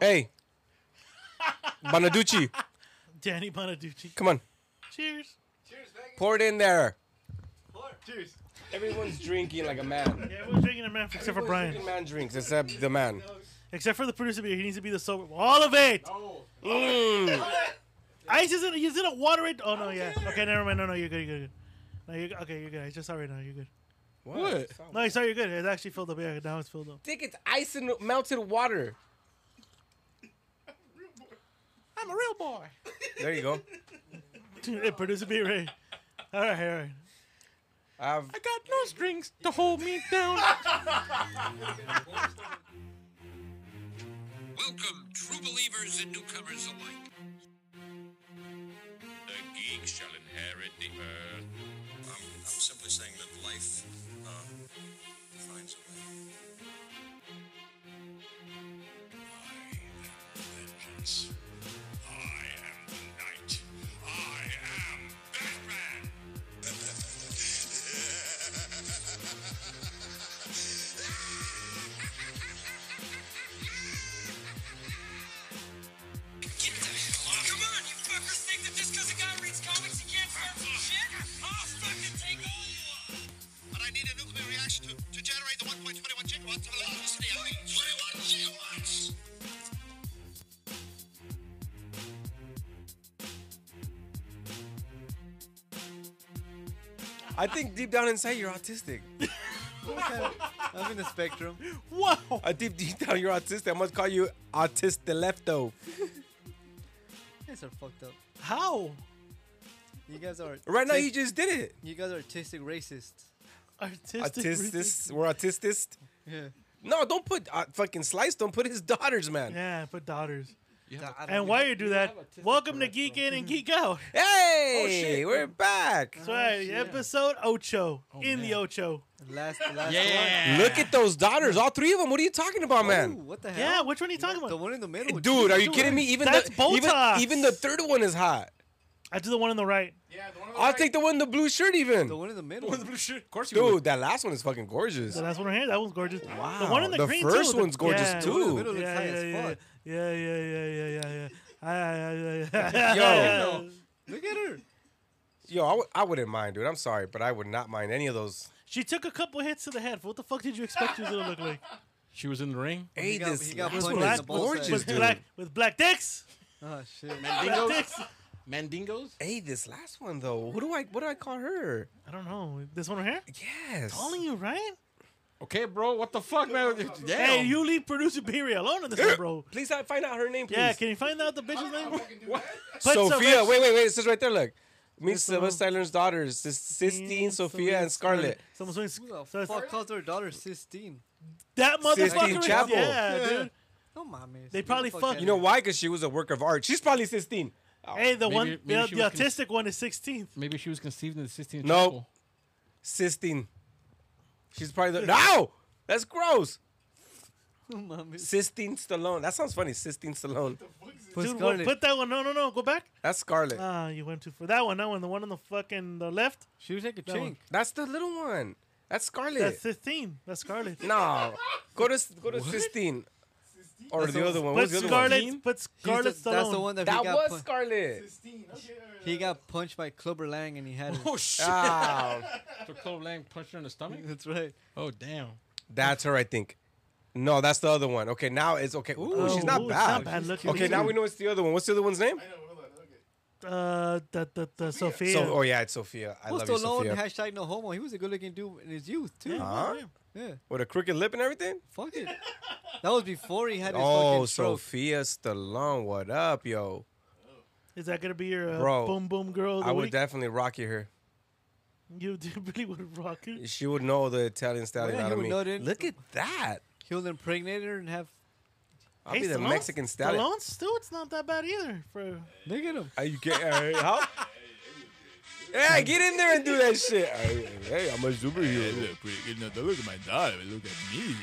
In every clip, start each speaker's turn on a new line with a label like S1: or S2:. S1: Hey, Bonaducci,
S2: Danny Bonaducci.
S1: come on.
S2: Cheers.
S3: Cheers,
S1: Pour it in there.
S3: Cheers.
S1: Everyone's drinking like a man.
S2: Yeah, everyone's drinking a man except for
S1: Everyone's
S2: Brian.
S1: drinking man drinks except the man.
S2: Except for the producer beer. He needs to be the sober. All of it.
S3: Oh.
S1: Mm.
S2: Ice isn't. He's gonna water it. Oh no, yeah. Okay, never mind. No, no, you're good. You're good. No, you're good. okay. You're good. I just saw right now. You're good.
S1: What?
S2: No, I saw you're good. It actually filled up. Yeah, now it's filled up.
S1: Think it's ice and melted water.
S2: I'm a real boy.
S1: There you go.
S2: hey, producer beer. Ray. All right, all right.
S1: I've
S2: I got no strings to hold me down.
S4: Welcome, true believers and newcomers alike. The geek shall inherit the earth.
S5: I'm, I'm simply saying that life uh, finds a way.
S4: I am vengeance. I am the knight. I am Batman.
S6: Get the hell out. Come on, you fuckers think that just 'cause a guy reads comics he can't start some shit? I'll fucking take all you are.
S4: But I need a nuclear reaction to, to generate the 1.21 gigawatts of electricity I need. 21 gigawatts!
S1: I think deep down inside you're autistic.
S3: I'm in the spectrum.
S2: Wow.
S1: I deep deep down you're autistic. I must call you autistic lefto.
S3: You guys are fucked up.
S2: How?
S3: You guys are
S1: Right now
S3: tis-
S1: you just did it.
S3: you guys are artistic racists.
S2: Artistic.
S1: Autistists. We're autistists.
S3: Yeah.
S1: No, don't put uh, fucking slice. Don't put his daughters, man.
S2: Yeah, but daughters.
S3: I don't
S2: And while
S3: even-
S2: you do that, welcome to Geek In and Geek Out.
S1: Hey,
S3: shit.
S1: we're back.
S2: That's right, episode Ocho
S1: Oh,
S2: in the Ocho.
S3: last last one.
S7: Yeah.
S1: Look at those daughters, all three of them. What are you talking about,
S3: Ooh,
S1: man?
S3: what the
S2: Yeah,
S3: hell?
S2: which one are you talking
S3: The
S2: about?
S3: one in the middle.
S1: Dude, are you
S2: Dude,
S1: kidding me? Even
S2: that's
S1: the even,
S2: Botox.
S1: even the third one is hot.
S2: I do the one on the right.
S1: I'll take the one in the blue shirt, even.
S3: The one in the middle.
S7: Of course you
S1: Dude, that last one is fucking gorgeous.
S2: The last one right here, that one's gorgeous.
S1: Wow,
S2: The one in the,
S1: the
S2: green
S1: first
S2: too.
S1: one's gorgeous,
S2: yeah,
S1: too.
S3: The middle
S2: Yeah,
S3: looks high
S2: yeah,
S3: as
S2: yeah,
S3: fuck.
S2: yeah, yeah, yeah, yeah, yeah, yeah. I- I- I- I-
S1: Yo.
S3: Look at her.
S1: Yo, I w- I wouldn't mind, dude. I'm sorry, but I would not mind any of those.
S2: she took a couple hits to the head. What the fuck did you expect she was gonna look like?
S7: She was in the ring.
S1: Hey,
S3: He got-
S1: this
S3: he got
S1: last
S3: punched
S1: one
S3: in
S1: is
S3: the ball sack.
S1: gorgeous,
S2: with
S1: dude.
S2: black with black dicks.
S3: Oh shit.
S2: Black
S7: Mandingos.
S2: dicks.
S7: Mandingos.
S1: Hey, this last one though. Who do I? What do I call her?
S2: I don't know. This one right here?
S1: Yes.
S2: Calling you, right?
S7: Okay, bro. What the fuck, man? Damn.
S2: Hey, you leave producer Beery alone in this one, bro.
S1: Please uh, find out her name, please.
S2: Yeah, can you find out the bitch's name? Put
S1: Sophia.
S2: Sylvester-
S1: Wait, wait, wait. It says right there. Look. Meets
S2: Someone-
S1: Sylvester Tyler's daughters, Sis- Sistine, Sophia, and Scarlett.
S2: Someone's doing
S3: Who the
S2: so it's-
S3: fuck calls her daughter Sistine?
S2: that motherfucker.
S1: Sistine
S2: is-
S1: Chapel.
S2: Yeah,
S3: Yeah.
S2: dude.
S3: No mames.
S2: They probably
S3: Fuck
S2: fuck-
S3: that.
S1: You know why? Because she was a work of art. She's probably Sistine.
S2: Hey, the
S7: Maybe-
S2: one,
S7: maybe
S2: the,
S7: she
S2: the
S7: was con-
S2: autistic one is 16th.
S7: Maybe she was conceived in the 16th.
S1: No.
S7: chapel.
S1: Sistine. She's probably the. No! That's gross.
S3: No mames.
S1: Sistine Stallone. That sounds funny. Sistine Stallone.
S3: Put
S2: Dude, well,
S3: Scarlett.
S2: put that one. No, no, no. Go back.
S1: That's Scarlett.
S2: Ah, you went too far. That one, that one. The one on the fucking the left.
S3: She was like a
S2: That one.
S3: chink.
S1: That's the little one. That's
S2: That's
S1: Scarlett.
S2: 15. That's Scarlet.
S1: no. Go to go to Sistine. Or
S3: That's
S1: the
S3: the-
S1: other one.
S2: But
S1: What's the other one?
S2: Scarlet. But
S3: He's the-
S2: Scarlet Stallone.
S3: that's the one that,
S1: That
S3: he got.
S1: was
S3: pun-
S1: Scarlett.
S3: he got punched by Clubber Lang and he had. it.
S7: Oh shit.
S1: Oh,
S7: So Chloe Lang punched her in the stomach.
S3: That's right.
S7: Oh damn.
S1: that's her, I think. No, that's the other one. Okay, now it's okay. Ooh,
S2: Oh,
S1: she's not
S2: ooh, it's
S1: bad.
S2: bad looking.
S1: Okay, now we know it's the other one. What's the other one's name?
S2: Uh, the, the, the Sophia.
S1: So, oh yeah, it's Sophia. I love
S3: Post
S1: you,
S3: Malone,
S1: Sophia. Uh-huh.
S3: hashtag no homo. He was a good looking dude in his youth, too.
S2: Yeah,
S1: Huh?
S2: yeah.
S3: Yeah,
S1: With a crooked lip and everything.
S3: fuck it. That was before he had his
S1: Oh,
S3: fucking stroke.
S1: Sophia Stallone, what up, yo?
S2: Is that gonna be your uh,
S1: Bro,
S2: boom boom girl? Of the
S1: I would
S2: week?
S1: definitely rock you here.
S2: you really would rock it.
S1: She would know the Italian stallion
S3: Yeah,
S1: out
S3: you
S1: of
S3: would
S1: me.
S3: know, dude.
S1: Look at that.
S3: He'll impregnate her and have.
S1: I'll
S2: Hey,
S1: be the
S2: Stallone-
S1: Mexican stallion.
S2: Stallone still, it's not that bad either. For
S3: Look at him.
S1: Are you get hey, how? Yeah, get in there and do that shit. Hey, hey, I'm a superhero.
S8: look pretty good. No, don't look at my daughter. but Look at me.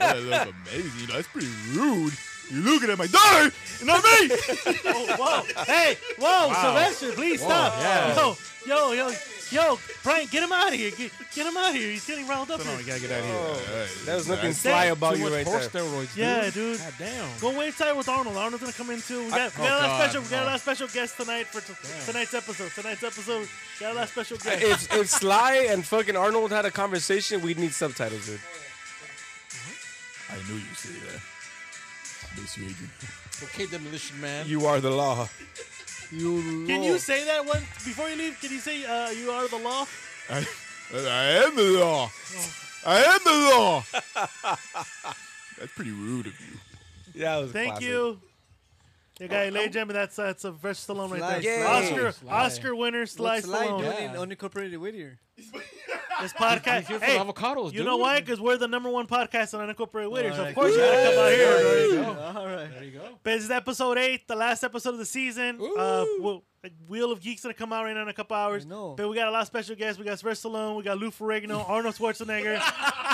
S8: I look amazing. You know, that's pretty rude. You're looking at my daughter, and not me.
S2: oh, whoa, hey, whoa, Sylvester, please stop. Yo, yo, yo, Yo, Brian, get him out of here. Get, get him out of here. He's getting riled up.
S8: Come on, we
S2: Here.
S8: gotta get out of here. All right.
S1: There was nothing
S8: Nice.
S1: sly about
S7: Too
S1: you
S7: much
S1: right
S7: horse
S1: there.
S7: steroids,
S2: Yeah, dude.
S7: God damn.
S2: Go inside with Arnold. Arnold's gonna come in too. We got, we
S7: oh,
S2: got a lot
S7: God,
S2: special. We got a
S7: no.
S2: lot special guest tonight for t- tonight's episode. Tonight's episode. Got a lot special guest.
S1: If if Sly and fucking Arnold had a conversation, we'd need subtitles, dude.
S8: I knew you'd say that. Miss you, Adrian.
S7: Okay, demolition man.
S1: You are the law.
S2: Can you say that one before you leave? Can you say uh, you are the law?
S8: I, I am the law. I am the law. That's pretty rude of you.
S1: Yeah, that was
S2: Thank
S1: classic.
S2: you. Your guy, Lay Jim, that's uh, that's a Verse Stallone
S3: Oh, Sly
S2: right there.
S1: Stallone.
S2: Oscar,
S7: Sly.
S2: Oscar winner, Sly
S3: What's Sly
S2: Stallone.
S3: doing
S7: Yeah.
S3: in unincorporated Whittier?
S2: This
S7: I'm
S2: podcast,
S7: here for
S2: hey,
S7: the avocados,
S2: you
S7: dude.
S2: know why? Because we're the number one podcast on unincorporated winners.
S3: Alright,
S2: Of course, you gotta come out here.
S7: There you go.
S3: All right.
S7: There you go.
S2: But this is episode eight, the last episode of the season. Uh, we'll, Wheel of Geeks gonna come out right now in a couple hours.
S3: I know.
S2: But we got a lot of special guests. We got Sylvester Stallone, we got Lou Ferrigno, Arnold Schwarzenegger,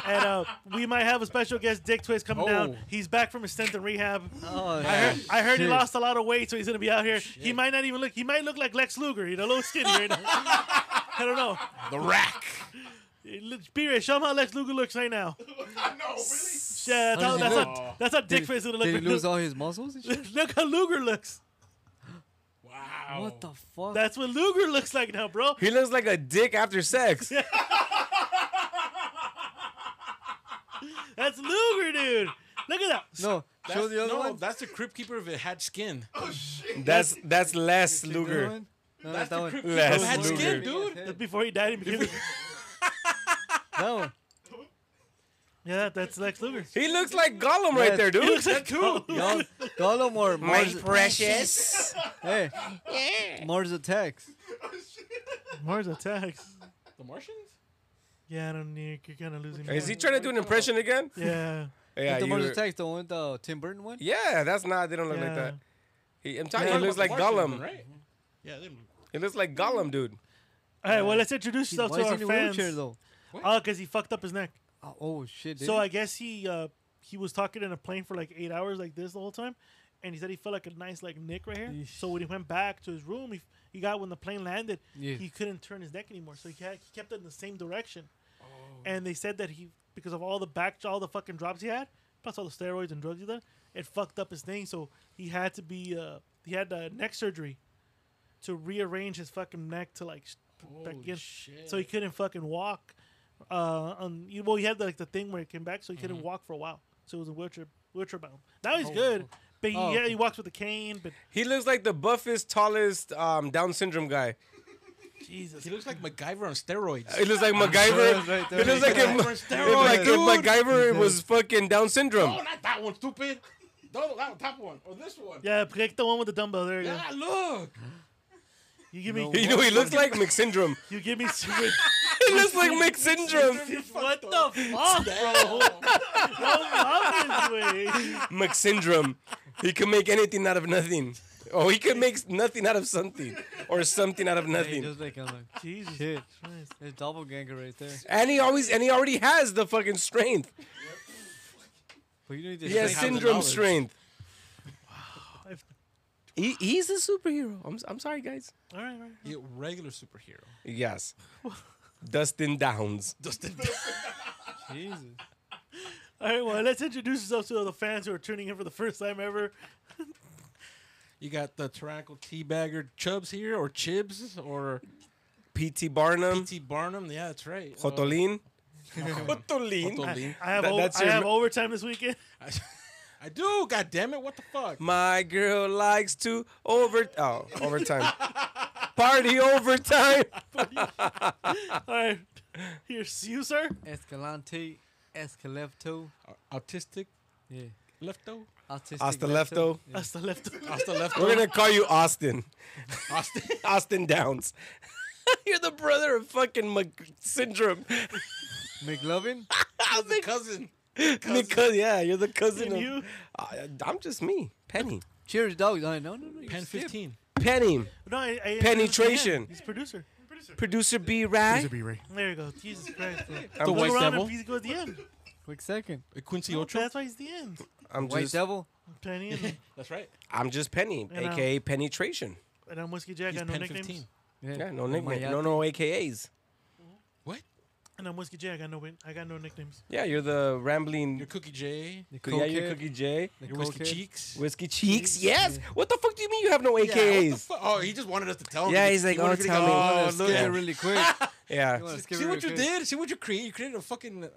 S2: and uh, we might have a special guest, Dick Twist, coming
S7: Oh.
S2: down. He's back from his stint in rehab.
S3: Oh,
S2: I heard, I heard he
S7: Shit.
S2: lost a lot of weight, so he's gonna be out here. He might not even look. He might look like Lex Luger, you know, a little skinnier. you know? I don't know.
S8: The rack.
S2: B-Ray, show him how Lex Luger looks right now. Yeah, that's
S3: How
S2: how,
S3: does
S2: that's
S3: he
S2: how, that's how Dick
S3: Did-
S2: Face is gonna look.
S3: Did he
S2: like.
S3: lose all his muscles and shit?
S2: look, look how Luger looks.
S7: Wow.
S3: What the fuck?
S2: That's what Luger looks like now, bro.
S1: He looks like a dick after sex.
S2: That's Luger, dude. Look at that.
S3: no, show the other
S7: no,
S3: one.
S7: that's the Crypt Keeper if it had skin.
S1: That's that's less
S3: The other
S1: Luger.
S3: one? No, that's that
S7: the
S3: one.
S7: Crypt
S1: Less
S7: Keeper if it had
S1: Luger.
S7: skin, dude.
S2: That's before he died. He became...
S3: That one.
S2: yeah, that's Lex Luger.
S1: He looks like Gollum right
S3: Yes.
S1: there,
S2: He
S1: dude.
S2: looks like cool.
S3: Gollum, Gollum or Mars?
S1: precious.
S3: Hey, Mars attacks.
S2: Mars attacks.
S7: The Martians?
S2: Yeah, I don't need. You're kind of losing. me.
S1: Is he trying to do an impression again?
S2: Yeah.
S1: Yeah,
S3: the Mars
S1: you-
S3: attacks, the one with the Tim Burton one.
S1: yeah, that's not. They don't look
S2: yeah.
S1: like that. He, I'm telling
S7: You're
S1: you,
S7: talking
S1: he looks
S7: about
S1: like
S7: the
S1: Gollum.
S7: Martians, Right? Yeah, they
S1: He looks like Gollum, dude.
S2: All right. Well, let's introduce
S3: Why
S2: yourself to
S3: is he
S2: our
S3: in a
S2: fans.
S3: wheelchair though?
S2: Oh, because he fucked up his neck.
S3: Oh, oh shit! Did
S2: So
S3: he?
S2: I guess he uh, he was talking in a plane for like eight hours, like this the whole time, and he said he felt like a nice like nick right here. So when he went back to his room, he, he got when the plane landed,
S3: Yeah.
S2: he couldn't turn his neck anymore, so he, ca- he kept it in the same direction.
S3: Oh.
S2: And they said that he because of all the back all the fucking drops he had, plus all the steroids and drugs he done, it fucked up his thing. So he had to be uh, he had uh, neck surgery to rearrange his fucking neck to like sh- back again, so he couldn't fucking walk. Uh, on you well, he had like the thing where it came back, so he
S3: Mm-hmm.
S2: couldn't walk for a while. So it was a wheelchair wheelchair bound. Now he's good, but he,
S3: Oh,
S2: yeah,
S3: okay.
S2: he walks with a cane. But
S1: He looks like the buffest, tallest um, Down syndrome guy.
S2: Jesus,
S7: He looks like MacGyver on steroids.
S1: He looks like
S3: Sure,
S1: MacGyver.
S3: right
S1: He
S3: there.
S1: looks like
S7: MacGyver
S1: if, if,
S7: on
S1: like
S7: steroids,
S1: if
S7: dude.
S1: MacGyver was fucking Down syndrome.
S7: Oh, not that one, stupid. No, that top one or this one.
S2: yeah, pick the one with the dumbbell. There you go.
S7: Yeah, look.
S2: You give me,
S1: You know, he looks like Mick syndrome.
S2: you give me. Super-
S1: He looks like Mick syndrome.
S2: what the fuck, bro? Don't love this way.
S1: Mick syndrome. He can make anything out of nothing. Oh, he can make nothing out of something, or something out of
S3: Hey,
S1: nothing.
S3: just like I'm like,
S2: Jesus
S3: shit,
S2: Christ.
S3: there's doppelganger right there.
S1: And he always and he already has the fucking strength.
S3: But you need to
S1: He has
S3: think-
S1: syndrome strength.
S2: If-
S1: He, he's a superhero. I'm, s- I'm sorry, guys.
S2: All right, all right.
S7: Yeah, regular superhero.
S1: Yes. Dustin Downs.
S7: Dustin.
S3: Jesus.
S2: All right, well, let's introduce yourselves to the fans who are tuning in for the first time ever.
S7: you got the tyrannical teabagger Chubbs here, or Chibs, or
S1: P.T. Barnum.
S7: P.T. Barnum. Yeah, that's right. Uh,
S1: Jotolin. Jotolin.
S7: Jotolin.
S2: I have,
S1: That-
S2: o-
S1: that's
S2: I
S1: your-
S2: have overtime this weekend.
S7: I, I do. God damn it! What the fuck?
S1: My girl likes to over oh overtime party overtime.
S2: All right, here's you, sir.
S3: Escalante, Escalepto,
S7: Autistic
S3: yeah.
S7: lefto.
S3: Autistic
S1: Hasta
S3: lepto.
S1: lefto.
S2: That's the left.
S7: Hasta lefto.
S1: We're gonna call you Austin.
S7: Austin.
S1: Austin Downs. You're the brother of fucking Mc- syndrome.
S3: McLovin.
S7: the cousin.
S1: Because yeah, you're the cousin
S2: And
S1: of
S2: you?
S1: I, I'm just me, Penny.
S3: Cheers, dog. No, no, no. no you
S7: Pen
S3: skip.
S7: fifteen.
S1: Penny,
S2: No, I, I,
S1: Penetration.
S2: He's producer.
S1: producer B. Rye.
S2: There you go. Jesus Christ. Look
S1: I'm,
S7: White
S1: just,
S2: around
S7: Devil.
S2: and he's go at the end.
S3: Quick second.
S7: Quincy Ocho.
S2: That's why he's the end.
S1: I'm
S3: White
S1: just,
S3: Devil.
S2: Penny and,
S7: That's right.
S1: I'm just Penny,
S2: And, uh,
S1: aka penetration.
S2: and I'm Whiskey Jack.
S7: He's
S2: I know
S7: Pen
S2: nicknames.
S7: fifteen.
S1: Yeah,
S3: Oh
S1: no nickname. No, no AKAs.
S7: What?
S2: And I'm Whiskey J. I got no win. I got no nicknames.
S1: Yeah, you're the
S7: Your
S1: rambling.
S7: Cookie J.
S3: The cool
S1: Yeah, you're
S3: kid,
S1: Cookie J.
S3: the
S7: Your
S3: cool
S7: Whiskey
S3: kid.
S7: Cheeks.
S1: Whiskey cheeks. Yes. What the fuck do you mean you have no
S7: Yeah, what the
S1: AKAs?
S7: fu- oh, he just wanted us to tell him.
S1: Yeah,
S7: He-
S1: he's
S7: he
S1: like,
S7: wanted
S1: "Oh,
S7: us to
S1: tell me."
S7: go,
S1: He
S3: Oh,
S7: "Oh,
S3: let's
S7: look
S3: get
S7: at
S3: really quick.
S1: Yeah.
S3: You wanna skip
S7: See
S3: it
S7: what
S3: really
S7: you
S3: quick.
S7: did? See what you created? You created a fucking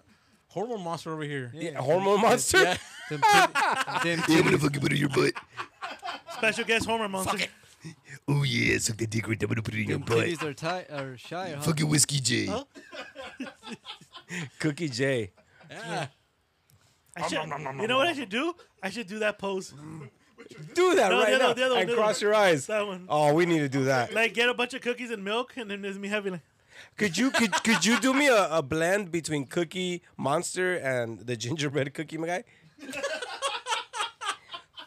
S7: hormone monster over here.
S1: Yeah, hormone monster.
S7: Yeah.
S3: Them titty- them
S8: Yeah, I'm gonna
S3: titties.
S8: fucking put it in your butt.
S2: Special guest Homer Monster.
S7: Fuck it.
S8: Oh yeah, suck the dick right there. I'm gonna put it in your
S3: Them
S8: butt.
S3: titties are tight or shy. Huh?
S8: Fucking whiskey J.
S2: Huh?
S1: Cookie J.
S7: Yeah.
S2: I should, you know what I should do? I should do that pose.
S1: Do that
S2: No, the
S1: right
S2: other-
S1: now
S2: the other one,
S1: and
S2: the other
S1: cross
S2: one.
S1: your eyes.
S2: That one.
S1: Oh, we need to do that.
S2: Like get a bunch of cookies and milk, and then there's me having like.
S1: Could you could could you do me a, a blend between Cookie Monster and the gingerbread cookie my guy?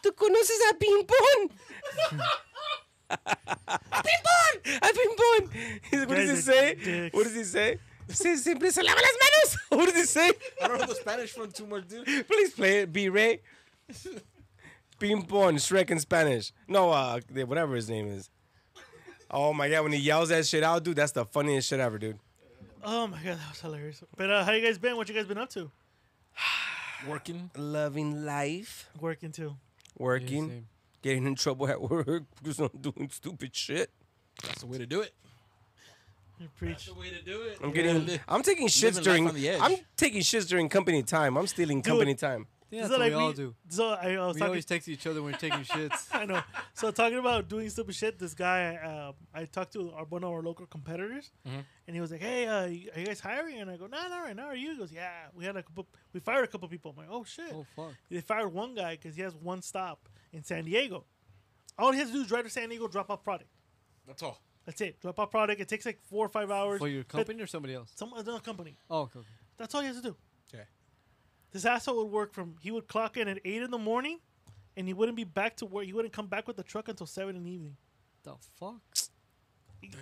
S1: ¿Tú conoces a Ping Pong? ¡A Ping Pong! ¡A Ping Pong! He's- What does
S2: Guys
S1: he
S2: are
S1: say?
S2: dicks.
S1: What does he say? Se siempre se lava las manos. What does he say?
S7: I don't know the Spanish one too much, dude.
S1: Please play it, B Ray. Ping Pong, Shrek in Spanish. No, uh, whatever his name is. Oh my god, when he yells that shit out, dude, that's the funniest shit ever, dude.
S2: Oh my god, that was hilarious. But uh, how you guys been? What you guys been up to?
S7: Working.
S1: Loving life.
S2: Working too.
S1: working,
S3: same.
S1: getting in trouble at work because I'm doing stupid shit.
S7: That's the way to do it.
S2: You preach.
S7: way to do it.
S1: I'm getting,
S7: li-
S1: I'm taking shits
S7: life
S1: during,
S7: on the edge.
S1: I'm taking shits during company time. I'm stealing company time.
S3: Yeah,
S2: This is
S3: that's what
S2: like
S3: we all
S2: we-
S3: do.
S2: So I, I was
S3: We
S2: talking.
S3: always text each other when we're taking shits.
S2: I know. So talking about doing stupid shit, this guy uh, I talked to our one of our local competitors,
S3: Mm-hmm.
S2: and he was like, "Hey, uh, y- are you guys hiring?" And I go, "No, nah, not right now. Are you?" He goes, "Yeah, we had a couple. We fired a couple people." I'm like, "Oh shit!"
S3: Oh fuck.
S2: They fired one guy because he has one stop in San Diego. All he has to do is drive to San Diego, drop off product.
S7: That's all.
S2: That's it. Drop off product. It takes like four or five hours.
S3: For your
S2: But
S3: company or somebody else?
S2: Some other company.
S3: Oh, okay. okay.
S2: That's all he has to do.
S7: Okay.
S2: This asshole would work from. He would clock in at eight in the morning, and he wouldn't be back to work. He wouldn't come back with the truck until seven in the evening.
S3: The fuck?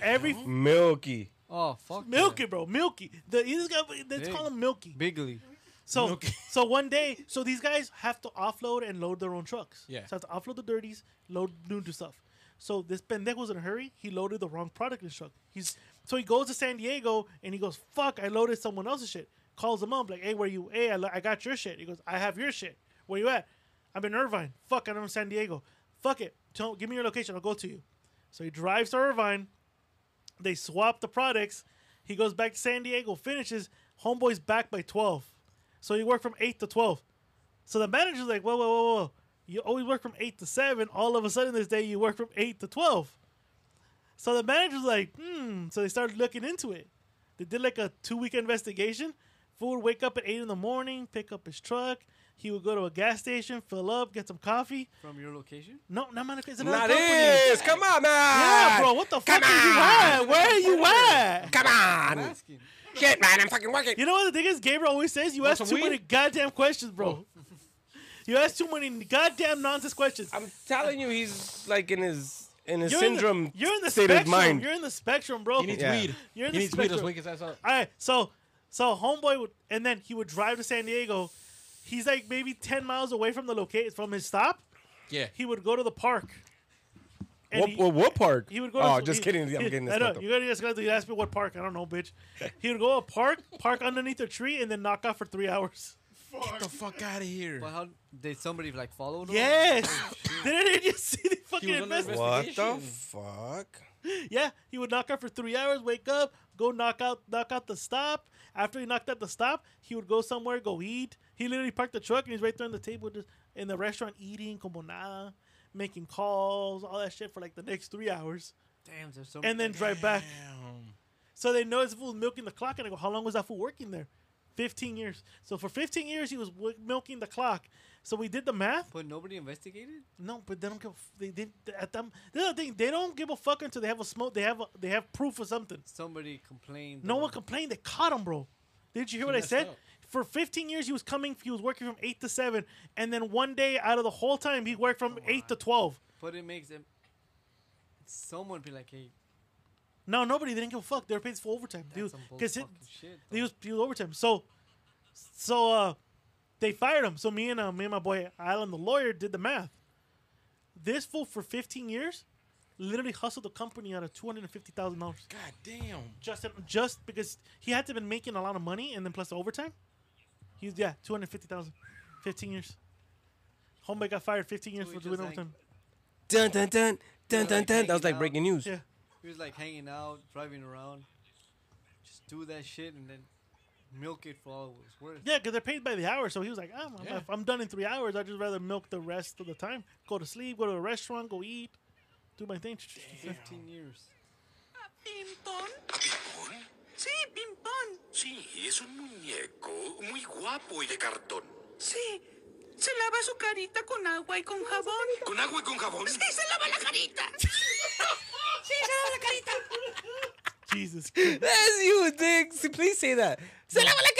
S2: Every
S1: Milky.
S3: Oh fuck.
S2: Milky,
S3: yeah.
S2: bro, Milky. The these guys, let's
S3: Big.
S2: call him Milky.
S3: Bigly.
S2: So, so one day, so these guys have to offload and load their own trucks.
S7: Yeah.
S2: So, have to offload the dirties, load new stuff. So this pendejo was in a hurry. He loaded the wrong product in his truck. He's so he goes to San Diego and he goes, "Fuck, I loaded someone else's shit." Calls him up like, "Hey, where you? Hey, I, lo- I got your shit." He goes, "I have your shit. Where you at?" I'm in Irvine. Fuck, I'm in San Diego. Fuck it. Tell, give me your location. I'll go to you. So he drives to Irvine. They swap the products. He goes back to San Diego, finishes. Homeboy's back by 12. So he worked from 8 to 12. So the manager's like, whoa, whoa, whoa, whoa. You always work from 8 to 7. All of a sudden this day, you work from 8 to 12. So the manager's like, hmm. So they started looking into it. They did like a two week investigation. Fool would wake up at 8 in the morning, pick up his truck. He would go to a gas station, fill up, get some coffee.
S3: From your location?
S2: No, not my It's another
S1: Not
S2: company.
S1: this. Come on, man.
S2: Yeah, bro. What the
S1: Come
S2: fuck are you
S1: on.
S2: at? Where are you at?
S1: Come
S3: I'm
S1: on.
S3: asking.
S1: Shit, man. I'm fucking working.
S2: You know what the thing is? Gabriel always says you
S7: Want
S2: ask
S7: some
S2: too
S7: weed?
S2: many goddamn questions, bro. you ask too many goddamn nonsense questions.
S1: Oh. I'm telling you, he's like in his in his
S2: You're
S1: syndrome
S2: In the, you're in the
S1: state
S2: spectrum.
S1: of mind.
S2: You're in the spectrum, bro.
S7: He needs
S1: Yeah.
S7: weed.
S2: You're in
S7: he
S2: the
S7: needs weed. Let's
S2: spectrum.
S7: wake his ass up.
S2: All right, so so homeboy would, and then he would drive to San Diego. He's like maybe ten miles away from the location from his stop.
S7: Yeah.
S2: He would go to the park. And
S1: what,
S2: he-
S1: what, what park?
S2: He would go.
S1: oh,
S2: to,
S1: just
S2: he-
S1: kidding. I'm
S2: he-
S1: getting
S2: I
S1: this.
S2: know.
S1: messed up.
S2: You gotta just gotta you ask me what park. I don't know, bitch. He would go to a park, park underneath a tree, and then knock out for three hours.
S7: Get the fuck out of here.
S3: But how did somebody like follow him?
S2: Yes. Didn't you see the fucking
S7: under
S2: investment?
S1: What the
S7: Investigation.
S1: fuck?
S2: Yeah, he would knock out for three hours, wake up, go knock out, knock out the stop. After he knocked out the stop, he would go somewhere, go eat. He literally parked the truck and he's right there on the table, just in the restaurant eating como nada, making calls, all that shit for like the next three hours,
S3: Damn, there's so
S2: and then drive back.
S7: Damn.
S2: So they know this fool's milking the clock, and I go, how long was that fool working there? 15 years. So for 15 years, he was w- milking the clock. So we did the math.
S3: But nobody investigated?
S2: No, but they don't give. a f- They did at them. The other thing, they don't give a fuck until they have a smoke. They have a, they have proof of something.
S3: Somebody complained.
S2: No
S3: or-
S2: one complained. They caught him, bro. Did you hear what I
S7: messed
S2: said?
S7: up.
S2: For 15 years, he was coming. He was working from eight to seven, and then one day out of the whole time, he worked from eight to twelve.
S3: But it makes them. Someone be like, hey,
S2: No, nobody. They didn't give a fuck. They were paid for overtime,
S3: that's
S2: dude.
S3: some bull
S2: Because
S3: fucking shit.
S2: he was he was overtime. So, so uh, they fired him. So me and uh, me and my boy Alan, the lawyer, did the math. This fool for 15 years literally hustled the company out of two hundred and fifty thousand dollars
S7: God damn.
S2: just just because he had to been making a lot of money and then plus the overtime. He was yeah, two hundred fifty thousand, fifteen years. Homeboy got fired 15 years
S3: So
S2: for
S3: he
S2: doing
S3: just
S2: overtime.
S1: Dun dun dun dun
S3: You're
S1: dun
S3: like
S1: dun. That was
S3: hanging
S1: like
S3: out.
S1: breaking news.
S2: Yeah.
S3: He was like hanging out, driving around. Just do that shit and then milk it for all it was worth.
S2: Yeah, because they're paid by the hour. So he was like, I'm, I'm,
S7: Yeah.
S2: if I'm done in three hours. I'd just rather milk the rest of the time. Go to sleep, go to a restaurant, go eat, do my thing.
S3: 15 years.
S6: Pimpón.
S5: ¿Pimpón?
S6: Sí, Pimpón.
S5: Sí, es un muñeco muy guapo y de cartón.
S6: Sí. Se lava su carita con agua y con jabón.
S5: ¿Con agua y con jabón?
S6: Sí, se lava la carita. Sí, se lava la carita.
S2: Jesus. Christ.
S1: That's you, Dick. S- Please say that. Se lava la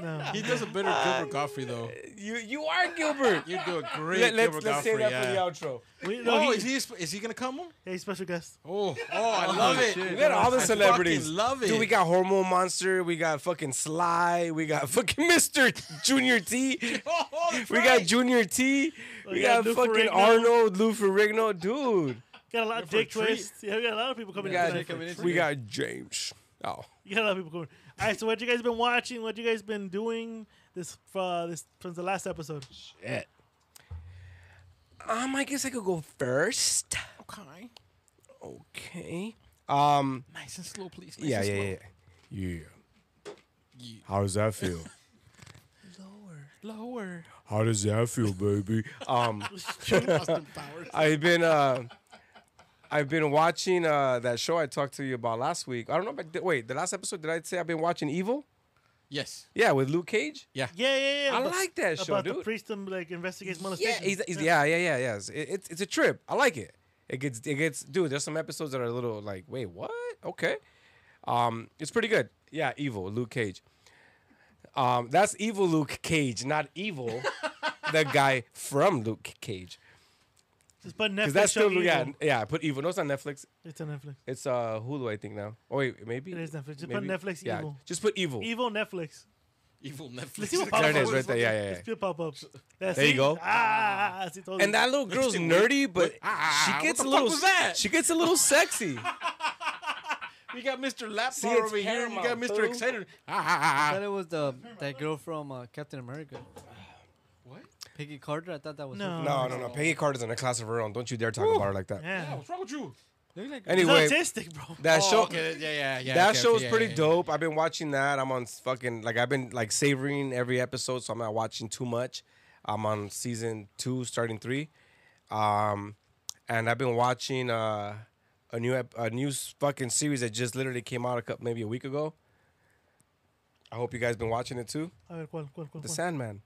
S2: No.
S7: He does a better Gilbert Godfrey though.
S1: carita. You you are Gilbert.
S7: You do a great
S1: Let, let's
S7: Gilbert
S1: let's
S7: Godfrey.
S1: say that
S7: yeah.
S1: for the outro.
S2: We, no,
S7: Oh,
S2: he-
S7: is he is he gonna come?
S2: hey, special guest.
S7: Oh, oh, I love it.
S1: We got all the
S7: I
S1: celebrities.
S7: fucking love it.
S1: Dude, we got Hormone Monster. We got fucking Sly. We got fucking Mr. Junior T.
S7: Oh, oh, that's
S1: We
S7: right.
S1: got Junior T. We
S2: We
S1: got
S2: got Lou
S1: fucking
S2: Ferrigno.
S1: Arnold, Lou Ferrigno. Dude,
S2: Got a lot of
S7: for a
S2: dick
S7: treat.
S2: twists. Yeah, we got a lot of people coming
S1: we got,
S2: in. tonight.
S1: we got James. Oh.
S2: You got a lot of people coming. All right, so what you guys been watching? What you guys been doing this uh, this since the last episode?
S1: Um, I guess I could go first.
S7: Okay.
S1: Okay. Um,
S7: Nice and slow, please. Nice
S1: yeah,
S7: and
S1: yeah,
S7: slow.
S1: yeah. Yeah. How does that feel?
S7: Lower.
S1: How does that feel, baby? Um,
S7: Austin Powers.
S1: I've been uh, I've been watching uh that show I talked to you about last week. I don't know if I did, wait the last episode did I say I've been watching Evil?
S7: Yes.
S1: Yeah, with Luke Cage.
S2: Yeah, yeah, yeah.
S1: I
S2: about-
S1: like that show,
S2: about
S1: dude.
S2: the priest and like investigates
S1: yeah,
S2: molestation.
S1: he's, he's, yeah, yeah, yeah, yeah. It's, it- it's it's a trip. I like it. It gets it gets dude. There's some episodes that are a little like, wait, what? Okay, um, it's pretty good. Yeah, evil Luke Cage. Um, that's evil Luke Cage, not evil, the guy from Luke Cage.
S2: Just put Netflix
S1: Because that's still
S2: show
S1: yeah,
S2: Evil.
S1: yeah. I put evil. No, it's on Netflix.
S2: It's on Netflix.
S1: It's uh Hulu, I think now. Oh wait, maybe
S2: It is Netflix. Just put Netflix
S1: Yeah,
S2: Evil.
S1: just put evil.
S2: Evil Netflix.
S7: Evil
S2: Let's see what
S7: Netflix.
S2: pops
S1: There it
S2: up.
S1: is, right there. Yeah, yeah, yeah.
S2: Let's see what pop up. There
S1: you go.
S2: Ah, I see totally.
S1: And that little girl's
S7: Wait,
S1: nerdy, but
S7: ah,
S1: she gets
S7: what
S1: a
S7: the
S1: little
S7: fuck was that?
S1: she gets a little sexy.
S7: We got Mr.
S1: See,
S7: Laptop
S1: it's
S7: over here. and You got
S1: Paramount,
S7: Mr.
S1: fool.
S7: Excited.
S3: I thought it was the that girl from uh, Captain America.
S7: What?
S3: Peggy Carter? I thought that was her.
S2: No.
S1: No, no, no. Peggy Carter's in a class of her own. Don't you dare talk about her like that.
S2: yeah.
S7: What's wrong with you?
S3: Look like
S2: He's
S1: Anyway,
S2: autistic, bro.
S1: that
S7: Oh,
S1: show
S7: okay, Yeah, yeah, yeah.
S1: that
S7: okay,
S1: show's
S7: okay, yeah,
S1: pretty
S7: yeah, yeah.
S1: dope. I've been watching that. I'm on s- fucking like I've been like savoring every episode, so I'm not watching too much. I'm on season two, starting three, um, and I've been watching uh, a new ep- a new s- fucking series that just literally came out a couple, maybe a week ago. I hope you guys been watching it too.
S2: A ver, ¿cuál, cuál, cuál,
S1: The
S2: cuál?
S1: Sandman,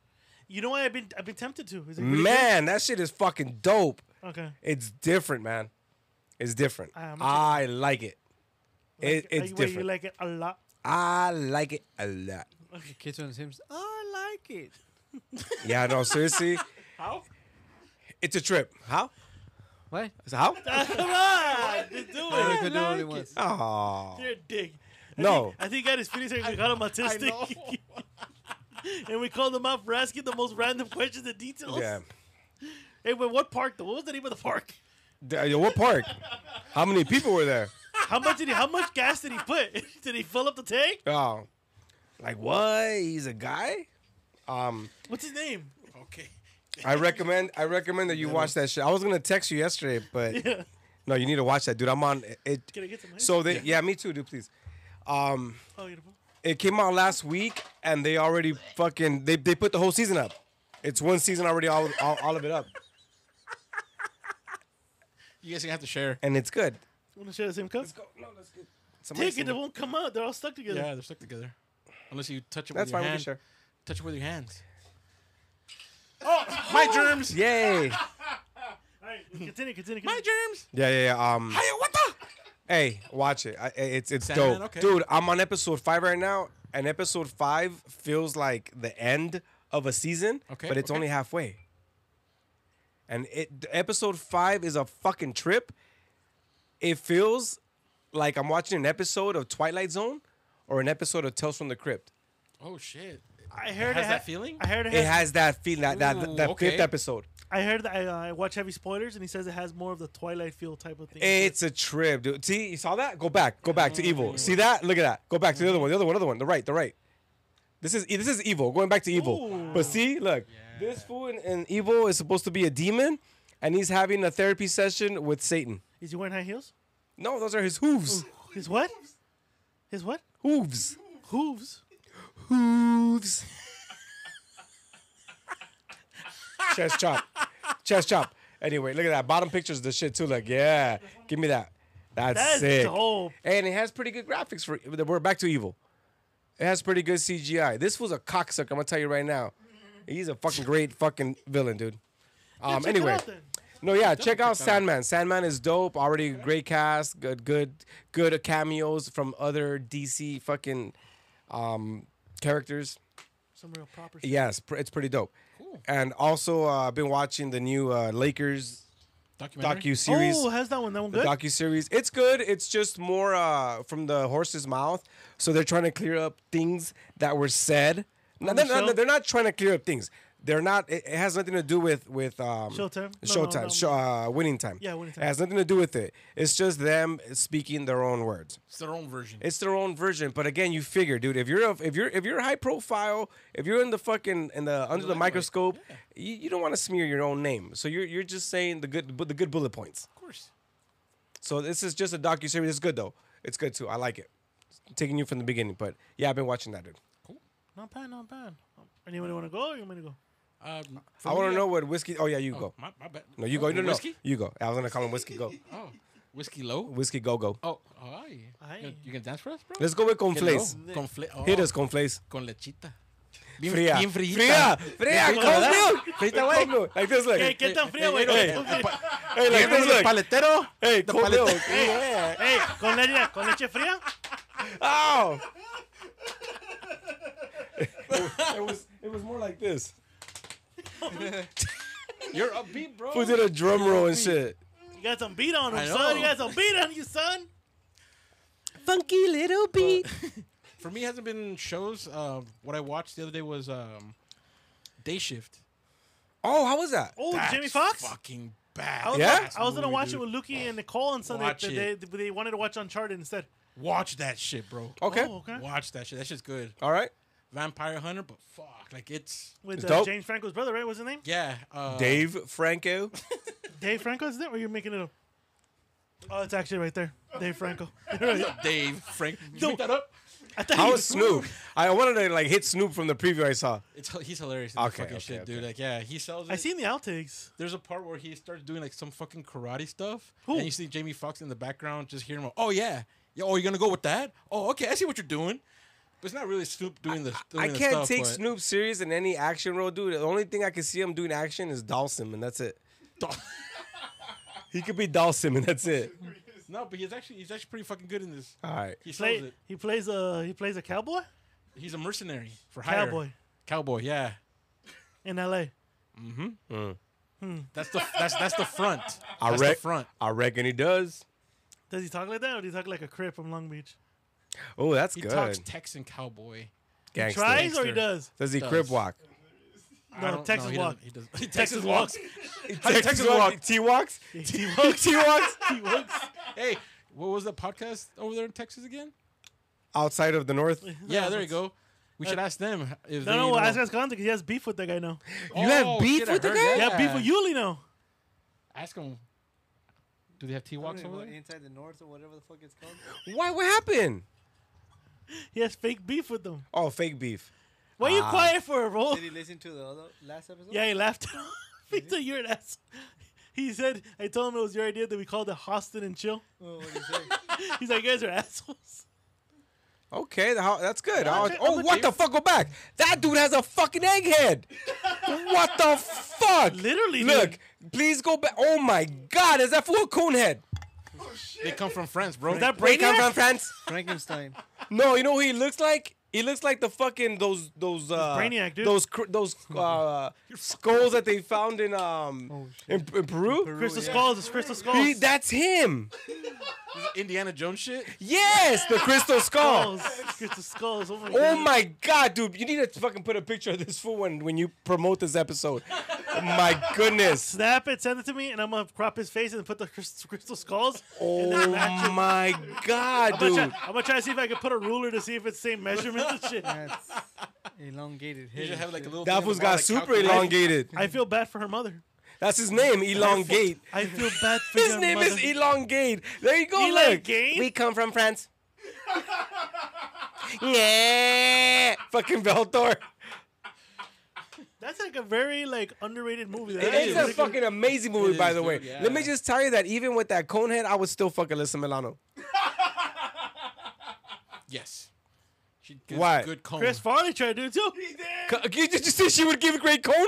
S2: You know what? I've been I've been tempted to. Is it pretty good?
S1: man, that shit is fucking dope.
S2: Okay.
S1: It's different, man. It's different.
S2: Ah, I'm not
S1: I like it. It, it's
S2: Like, like, wait,
S1: different.
S2: You like it a lot.
S1: I like it a lot.
S3: Kids on Sims. Oh, I like it.
S1: Yeah, no, seriously. How? It's a trip. How?
S3: What?
S1: It's a how?
S2: Ah, just do
S3: I
S2: it.
S3: could do it only once.
S1: Oh.
S2: You're a dick.
S1: No.
S2: I think I just finished here. We got him autistic. and we called him out for asking the most random questions and details.
S1: Yeah.
S2: Hey, wait, what park though? What was the name of the park?
S1: D- uh, yo, What park? How many people were there?
S2: How much did he? How much gas did he put? did he fill up the tank?
S1: Oh. Like what? He's a guy? Um,
S2: What's his name?
S7: Okay.
S1: I recommend I recommend that you watch that shit. I was gonna text you yesterday, but
S2: Yeah.
S1: no, you need to watch that, dude. I'm on it.
S2: Can I get some? ice?
S1: So they yeah, me too, dude. Please. Um,
S2: Oh, you know-
S1: it came out last week and they already fucking they, they put the whole season up it's one season already all, all, all of it up
S7: You guys are gonna have to share.
S1: and it's good
S2: you want to share the same cup?
S1: Somebody
S2: Dick,
S1: send
S2: and it
S1: me-
S2: won't come out. They're all stuck together.
S7: Yeah, they're stuck together. Unless you touch it
S1: that's
S7: with
S1: fine
S7: your
S1: we can
S7: hand.
S1: share
S7: Touch it with your hands. Oh, my germs.
S1: yay yeah
S2: All right, continue, continue.
S7: My
S2: continue.
S7: germs.
S1: yeah yeah um
S7: Hey, what the?
S1: hey watch it I, I- it's it's
S7: Sandman,
S1: dope
S7: okay.
S1: dude i'm on episode five right now and episode five feels like the end of a season
S7: Okay,
S1: but it's
S7: okay.
S1: only halfway and it episode five is a fucking trip it feels like i'm watching an episode of twilight zone or an episode of tales from the crypt
S7: Oh shit.
S2: I heard
S7: Has
S2: it
S7: that
S2: ha-
S7: feeling?
S2: I heard it
S1: it
S2: has.
S1: has that feeling that that,
S7: Ooh,
S1: that
S7: okay.
S1: fifth episode
S2: I heard that I, uh, I watch heavy spoilers, and he says it has more of the Twilight feel type of thing.
S1: It's a trip, dude. See, you saw that? Go back. Go back to evil. See that? Look at that. Go back to the other one. The other one. The other one. The right. The right. This is this is evil. Going back to evil.
S2: Ooh.
S1: But see, look, this fool in, in evil is supposed to be a demon, and he's having a therapy session with Satan.
S2: Is he wearing high heels?
S1: No, those are his hooves.
S2: His what? His what?
S1: Hooves.
S2: Hooves.
S1: Hooves. Chest chop. Chest chop. Anyway, look at that. Bottom picture's the shit too. Like, yeah. Give me that. That's,
S2: That's
S1: sick.
S2: dope.
S1: And it has pretty good graphics for we're back to evil. It has pretty good CGI. This was a cocksucker, I'm gonna tell you right now. He's a fucking great fucking villain, dude. Um
S2: check it
S1: anyway.
S2: out then.
S1: No, yeah, check out Sandman. Sandman is dope. Already great cast, good good good cameos from other DC fucking um characters.
S2: Some real proper. Shit.
S1: Yes, pr- it's pretty dope. And also, uh, I've been watching the new uh, Lakers
S7: Documentary.
S1: docu series.
S2: Oh, how's that one? That one
S1: the
S2: good.
S1: docu series, it's good. It's just more uh, from the horse's mouth. So they're trying to clear up things that were said. No,
S2: the
S1: no, no,
S2: show?
S1: they're not trying to clear up things. They're not. It, it has nothing to do with with um,
S2: Showtime? No, no,
S1: Showtime.
S2: no.
S1: Show, uh, winning time.
S2: Yeah, winning time.
S1: It has nothing to do with it. It's just them speaking their own words.
S7: It's their own version.
S1: It's their own version, but again, you figure, dude, if you're a, if you're if you're high profile, if you're in the fucking in the under the microscope, you, you don't want to smear your own name. So you're you're just saying the good bu- the good bullet points.
S7: of course.
S1: So this is just a docu series. It's good though. It's good too. I like it. It's taking you from the beginning, but yeah, I've been watching that, dude.
S2: Not bad. Not bad. Anyone want to go? or You want to go?
S7: Um, for
S1: I want to
S7: me,
S1: know what whiskey. Oh yeah, you go.
S7: My, my bad.
S1: No, you go.
S7: Oh,
S1: No, no,
S7: whiskey?
S1: you go. I was gonna call him whiskey go.
S7: Oh, whiskey low.
S1: Whiskey go go.
S7: Oh, oh yeah.
S2: Aye.
S7: You, gonna- you can dance for us, bro.
S1: Let's go with conflace.
S7: Hello. Con fle- oh,
S1: Hit us conflace.
S7: con lechita. Bien,
S1: Fría.
S7: bien
S1: Fría.
S7: frillita.
S1: Fría. Cold milk. Frita, güey. Like this, like.
S2: Hey, ¿qué tan fría, güey?
S1: Hey, like this, like.
S7: paletero.
S1: Hey, cold
S7: paleta.
S1: milk. Yeah.
S2: Hey, con leche, con leche fría.
S1: Ow. it was it was more like this.
S7: You're upbeat, bro.
S1: Who did a drum roll and shit?
S2: You got some beat on
S7: I
S2: him, son. You
S7: know.
S2: got some beat on you, son.
S1: Funky little beat.
S7: for me it hasn't been shows. Um, what I watched the other day was um, Day Shift.
S1: Oh, how was that?
S2: Oh,
S7: That's
S2: Jimmy Fox.
S7: Fucking bad.
S2: I was,
S1: Yeah?
S2: I was gonna
S7: Movie,
S2: watch
S7: dude. Oh,
S2: it with Lukey and Nicole on Sunday,
S7: Watch
S2: but they,
S7: it.
S2: they, wanted to watch Uncharted instead.
S7: Watch that shit, bro.
S1: Okay.
S2: Oh, okay.
S7: Watch that shit. That shit's good.
S1: All right.
S7: Vampire Hunter, but fuck, like it's
S2: With
S1: It's
S2: uh,
S1: dope.
S2: James Franco's brother, right? What's his name?
S7: yeah. Uh,
S1: Dave Franco.
S2: Dave Franco, isn't it? Or you're making it up? Oh, it's actually right there. Dave Franco.
S7: Dave Frank. Did you make that up?
S2: I thought
S1: I
S2: he
S1: was Snoop. I wanted to like hit Snoop from the preview I saw.
S7: It's he's hilarious. in this
S1: Okay,
S7: fucking
S1: okay,
S7: shit,
S1: okay.
S7: dude. Like yeah, he sells. It.
S2: I seen the outtakes.
S7: There's a part where he starts doing like some fucking karate stuff,
S2: Who?
S7: and you see Jamie Foxx in the background just hearing him. Oh yeah, yeah. Oh, you're gonna go with that? Oh, okay. I see what you're doing. But it's not really Snoop doing the. Doing
S1: I
S7: the
S1: can't
S7: stuff,
S1: take
S7: but-
S1: Snoop serious in any action role, dude. The only thing I can see him doing action is Dawson, and that's it. he could be Dawson, and that's it.
S7: No, but he's actually he's actually pretty fucking good in this.
S1: All right.
S7: He
S2: Play,
S7: sells it.
S2: he plays a he plays a cowboy
S7: He's a mercenary for hire.
S2: Cowboy.
S7: Cowboy, yeah.
S2: in L.A.
S7: That's the that's that's the front.
S1: I
S7: That's
S1: rec-
S7: the front.
S1: I reckon he does.
S2: Does he talk like that, or does he talk like a crip from Long Beach?
S1: Oh, that's
S7: He
S1: good.
S7: talks Texan cowboy.
S1: Gangsta.
S2: Tries or he
S7: Gangster.
S2: does?
S1: Does he
S7: Does.
S1: crib walk?
S7: I
S2: No,
S7: don't-
S2: Texas
S7: he
S2: walk.
S7: doesn't- He does. He
S2: Texas
S7: Texas walks.
S1: Texas walk. T walks. T walks. T walks.
S7: hey, what was that podcast over there in Texas again?
S1: Outside of the north.
S7: Yeah, there you go. We should ask them if
S2: No, no,
S7: they know.
S2: well, ask Asconza because he has beef with that guy now.
S7: Oh,
S1: You have beef
S7: shit, I
S1: with the
S7: heard
S1: guy?
S7: that.
S2: Yeah, beef with Yuli now.
S7: Ask them. Do they have T walks over
S3: What,
S7: there?
S3: Inside the North or whatever the fuck it's called.
S1: Why? What happened?
S2: He has fake beef with them.
S1: Oh, fake beef.
S2: Why are you
S1: Ah.
S2: quiet for a roll?
S3: Did he listen to the other last episode?
S2: Yeah, he laughed. Victor, you're an ass. He said, I told him it was your idea that we called it Hostin and Chill.
S3: Oh, what did he say?
S2: He's like, you guys are assholes.
S1: Okay, the ho- that's good. I'll-
S2: check-
S1: oh,
S2: I'ma
S1: what the fuck? Go back. That dude has a fucking egghead. what the fuck?
S2: Literally,
S1: Look, please go back. Oh my god, is that fool a coon head?
S7: They come from France, bro.
S2: Is that
S1: Break out
S2: Brainiac?
S1: from France?
S3: Frankenstein.
S1: No, you know who he looks like? He looks like the fucking those those uh
S2: Brainiac, dude.
S1: those cr- those uh skulls that they found in um in, in Peru.
S2: Crystal
S3: yeah.
S2: Skulls is Crystal Skulls.
S1: He- that's him.
S7: This is Indiana Jones shit.
S1: Yes, the crystal skull.
S2: Skulls. Get the skulls. Oh my.
S1: Oh
S2: goodness.
S1: my god, dude! You need to fucking put a picture of this fool when when you promote this episode. my goodness.
S2: Snap it, send it to me, and I'm gonna crop his face and put the crys- crystal skulls.
S1: Oh
S2: and then match it.
S1: my god,
S2: I'm gonna,
S1: dude!
S2: try, I'm gonna try to see if I can put a ruler to see if it's same measurements and shit.
S3: That's elongated head.
S7: You should
S3: and
S7: have like a
S3: shit.
S7: little. thing
S1: That
S7: on the
S1: fool's
S7: bottom
S1: got
S7: that
S1: super
S7: calculates-
S1: elongated.
S2: I feel bad for her mother.
S1: That's his name, Elongate.
S2: I feel bad for
S1: His
S2: your
S1: name
S2: mother.
S1: is Elongate. There you go. look.
S2: Elongate?
S1: We come from France. yeah. Fucking Veltor.
S2: That's like a very like underrated movie. That
S1: It's
S2: is.
S1: a
S2: Like
S1: fucking amazing movie, by
S7: is,
S1: the way.
S7: dude, yeah.
S1: Let me just tell you that even with that cone head, I would still fucking listen Milano.
S7: Yes. She gets
S1: Why?
S7: Good cone.
S2: Chris Farley tried to do it too.
S1: Co- Uh, You did you say she would give a great cone?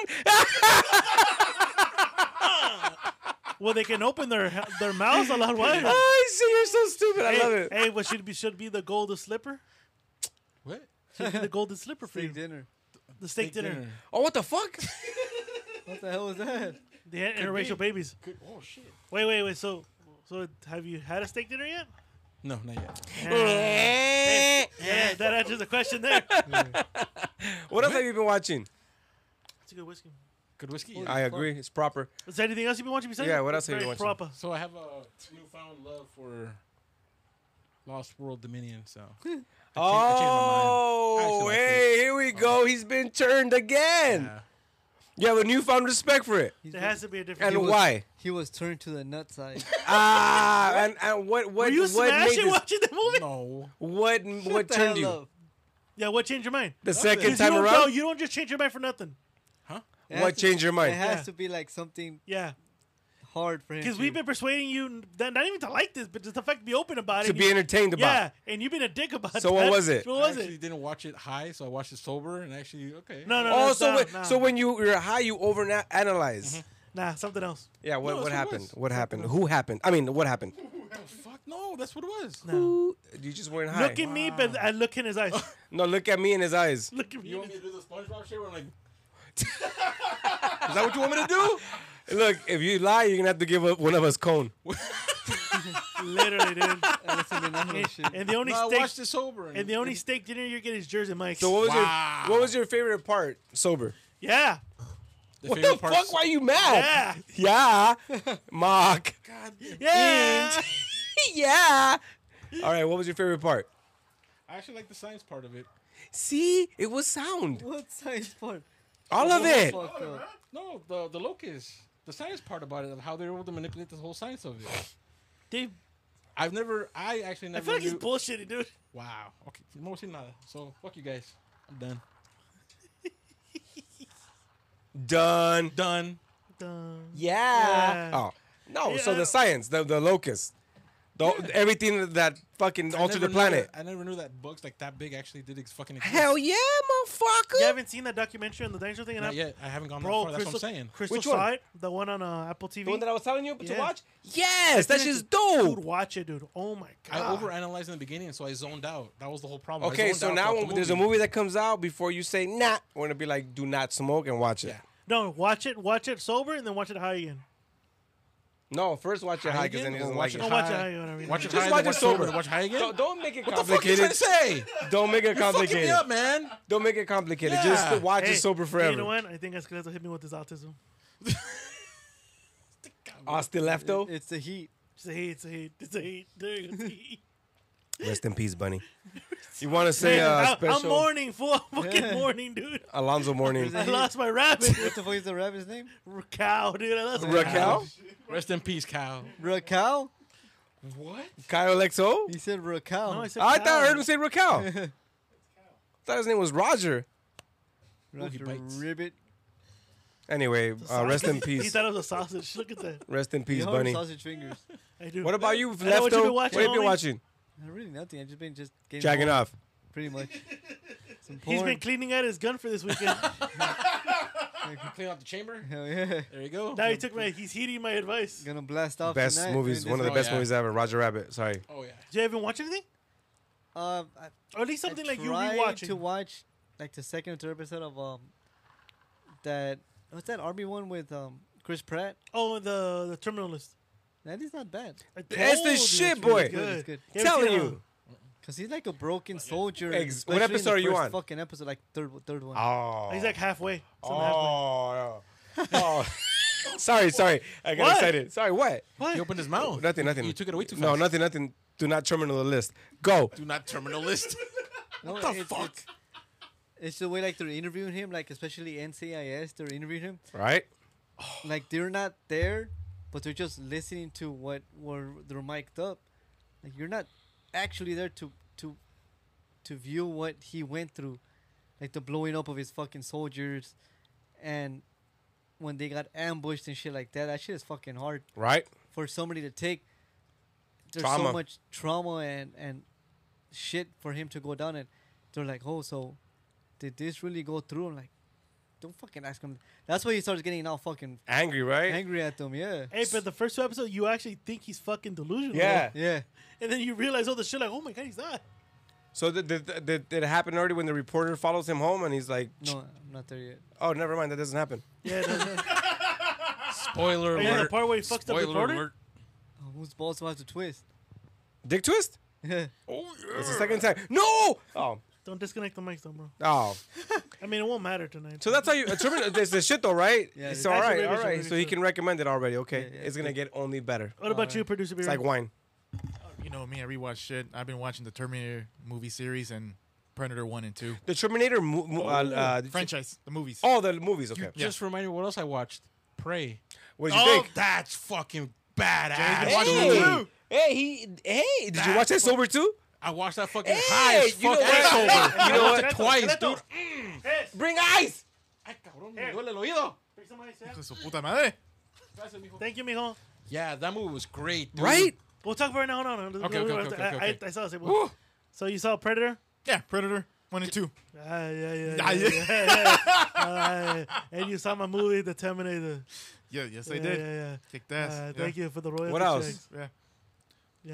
S2: Well, they can open their their mouths a lot wider.
S1: I see you're so stupid. Oh, I
S2: hey,
S1: love it.
S2: Hey, what should be should be the golden slipper?
S7: What?
S2: Should be the golden slipper for you.
S3: Steak dinner.
S2: the steak dinner.
S1: Oh, what the fuck?
S3: What the hell was that?
S2: They had interracial babies.
S7: Oh shit.
S2: Wait, wait, wait. So, so have you had a steak dinner yet?
S7: No, not yet.
S2: Hey, yeah, that answers the question there. That's
S1: what else have you been watching?
S2: a good whiskey.
S7: Good whiskey.
S1: I agree. It's proper.
S2: Is there anything else you've been watching besides?
S1: Yeah,
S2: that?
S1: what
S2: That's
S1: else have you
S2: very
S1: been watching?
S2: Proper.
S7: So I have a newfound love for Lost World Dominion. So I changed my mind. I
S1: Oh,
S7: actually like
S1: hey, here we go. He's been turned again.
S7: Yeah.
S1: You have a newfound respect for it.
S3: He's
S2: There
S3: been-
S2: has to be a different.
S1: And
S3: was-
S1: why?
S3: He was turned to the nut side.
S1: Ah, and, and what what
S2: Were you
S1: what made
S2: smashing
S1: this,
S2: watching the movie?
S7: no,
S1: what what
S3: What the
S1: turned
S3: hell
S1: you
S3: up?
S2: Yeah, what changed your mind?
S1: the second
S2: 'Cause you
S1: time
S2: don't-
S1: around?
S2: No, you don't just change your mind for nothing.
S3: It
S1: What
S3: has to-
S1: changed your mind?
S3: It has
S2: Yeah.
S3: to be like something
S2: Yeah,
S3: hard for him.
S2: because
S3: to-
S2: we've been persuading you n- that not even to like this, but just the fact to be open about it.
S1: to be entertained about.
S2: Yeah, and you've been a dick about it.
S1: So what was it?
S2: What was
S7: I actually
S2: it?
S7: didn't watch it high, so I watched it sober, and actually, okay.
S2: No, no, no.
S1: Oh,
S2: it's
S1: so
S2: not-
S1: when,
S2: nah,
S1: so when you were high, you over analyze.
S2: nah, something else.
S1: Yeah, what what
S7: No, that's what it
S1: happened?
S7: was.
S1: What happened? Who happened? I mean, what happened?
S7: fuck no, that's what it was.
S2: Nah.
S1: You just weren't high.
S2: Look at me, but I look in his eyes.
S1: no, look at me in his eyes.
S2: look at me.
S7: You want me to do the SpongeBob shit? Where I'm like, is that what you want me to do?
S1: Look, if you lie, you're gonna have to give up one of us cone.
S2: Literally, dude.
S3: I listened to none of that shit.
S2: And the only
S7: No, I watched
S2: steak
S7: it sober,
S2: and the only steak dinner you get is Jersey Mike's.
S1: So what was
S7: Wow.
S1: your what was your favorite part sober?
S2: yeah,
S1: Oh.
S7: the
S1: What the
S7: favorite part's-
S1: fuck? Why you mad?
S2: yeah,
S1: Yeah, mock.
S2: yeah.
S1: yeah. All right, what was your favorite part?
S7: I actually like the science part of it.
S1: See, it was sound.
S3: What science part?
S1: All of
S3: What
S1: it.
S3: fucked up?
S7: No, the the locust, the science part about it, of how they were able to manipulate the whole science of it.
S2: Dude,
S7: I've never, I actually
S2: I
S7: never.
S2: feel like he's
S7: knew-
S2: bullshitting, dude.
S7: Wow. Okay. No sin nada. So fuck you guys. I'm done.
S1: Done.
S7: Done.
S2: Dun.
S1: Yeah.
S2: Yeah.
S1: Oh no. So
S2: Yeah.
S1: the science, the the locust, the, everything that fucking altered the
S7: never knew
S1: planet.
S7: that- I never knew that bugs like that big actually did ex- fucking exist.
S1: Hell yeah, motherfucker.
S2: You haven't seen that documentary on the dinosaur thing, and
S7: Not
S2: I,
S7: yet. I haven't gone
S2: bro,
S7: that far.
S2: Crystal,
S7: That's what I'm saying.
S2: Crystal
S1: Which one?
S2: Side, the one on uh, Apple TV.
S1: The one that I was telling you
S2: Yeah.
S1: to watch. Yes, that's just
S2: dude,
S1: dope.
S2: watch it, dude. Oh my
S7: I
S2: god.
S7: overanalyzed in the beginning, so I zoned out. That was the whole problem. I
S1: Ah. Okay,
S7: zoned
S1: so
S7: out
S1: now
S7: throughout
S1: when
S7: the
S1: there's a movie that comes out before you say nah, we're gonna be like, do not smoke and watch it.
S7: Yeah.
S2: no, watch it, watch it sober, and then watch it high again.
S1: No, first watch it high because then
S7: again?
S1: he
S7: Or
S1: doesn't
S7: watch
S1: like
S7: it
S1: it.
S2: No, watch it high again. whatever.
S7: Watch it
S1: Just watch
S7: high, then
S1: it
S7: watch sober.
S1: sober.
S7: then Watch high again.
S1: Don't, don't make it
S7: what the fuck are you
S1: complicated.
S7: trying to say?
S1: Don't make it
S7: You're fucking me
S1: complicated.
S7: up, man.
S1: Don't make it complicated.
S7: Yeah.
S1: Just watch
S2: Hey,
S1: it sober forever.
S2: You know what? I think Escalito hit me with his autism.
S1: Austin Lefto.
S3: It's the heat.
S2: It's a hate, it's a hate, it's a hate. There you go, it's a hate.
S1: Rest in peace, Bunny. You want to say
S2: Man,
S1: uh,
S2: I-
S1: special?
S2: I'm mourning, fool. I'm fucking
S3: Yeah.
S2: mourning, dude.
S1: Alonzo Mourning.
S2: I lost my rabbit.
S3: What the fuck is the rabbit's name?
S2: Cow, dude. I lost my
S1: Raquel?
S7: Rest in peace, Kyle.
S3: Raquel?
S7: What?
S1: Kyle XO?
S3: He said Raquel.
S2: No, I said
S1: I
S2: cow.
S1: thought I heard him say Raquel. I thought his name was Roger.
S7: he
S3: Roger
S7: bites.
S3: Ribbit.
S1: Anyway, uh, rest in
S2: He
S1: peace.
S2: thought it was a sausage. Look at that.
S1: Rest in
S3: He
S1: peace,
S3: hung
S1: Bunny.
S3: sausage fingers.
S2: I do.
S1: What about you,
S2: I know
S1: Lefto?
S2: what
S1: What
S2: you've
S1: have you
S2: been watching,
S1: been
S2: homie.
S1: watching?
S3: Not really nothing. I've just been just getting
S1: Jacking
S3: old,
S1: off.
S3: Pretty much. Some porn.
S2: He's been cleaning out his gun for this weekend.
S7: Clean out the chamber.
S3: Hell yeah.
S7: There you go.
S2: now he took my. He's heeding my advice.
S3: Gonna blast off
S1: Best
S3: tonight
S1: movies.
S3: during
S1: One of
S3: this
S1: the
S7: Oh,
S1: best
S7: yeah.
S1: movies ever. Roger Rabbit. Sorry.
S7: oh yeah.
S2: Did you even watch anything?
S3: ro- Um, I-
S2: Or at least
S3: I
S2: something like you
S3: tried
S2: rewatching.
S3: to watch like the second or third episode of um that what's that army one with um Chris Pratt?
S2: oh, the the terminalist.
S3: That is not bad.
S2: I
S1: That's
S2: told
S1: the
S2: you
S1: shit,
S2: it's
S1: boy.
S2: really Good.
S3: It's good.
S2: You ever
S1: Telling
S2: seen, uh,
S1: you.
S3: Cause he's like a broken soldier.
S1: Ex- what
S3: especially in the
S1: episode are you
S3: first
S1: on?
S3: Fucking episode like third third one.
S1: Oh.
S2: He's like halfway. Some halfway.
S1: Oh. no. oh. sorry, sorry. I got
S2: What?
S1: excited. Sorry, what?
S7: He opened his mouth.
S1: Nothing, nothing.
S7: You took it away too fast.
S1: No, nothing, nothing. Do not terminal the list. Go.
S7: Do not terminalist.
S3: No,
S7: the
S3: it's-
S7: fuck?
S3: It's, it's the way like they're interviewing him, like especially NCIS, they're interviewing him.
S1: Right?
S3: Like they're not there, but they're just listening to what were they're mic'd up. Like you're not actually there to to to view what he went through, like the blowing up of his fucking soldiers, and when they got ambushed and shit like that. That shit is fucking hard
S1: Right?
S3: for somebody to take. There's
S1: Trauma.
S3: so much trauma and and shit for him to go down, and they're like, oh, so did this really go through? I'm like, don't fucking ask him. That's why he starts getting all fucking
S1: Angry,
S2: Eh.
S1: right?
S3: angry at them. Yeah,
S2: Hey, but the first two episodes, you actually think he's fucking delusional.
S1: Yeah.
S3: yeah.
S2: And then you realize all the shit, like, oh my god, he's not.
S1: So did, did, did, did it happen already when the reporter follows him home and he's like,
S3: No, I'm not there yet.
S1: oh, never mind, that doesn't happen.
S2: Yeah, no, no.
S7: Spoiler
S2: Oh,
S7: alert.
S2: yeah, the part where he fucks up the
S7: Spoiler
S2: reporter?
S7: alert.
S3: Oh, whose balls do I have to twist?
S1: Dick twist?
S3: Yeah.
S7: Oh,
S1: It's the
S7: yeah.
S1: second time. No! Oh.
S2: don't disconnect the mics, though, bro.
S1: Oh.
S2: I mean, it won't matter tonight.
S1: So that's how you. Terminal, it's the shit, though, right?
S3: Yeah,
S1: it's
S3: it is.
S1: all right,
S2: Actually,
S1: all
S2: maybe
S1: right.
S2: it's-
S1: So he can recommend it already. Okay.
S3: Yeah, yeah,
S1: it's going to get only better.
S2: what about you, producer?
S1: It's
S2: Beer?
S1: like wine.
S8: You know me, I rewatch shit. I've been watching the Terminator movie series and Predator one and two.
S1: The Terminator mo- mo- uh, uh,
S8: Franchise, the movies.
S1: All the movies, okay.
S8: Yeah.
S7: Just remind me what else I watched. Prey.
S1: What did you
S7: Oh,
S1: think?
S7: that's fucking
S8: Jay's
S7: badass.
S8: been watching it
S1: Hey,
S8: too.
S1: hey, he, hey! Did you
S7: That's
S1: watch that sober too?
S7: I watched that fucking
S1: Hey,
S7: high as
S1: you know
S7: fuck
S1: what?
S7: ass over.
S1: You know
S7: I watched
S1: what?
S7: it twice, dude.
S2: Mm.
S1: Bring ice.
S7: Ay, cabrón, me duele el oído.
S8: Hijo de su puta madre.
S2: Thank you, mijo.
S7: Yeah, that movie was great, dude.
S1: Right?
S2: We'll talk about it now. No, no.
S7: Okay, okay, okay,
S2: I,
S7: okay, okay.
S2: I, I saw it.
S7: Woo.
S2: So you saw Predator?
S8: Yeah, Predator one and two.
S2: Ah, yeah, yeah,
S8: Ah,
S2: yeah,
S8: yeah.
S2: yeah, yeah. Ah, and you saw my movie, The Terminator.
S8: Yeah, yes
S2: yeah,
S8: I did.
S2: Yeah, yeah.
S8: Kicked ass.
S2: Ah,
S8: yeah.
S2: Thank you for the royalty
S1: What else?
S2: checks.
S8: Yeah,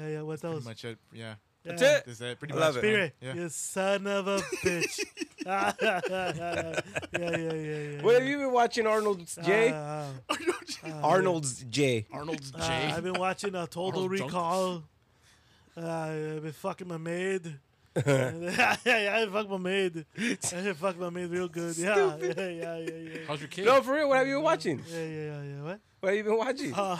S2: Yeah, yeah. What
S8: pretty
S2: else?
S8: much it. Yeah,
S2: Yeah.
S1: That's it.
S8: is that pretty
S1: I
S8: much?
S1: love it.
S2: Spirit,
S8: Yeah.
S2: you son of a bitch. yeah, yeah, yeah, yeah, yeah.
S1: What have you been watching, Arnold's J?
S2: Ah, ah, ah,
S1: Arnold's J.
S7: Arnold's J.
S2: ah, I've been watching uh, Total
S7: Arnold Junk.
S2: Recall. Uh, I've been fucking my maid. yeah, yeah, I fuck my maid. I fuck my maid real good. Yeah, yeah, yeah, yeah, yeah.
S7: How's your kid?
S1: No, for real. What have you been watching?
S2: Yeah, yeah, yeah, yeah. What?
S1: What have you been watching?
S2: Uh,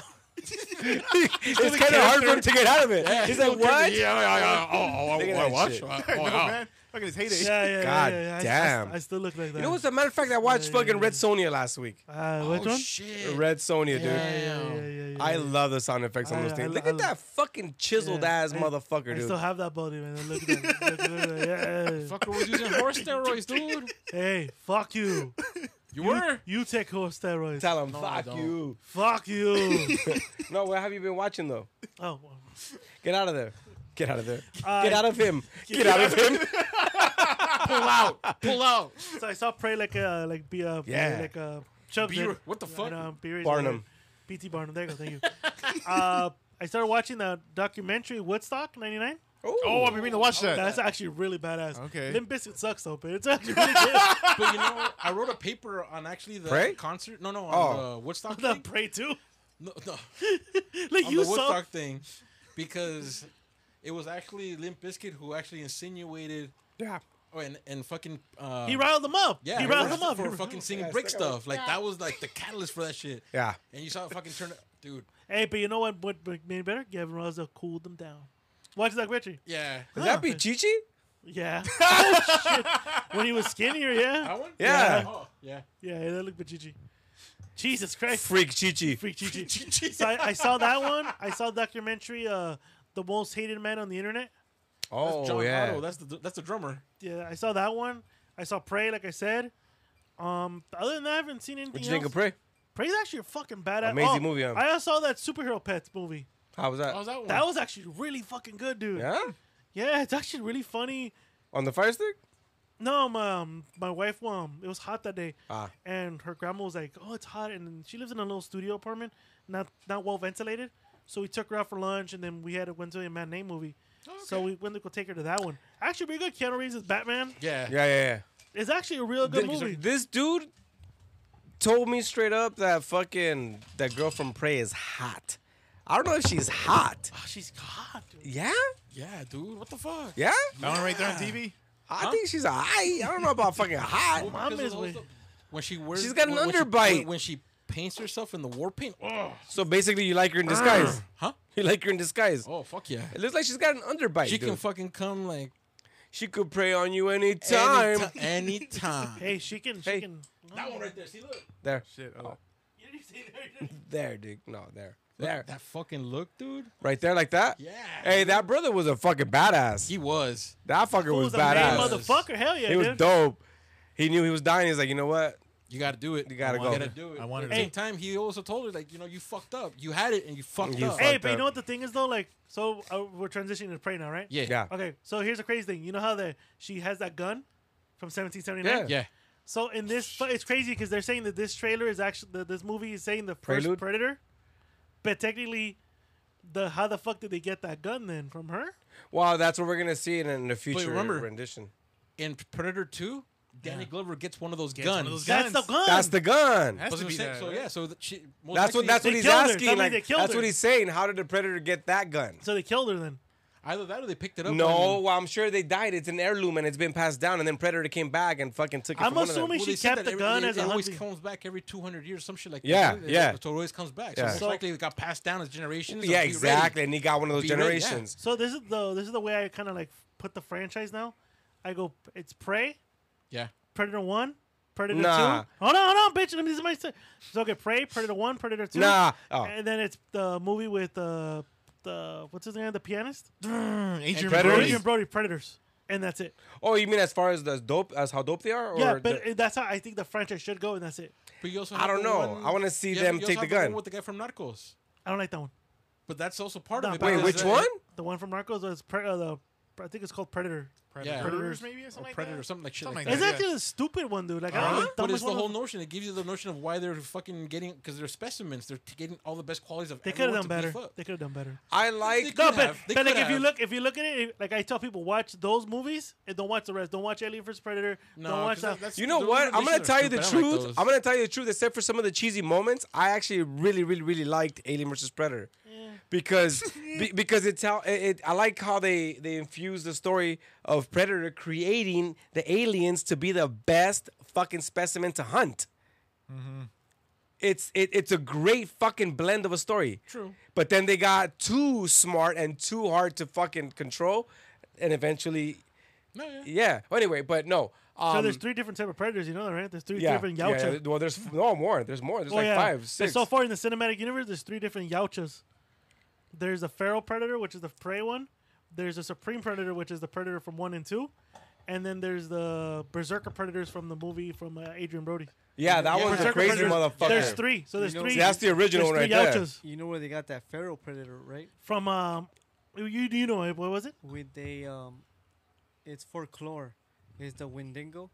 S1: it's kind of hard for him to get out of it. He's like, what?
S7: Yeah, yeah, yeah. Oh, oh,
S1: Look at
S7: I, I
S1: that
S7: watch.
S1: shit.
S7: Oh, wow.
S8: Man, look at his heyday.
S2: yeah, yeah,
S1: God
S2: yeah, yeah, yeah. I- I-
S1: damn.
S2: I, still look like that.
S1: You know, as a matter of fact, I watched
S2: Yeah, yeah,
S1: fucking
S2: yeah.
S1: Red Sonia last week.
S2: Uh, which
S7: Oh,
S2: one?
S7: shit.
S1: Red Sonia, dude.
S2: Yeah, yeah, yeah, yeah, yeah.
S1: I love the sound effects on
S2: I-
S1: those
S2: I-
S1: things. Look
S2: I
S1: at
S2: love-
S1: that fucking chiseled
S2: Yeah,
S1: ass
S2: I-
S1: motherfucker,
S2: I still
S1: dude.
S2: have that body, man. Look at that. Look, look at that. Yeah, yeah.
S7: Fucker was using horse steroids, dude.
S2: Hey, fuck you.
S7: You were?
S2: You take horse steroids.
S1: Tell him,
S7: No, I
S1: fuck
S7: don't.
S1: you.
S2: Fuck you.
S1: No, what have you been watching though?
S2: oh,
S1: Get out of there. Get out of there.
S2: uh,
S1: Get out of him. Get out of him.
S7: Pull out. Pull out.
S2: So I saw pray like uh like be uh
S1: Yeah.
S2: like uh Chubbs.
S7: Be-
S2: did.
S7: what the fuck?
S2: And, um, Be Ray's
S1: Barnum.
S2: brother. BT Barnum. There you go. Thank you. uh, I started watching the documentary Woodstock '99.
S8: Oh, I've been meaning to watch that.
S2: That's actually really badass.
S8: Okay.
S2: Limp Bizkit sucks though, but it's actually really good.
S7: But you know, I wrote a paper on actually the
S1: Prey?
S7: concert. No, no, on
S1: Oh.
S7: the Woodstock
S2: the
S7: thing.
S2: Prey too.
S7: No, no,
S2: Like
S7: on
S2: you
S7: the
S2: saw.
S7: Woodstock thing, because it was actually Limp Bizkit who actually insinuated
S1: Yeah.
S7: oh, and and fucking uh,
S2: He riled them up.
S7: yeah,
S2: he riled
S7: for-
S2: them up. He
S7: for
S2: riled-
S7: fucking singing
S1: Yeah,
S7: brick
S1: stick out.
S7: stuff. Like that was like the catalyst for that shit.
S1: Yeah.
S7: And you saw it fucking turn, dude.
S2: Hey, but you know what? What made it better? Gavin Rosdell cooled them down. Watch that Richie.
S7: Yeah,
S1: Would that be Chichi?
S2: Yeah. Oh, shit. When he was skinnier, yeah.
S7: that one.
S1: Yeah.
S7: Oh, yeah.
S2: Yeah, yeah, that looked but Gigi. Jesus Christ.
S1: Freak Chichi.
S2: Freak Gigi. So I, I saw that one. I saw the documentary, uh, The Most Hated Man on the Internet.
S1: Oh,
S7: John
S1: yeah.
S7: Otto, that's the that's the drummer.
S2: Yeah, I saw that one. I saw Prey, like I said. Um, other than that, I haven't seen anything
S1: What'd you think
S2: else.
S1: of Prey?
S2: Prey's actually a fucking badass.
S1: Amazing
S2: Oh,
S1: movie, huh?
S2: I also saw that superhero pets movie.
S1: How was that?
S7: How's that one?
S2: That was actually really fucking good, dude.
S1: Yeah?
S2: Yeah, it's actually really funny.
S1: On the fire stick?
S2: No, my um, my wife, um, it was hot that day,
S1: Ah.
S2: and her grandma was like, "Oh, it's hot," and she lives in a little studio apartment, not not well ventilated. So we took her out for lunch, and then we had a Wednesday and matinee movie.
S7: Oh,
S2: So we went to go take her to that one. Actually, pretty good. Keanu Reeves is Batman.
S7: yeah.
S1: Yeah, yeah,
S2: It's actually a real
S1: yeah.
S2: good movie.
S1: This dude told me straight up that fucking that girl from Prey is hot. I don't know if she's hot.
S2: Oh, she's hot, dude.
S1: Yeah?
S7: Yeah, dude. What the fuck?
S1: Yeah?
S8: That one right there on TV.
S1: I think she's hot. I don't know about fucking hot.
S2: Mom
S7: Because
S2: is
S7: of
S2: with.
S7: those- When she wears,
S1: She's got an
S7: when- when she-
S1: underbite.
S7: when- when she paints herself in the war paint. Oh,
S1: So basically, you like her in disguise.
S7: huh?
S1: You like her in disguise.
S7: Oh, fuck yeah.
S1: It looks like she's got an underbite.
S7: She can
S1: dude.
S7: fucking come like
S1: she could prey on you anytime.
S7: anytime. anytime.
S2: Hey, she can. She
S1: Hey.
S2: can.
S7: that one right there. See, look.
S1: There,
S8: Shit. Oh.
S2: You didn't say that.
S1: there, dude. No, there, there,
S7: That fucking look, dude.
S1: right there, like that.
S7: Yeah.
S1: Hey, that brother was a fucking badass.
S7: He was.
S1: That fucker was
S2: Who's a main
S1: badass.
S2: motherfucker? Hell yeah,
S1: He was
S2: dude.
S1: dope. He knew he was dying. He's like, you know what?
S7: You gotta do it.
S1: You gotta
S7: I
S1: go.
S7: gotta do it.
S8: I wanted
S7: But at the
S8: to-
S7: same time, he also told her like, you know, you fucked up. You had it and you fucked
S1: You
S7: up.
S1: fucked
S2: Hey,
S1: Fuck
S2: but
S1: that.
S2: you know what the thing is though? Like, so uh, we're transitioning to pray now, right?
S7: yeah.
S1: Yeah.
S2: Okay, so here's the crazy thing. You know how that she has that gun from 1779.
S1: Yeah.
S7: Yeah.
S2: So in this, but it's crazy because they're saying that this trailer is actually that this movie is saying the first
S1: Prelude?
S2: predator, but technically, the how the fuck did they get that gun then from her?
S1: Well, that's what we're gonna see in, in the future
S7: remember-
S1: rendition.
S7: In Predator Two, Danny Glover gets one of those
S8: one
S7: guns.
S8: of those
S2: That's the
S8: Guns.
S2: gun.
S1: That's the gun.
S8: Has
S7: That's
S8: to
S7: what
S8: be
S7: I'm saying.
S8: that.
S7: So
S8: right?
S7: yeah, so that she most
S1: That's what
S7: likely-
S1: that's
S2: They
S1: what he's
S2: killed her.
S1: asking.
S2: Tell me
S1: Like,
S2: they killed
S1: that's
S2: her.
S1: what he's saying. How did the predator get that gun?
S2: so they killed her then.
S7: either that or they picked it up.
S1: No,
S7: when-
S1: well, I'm sure they died. It's an heirloom and it's been passed down. And then Predator came back and fucking took it.
S2: I'm
S1: from one of them.
S2: assuming-
S7: Well,
S2: she
S7: they said
S2: kept
S7: that
S2: the
S7: every-
S2: gun
S7: it,
S2: as
S7: it
S2: a
S7: always
S2: hunting-
S7: comes back every 200 years, some shit like
S1: Yeah,
S7: that. It-
S1: yeah.
S7: So it always comes back.
S1: Yeah.
S7: So most
S2: So-
S7: likely it got passed down as generations.
S1: Yeah,
S7: of be ready.
S1: exactly. And he got one of those
S7: Be ready, yeah.
S1: generations.
S2: So this is the this is the way I kind of like put the franchise now. I go, it's prey,
S7: Yeah.
S2: predator one. Predator
S1: Nah.
S2: two. Hold on, hold on, bitch. Let me this is my st- so okay. Prey, Predator one, Predator two.
S1: Nah. Oh.
S2: And then it's the movie with uh, the what's his name, the pianist.
S7: Mm,
S1: Predators.
S8: Adrian Brody.
S2: Adrian Brody Predators, and that's it.
S1: Oh, you mean as far as the dope, as how dope they are? Or
S2: yeah,
S1: the-
S2: but it- that's how I think the franchise should go, and that's it.
S7: But you also
S1: I
S7: have
S1: don't
S7: the
S1: know.
S7: one-
S1: I wanna see
S7: you
S1: them
S7: also
S1: take the
S7: have
S1: gun.
S7: one with the guy from Narcos.
S2: I don't like that one.
S7: But that's also part
S2: Nah,
S7: of it.
S2: but-
S1: wait,
S7: because,
S1: which
S7: uh,
S1: one?
S2: The one from Narcos was pre- uh, the I think it's called Predator.
S8: Predators,
S7: Yeah.
S2: Predators.
S8: maybe, or something
S7: Or
S8: like
S7: Predator,
S8: that?
S7: something like shit.
S8: Something
S7: like
S8: like
S2: It's
S7: that.
S8: that.
S2: actually the stupid one, dude. Like I don't know, the
S7: But
S2: dumbest
S7: it's the
S2: one
S7: whole
S2: of-
S7: notion. It gives you the notion of why they're fucking getting because they're specimens. They're t- getting all the best qualities of.
S2: They could have
S7: everyone
S2: done
S7: to
S2: better.
S7: beef up.
S2: They could have done better.
S1: I like.
S7: They
S2: No,
S7: could
S2: but,
S7: have. They
S2: but like
S7: could
S2: if you
S7: have.
S2: look if you look at it, like I tell people, watch those movies and don't watch the rest. Don't watch Alien vs Predator.
S7: No,
S2: don't watch
S7: 'cause
S2: that.
S7: that's-
S1: You know
S7: those
S1: what? I'm gonna
S7: renditions are
S1: tell you the
S7: stupid. I don't like
S1: truth.
S7: those.
S1: I'm gonna tell you the truth. Except for some of the cheesy moments, I actually really, really, really liked Alien vs Predator because be, because it's how it, it. I like how they they infuse the story of Predator creating the aliens to be the best fucking specimen to hunt.
S7: Mm-hmm.
S1: It's it, it's a great fucking blend of a story.
S7: True.
S1: But then they got too smart and too hard to fucking control, and eventually,
S7: No, yeah.
S1: yeah. Well, anyway, but no. Um,
S2: so there's three different type of predators. You know that, right? There's three
S1: yeah,
S2: different
S1: yeah,
S2: Yaucha.
S1: yeah. Well, there's no more. There's more. There's
S2: Oh,
S1: like
S2: yeah.
S1: five,
S2: But
S1: six.
S2: So far in the cinematic universe, there's three different Yauchas. There's the Feral Predator, which is the prey one. There's the Supreme Predator, which is the Predator from one and two. And then there's the Berserker Predators from the movie from uh, Adrian Brody.
S1: yeah, that
S7: Yeah,
S1: one's a
S7: Berserker
S1: crazy
S2: Predators,
S1: motherfucker.
S2: There's three. So there's
S3: You know-
S2: three.
S1: See, that's the original
S2: there's
S1: one
S2: three
S1: right there.
S2: Yauchas
S3: You know where they got that feral predator, right?
S2: from um, you you know it. What was it?
S3: With they um, it's folklore. Is the Wendigo?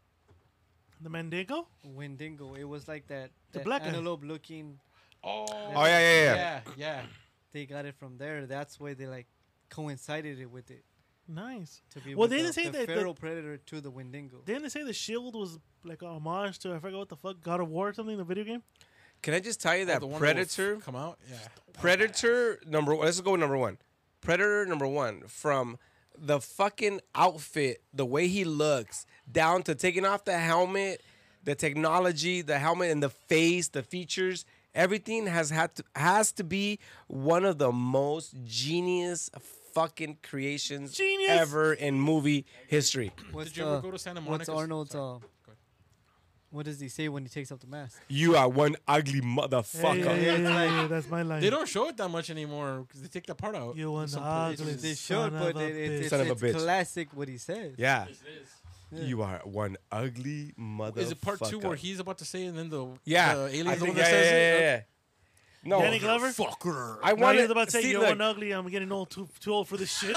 S2: The Mandingo.
S3: Wendigo. It was like that.
S2: The
S3: that
S2: black guy.
S3: antelope looking.
S7: Oh,
S1: Oh yeah, yeah, yeah.
S7: yeah, yeah.
S3: They got it from there. That's why they like coincided it with it
S2: Nice.
S3: to be.
S2: Well,
S3: with
S2: they
S3: the,
S2: didn't say
S3: the
S2: that- that-
S3: feral predator to the Wendigo.
S2: Didn't they say the shield was like a homage to I forgot what the fuck God of War or something the video game?
S1: Can I just tell you
S7: Oh,
S1: that
S7: the one that will f-
S1: Predator,
S7: come out. Yeah.
S1: Predator number one. Let's go with number one. Predator number one from the fucking outfit, the way he looks, down to taking off the helmet, the technology, the helmet and the face, the features, everything has had to has to be one of the most genius fucking creations
S2: Genius.
S1: ever in movie history.
S3: What's
S7: Did you ever
S3: the-
S7: go to Santa
S3: What's
S7: Monica?
S3: Arnold's?
S7: Sorry.
S3: Uh,
S7: ahead.
S3: what does he say when he takes off the mask?
S1: You are one ugly motherfucker.
S2: Yeah, yeah, yeah, yeah, yeah, that's my line.
S7: They don't show it that much anymore because they take that part out.
S2: You want
S7: Some
S2: the
S7: places.
S2: ugly
S3: They
S2: son
S3: should, but
S2: of a
S3: it, it,
S2: bitch.
S3: it's,
S1: Son of a
S3: it's
S1: bitch.
S3: classic what he says.
S1: Yeah. You are one ugly motherfucker.
S7: Is it part two where he's about to say and then the
S1: Yeah,
S7: the alien
S1: I
S7: the one
S1: think,
S7: that
S1: yeah,
S7: says
S1: yeah,
S7: it?
S1: yeah, yeah. No,
S2: Danny Glover.
S1: oh, I
S2: No,
S1: wanted
S2: he was about to say,
S1: see,
S2: "You're
S1: look,
S2: one ugly. I'm getting old, too, too old for this shit."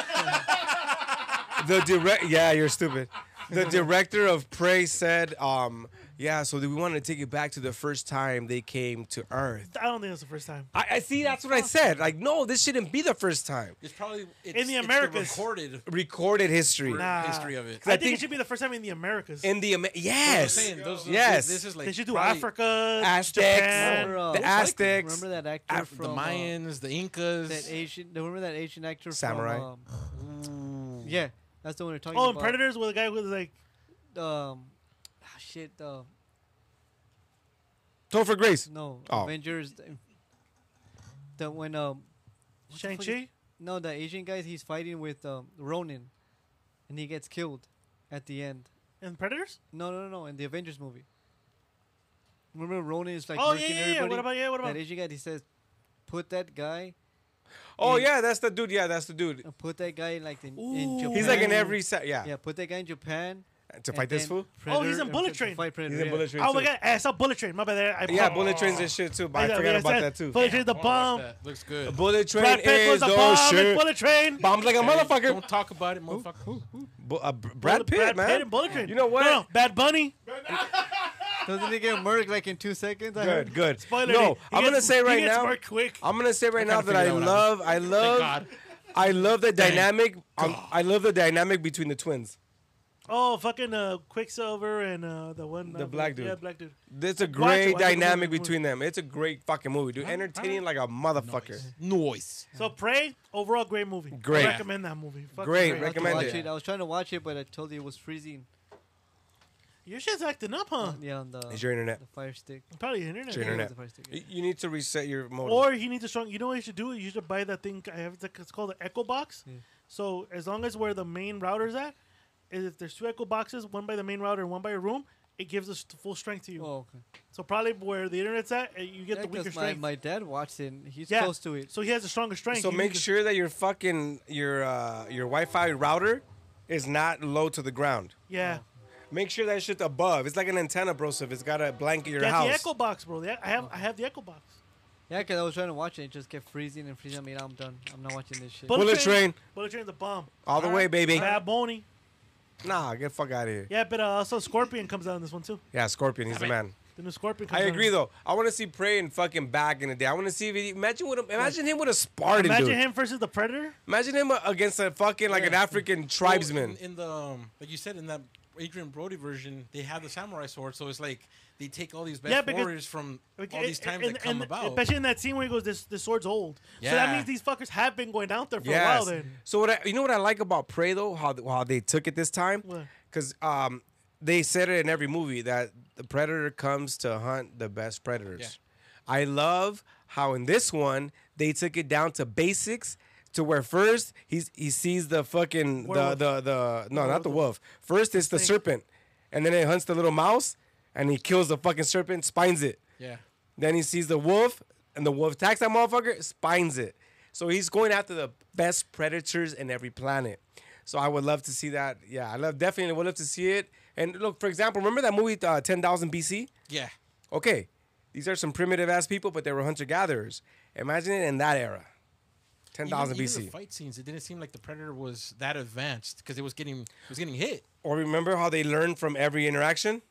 S1: the direct. Yeah, you're stupid. The director of Prey said, um, Yeah, so we wanted to take it back to the first time they came to Earth.
S2: I don't think that's the first time.
S1: I, I see. That's what I said. Like, no, this shouldn't be the first time.
S7: It's probably it's,
S2: the
S7: it's
S2: Americas.
S7: recorded
S1: Recorded history
S2: Nah.
S7: history of it.
S1: I
S2: I, think,
S1: think-
S2: it should be the first time in the Americas.
S1: in the Ama-
S7: I'm
S1: yes,
S7: saying, those-
S1: Yes.
S7: This is like
S2: they should do
S7: probably
S2: Africa,
S1: Aztecs.
S2: Japan. Oh,
S3: Remember, uh,
S1: the
S3: who's that-
S1: Aztecs.
S3: Remember that actor
S7: Af-
S3: from
S7: the
S3: uh,
S7: Mayans, the Incas.
S3: that Asian. Remember that Asian actor
S1: Samurai.
S3: From, um, yeah, that's the one we're talking
S2: Oh, and
S3: about.
S2: Predators with a guy who was like,
S3: Um, ah, shit. Uh,
S1: Topher Grace.
S3: no,
S1: Oh.
S3: Avengers. The, the when um, what the fuck
S2: Shang-Chi?
S3: is- No, the Asian guy he's fighting with um, Ronin, and he gets killed at the end.
S2: and Predators?
S3: No, no, no, no, in the Avengers movie. Remember Ronin is like
S2: oh, yeah,
S3: murking
S2: yeah, yeah.
S3: everybody.
S2: What about, yeah, what about?
S3: that Asian guy? He says, "Put that guy,
S1: Oh
S3: Yeah.
S1: yeah, that's the dude. Yeah, that's the dude.
S3: uh, put that guy like in, in Japan."
S1: He's like in every set. Yeah.
S3: Yeah, put that guy in Japan.
S1: to
S3: and
S1: fight this
S3: then
S1: fool.
S2: Oh, he's in
S3: or
S2: Bullet
S3: to
S2: Train.
S3: Fight Predator.
S1: He's in
S3: yeah.
S1: Bullet Train.
S2: Oh, my
S1: too.
S2: God. Oh. I saw Bullet Train. My bad. I, I
S1: Yeah, Bullet Train's and shit too. But I forgot about that too.
S2: Bullet Train's the
S7: Oh,
S2: bomb.
S7: that looks good.
S1: Bullet Train
S2: Brad Pitt
S1: is
S2: was a
S1: the
S2: bomb in
S1: shit.
S2: Bullet Train.
S1: Bombs like a motherfucker.
S7: Don't talk about it, motherfucker.
S1: Bu- uh, Br- Brad Pitt,
S2: Brad
S1: man.
S2: Pitt and Bullet Train.
S1: You know what?
S2: No, no, Bad Bunny.
S3: Doesn't he get murked like in two seconds? I
S1: Good,
S3: heard.
S1: good.
S2: Spoiler.
S1: no,
S2: he
S1: I'm gonna
S2: gets-
S1: say
S2: he
S1: right
S2: gets
S1: now.
S2: smart quick.
S1: I'm gonna say right
S7: I
S1: now
S7: kinda
S1: that I
S7: figured that one
S1: love, I love,
S7: God.
S1: I love the
S7: Thank
S1: dynamic. um, I love the dynamic between the twins.
S2: Oh, fucking uh, Quicksilver and uh, the one.
S1: The
S2: uh,
S1: black
S2: Yeah,
S1: dude.
S2: black dude.
S1: There's a
S2: it, watch it,
S1: great
S2: watch it,
S1: dynamic
S2: watch it.
S1: between them. It's a great fucking movie, dude. Entertaining like a motherfucker.
S7: Noise.
S2: So Prey, overall great movie.
S1: Great.
S2: I recommend that movie. Fucking
S1: Great,
S3: I had to
S1: recommend
S3: watch
S1: it.
S3: it. I was trying to watch it, but I told you it was freezing.
S2: Your shit's acting up, huh?
S3: Yeah, on the,
S1: It's your internet.
S3: the fire stick.
S2: Probably internet.
S1: Your
S3: Yeah, it was
S1: internet.
S3: the fire stick, yeah.
S1: Y- You need to reset your modem.
S2: Or he needs a strong. You know what you should do? You should buy that thing. I have the, it's called the Echo Box.
S3: Yeah.
S2: So as long as where the main router's at, is if there's two Echo boxes, one by the main router and one by your room, it gives us the full strength to you.
S3: Oh, okay.
S2: So probably where the internet's at, eh, you get
S3: Yeah,
S2: the weaker
S3: 'cause my,
S2: strength.
S3: my dad watched it. and He's
S2: yeah.
S3: close to it.
S2: So he has a stronger strength.
S1: so
S2: He
S1: make
S2: needs to-
S1: sure that your fucking your uh, your Wi-Fi router is not low to the ground.
S2: Yeah.
S1: Make sure that shit's above. It's like an antenna, bro. So if it's got a blanket your
S2: Get
S1: house.
S2: the Echo Box, bro. The- I
S3: Oh.
S2: have I have the Echo Box.
S3: Yeah, because I was trying to watch it. It just kept freezing and freezing. I mean, I'm done. I'm not watching this shit.
S1: Bullet Train.
S2: Bullet Train's a bomb.
S1: All the way, baby.
S2: Bad Bunny.
S1: Nah, get fuck out of here. Yeah,
S2: Yeah, but uh, also Scorpion comes out in this one too.
S1: Scorpion, he's the man.
S2: The new Scorpion. Comes
S1: I
S2: out in
S1: agree
S2: this-
S1: though. I want to see Prey and fucking back in the day. I want to see if he, imagine what imagine him with a Spartan
S2: Imagine
S1: dude.
S2: him versus the Predator.
S1: Imagine him against a fucking like an
S7: Yeah.
S1: African
S7: Well,
S1: tribesman.
S7: in, in the um, like you said in that Adrian Brody version, they have the samurai sword, so it's like they take all these best
S2: Yeah, because-
S7: warriors from
S2: Okay,
S7: all these
S2: and-
S7: times
S2: and-
S7: that come
S2: and
S7: about.
S2: Especially in that scene where he goes, "This this sword's old." So that
S7: Yeah.
S2: means these fuckers have been going out there for a
S1: Yes.
S2: while. Then
S1: So what I, you know what I like about Prey though, how th- how they took it this time,
S2: What?
S1: because um they said it in every movie that the predator comes to hunt the best predators. I love how in this one they took it down to basics. To where first he's he sees the fucking the,
S2: Werewolf.
S1: the the no not the wolf first it's the serpent and then it hunts the little mouse and he kills the fucking serpent spines it
S7: yeah,
S1: then he sees the wolf, and the wolf attacks that motherfucker, spines it. So he's going after the best predators in every planet. So I would love to see that. Yeah, I love definitely would love to see it. And look, for example, remember that movie uh, Ten Thousand BC?
S7: yeah.
S1: Okay, these are some primitive ass people, but they were hunter gatherers. Imagine it in that era, ten
S7: Even-
S1: thousand
S7: even
S1: BC.
S7: The fight scenes. It didn't seem like the predator was that advanced because it was getting it was getting hit.
S1: Or remember how they learn from every interaction?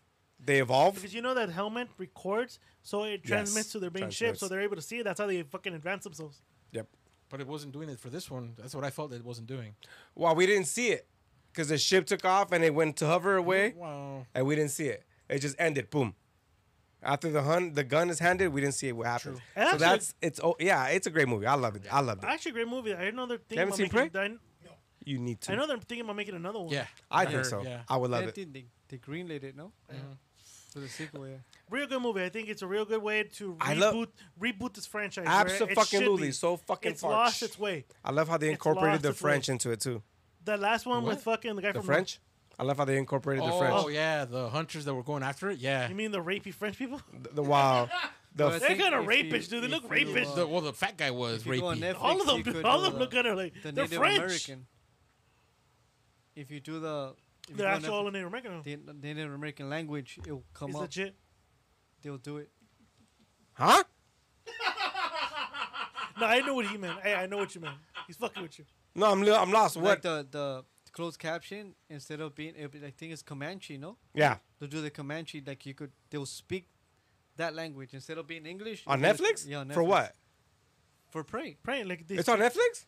S1: They evolve.
S2: because you know that helmet records, so it transmits to their main ship,
S1: transmits.
S2: so they're able to see it. That's how they fucking advance themselves.
S1: Yep.
S7: But it wasn't doing it for this one. That's what I felt it wasn't doing.
S1: Well, we didn't see it because the ship took off and it went to hover away.
S7: Wow.
S1: and we didn't see it. It just ended. Boom. After the hun, the gun is handed, we didn't see it. What happened?
S2: And
S1: So
S2: actually-
S1: that's it's. Oh yeah, it's a great movie. I love it. I love it.
S2: Actually, great movie. I know they're thinking
S1: haven't
S2: about
S1: seen
S2: making. I,
S1: You need to.
S2: I know they're thinking about making another one.
S7: Yeah.
S1: I think
S7: heard,
S1: so.
S7: Yeah.
S1: I would love
S3: Yeah,
S1: it. Mm-hmm.
S3: They, they, they greenlit it, no? For the sequel, yeah.
S2: real good movie. I think it's a real good way to
S1: I
S2: reboot
S1: love-
S2: reboot this franchise. where it should
S1: Absolutely.
S2: be.
S1: So fucking
S2: it's
S1: far.
S2: lost its way.
S1: I love how they
S2: it's
S1: incorporated
S2: lost
S1: the
S2: its way.
S1: French into it too.
S2: The last one with fucking the guy
S1: The
S2: from
S1: French. I love how they incorporated the
S7: Oh
S1: French.
S7: yeah, the hunters that were going after it. Yeah.
S2: You mean the rapey French people?
S1: The, the wow. The
S3: But I
S1: f-
S2: They're
S3: think
S2: kind of
S3: if
S2: rapish,
S3: you-
S2: dude. They
S3: if
S2: look
S3: you,
S2: rapish.
S3: uh,
S7: the, well, the fat guy was
S3: if you go on
S7: rapey.
S3: Netflix,
S2: all of them,
S3: you
S2: dude,
S3: could
S2: all
S3: do
S2: of them look
S3: the-
S2: at her like
S3: the
S2: they're
S3: Native
S2: French.
S3: American. If you do the if you
S2: They're
S3: go on
S2: actually all
S3: Netflix,
S2: in Native American. huh?
S3: the the Native American language, it'll come
S2: It's
S3: up.
S2: legit.
S3: They'll do it.
S1: huh?
S2: No, I know what he meant. Hey, I know what you meant. He's fucking with you.
S1: No, I'm li- I'm lost.
S3: Like
S1: What?
S3: the the closed caption instead of being. it'll be- I think it's Comanche, no?
S1: Yeah.
S3: They'll do the Comanche like you could. They'll speak that language instead of being English.
S1: On
S3: it'll be-
S1: Netflix?
S3: Yeah, on
S1: For
S3: Netflix.
S1: what?
S3: For Prey.
S2: Praying like they
S1: It's on Netflix?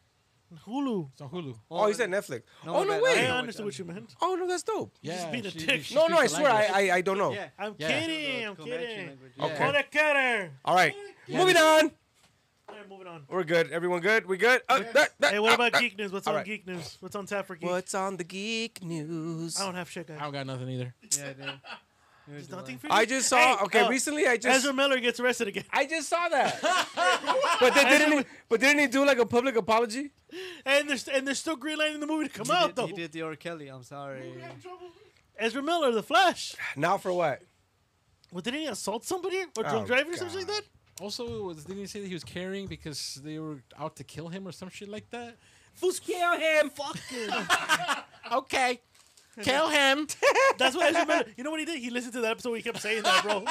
S2: Hulu.
S7: It's on Hulu.
S1: Oh, you said Netflix.
S3: No,
S1: oh, no,
S3: but-
S2: I
S1: way.
S3: know what
S2: understood
S3: you-
S2: what you meant.
S1: Oh, no, that's dope.
S7: Yeah,
S2: being a
S7: she-
S2: dick.
S7: she
S1: No,
S7: speaks
S1: no, I
S7: the
S1: swear, I,
S7: language.
S1: I I don't know.
S3: Yeah.
S2: I'm
S7: Yeah.
S2: kidding.
S3: The
S2: I'm
S3: Comanche
S2: kidding.
S3: language,
S7: Okay.
S3: yeah.
S2: Call that cutter.
S1: All right.
S7: Yeah.
S1: Moving on.
S2: All right, moving on.
S1: We're good. Everyone good? We good? Uh, that- that-
S2: Hey, what
S1: uh,
S2: about
S1: that-
S2: geek news? What's
S1: all
S2: on
S1: right.
S2: geek news? What's on tap for geek?
S1: What's on the geek news?
S2: I don't have shit, guys.
S7: I don't got nothing either.
S3: Yeah, dude.
S2: There's nothing for you.
S1: I just saw.
S2: Hey,
S1: okay,
S2: uh,
S1: recently I just
S2: Ezra Miller gets arrested again.
S1: I just saw that. but they didn't. But didn't he do like a public apology?
S2: And there's and there's still green lighting the movie to come
S3: He
S2: out
S3: did,
S2: though.
S3: he did the R. Kelly. I'm sorry.
S2: Ezra Miller, The Flash.
S1: Now for what?
S2: Well, didn't he assault somebody or drunk
S1: Oh,
S2: driving or something like that?
S7: Also, it was, didn't he say that he was carrying because they were out to kill him or some shit like that?
S1: Fools kill him.
S7: Okay, kill him.
S2: That's what Ezra Miller. You know what he did? He listened to that episode. Where he kept saying that, bro.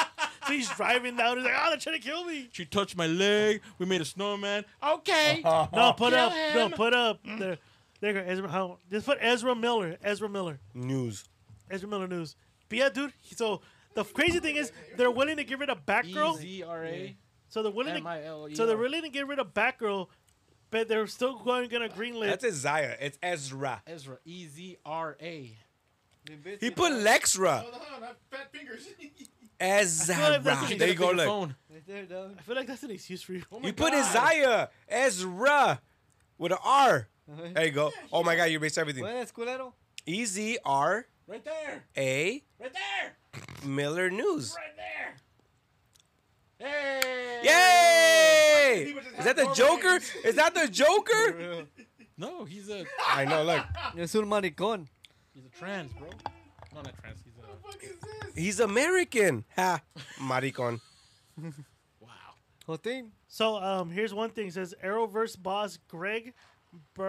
S2: so he's driving down. He's like, "Oh, they're trying to kill me."
S7: she touched my leg. We made a snowman. Okay.
S1: Uh-huh.
S2: No, put
S7: Kill
S2: up. No,
S7: him.
S2: put up. There, there. you go, Ezra, how, just put Ezra Miller. Ezra Miller.
S1: News.
S2: Ezra Miller news. But yeah, dude. he- So the crazy thing is, they're willing to get rid of Batgirl.
S7: E Z R A
S2: So they're willing
S7: M
S2: to.
S7: I L E.
S2: So they're willing to get rid of Batgirl, but they're still going gonna greenlit.
S1: That's Isaiah. It's Ezra.
S7: Ezra E Z R A.
S1: He put Lexra.
S8: Hold on, I have fat fingers.
S1: Ezra.
S2: that's what he
S1: There you go. Look.
S7: Phone.
S3: Right there, dog.
S2: I feel like that's an excuse for you. Oh
S1: You put Isaiah. Ezra. With an R. There you go. Oh my God, you erased everything.
S3: Buenas, culero.
S1: E Z R
S7: Right there.
S1: A
S7: Right there.
S1: Miller News.
S7: Right there. Hey.
S1: Yay! Is that the Joker? Is that the Joker?
S7: No, he's a
S1: I know. Look,
S3: Es un maricón.
S7: he's a trans, bro. No, not trans. He's a
S1: he's American. Ha, maricon.
S7: wow.
S3: Jotín.
S2: So um, here's one thing: it says Arrowverse boss Greg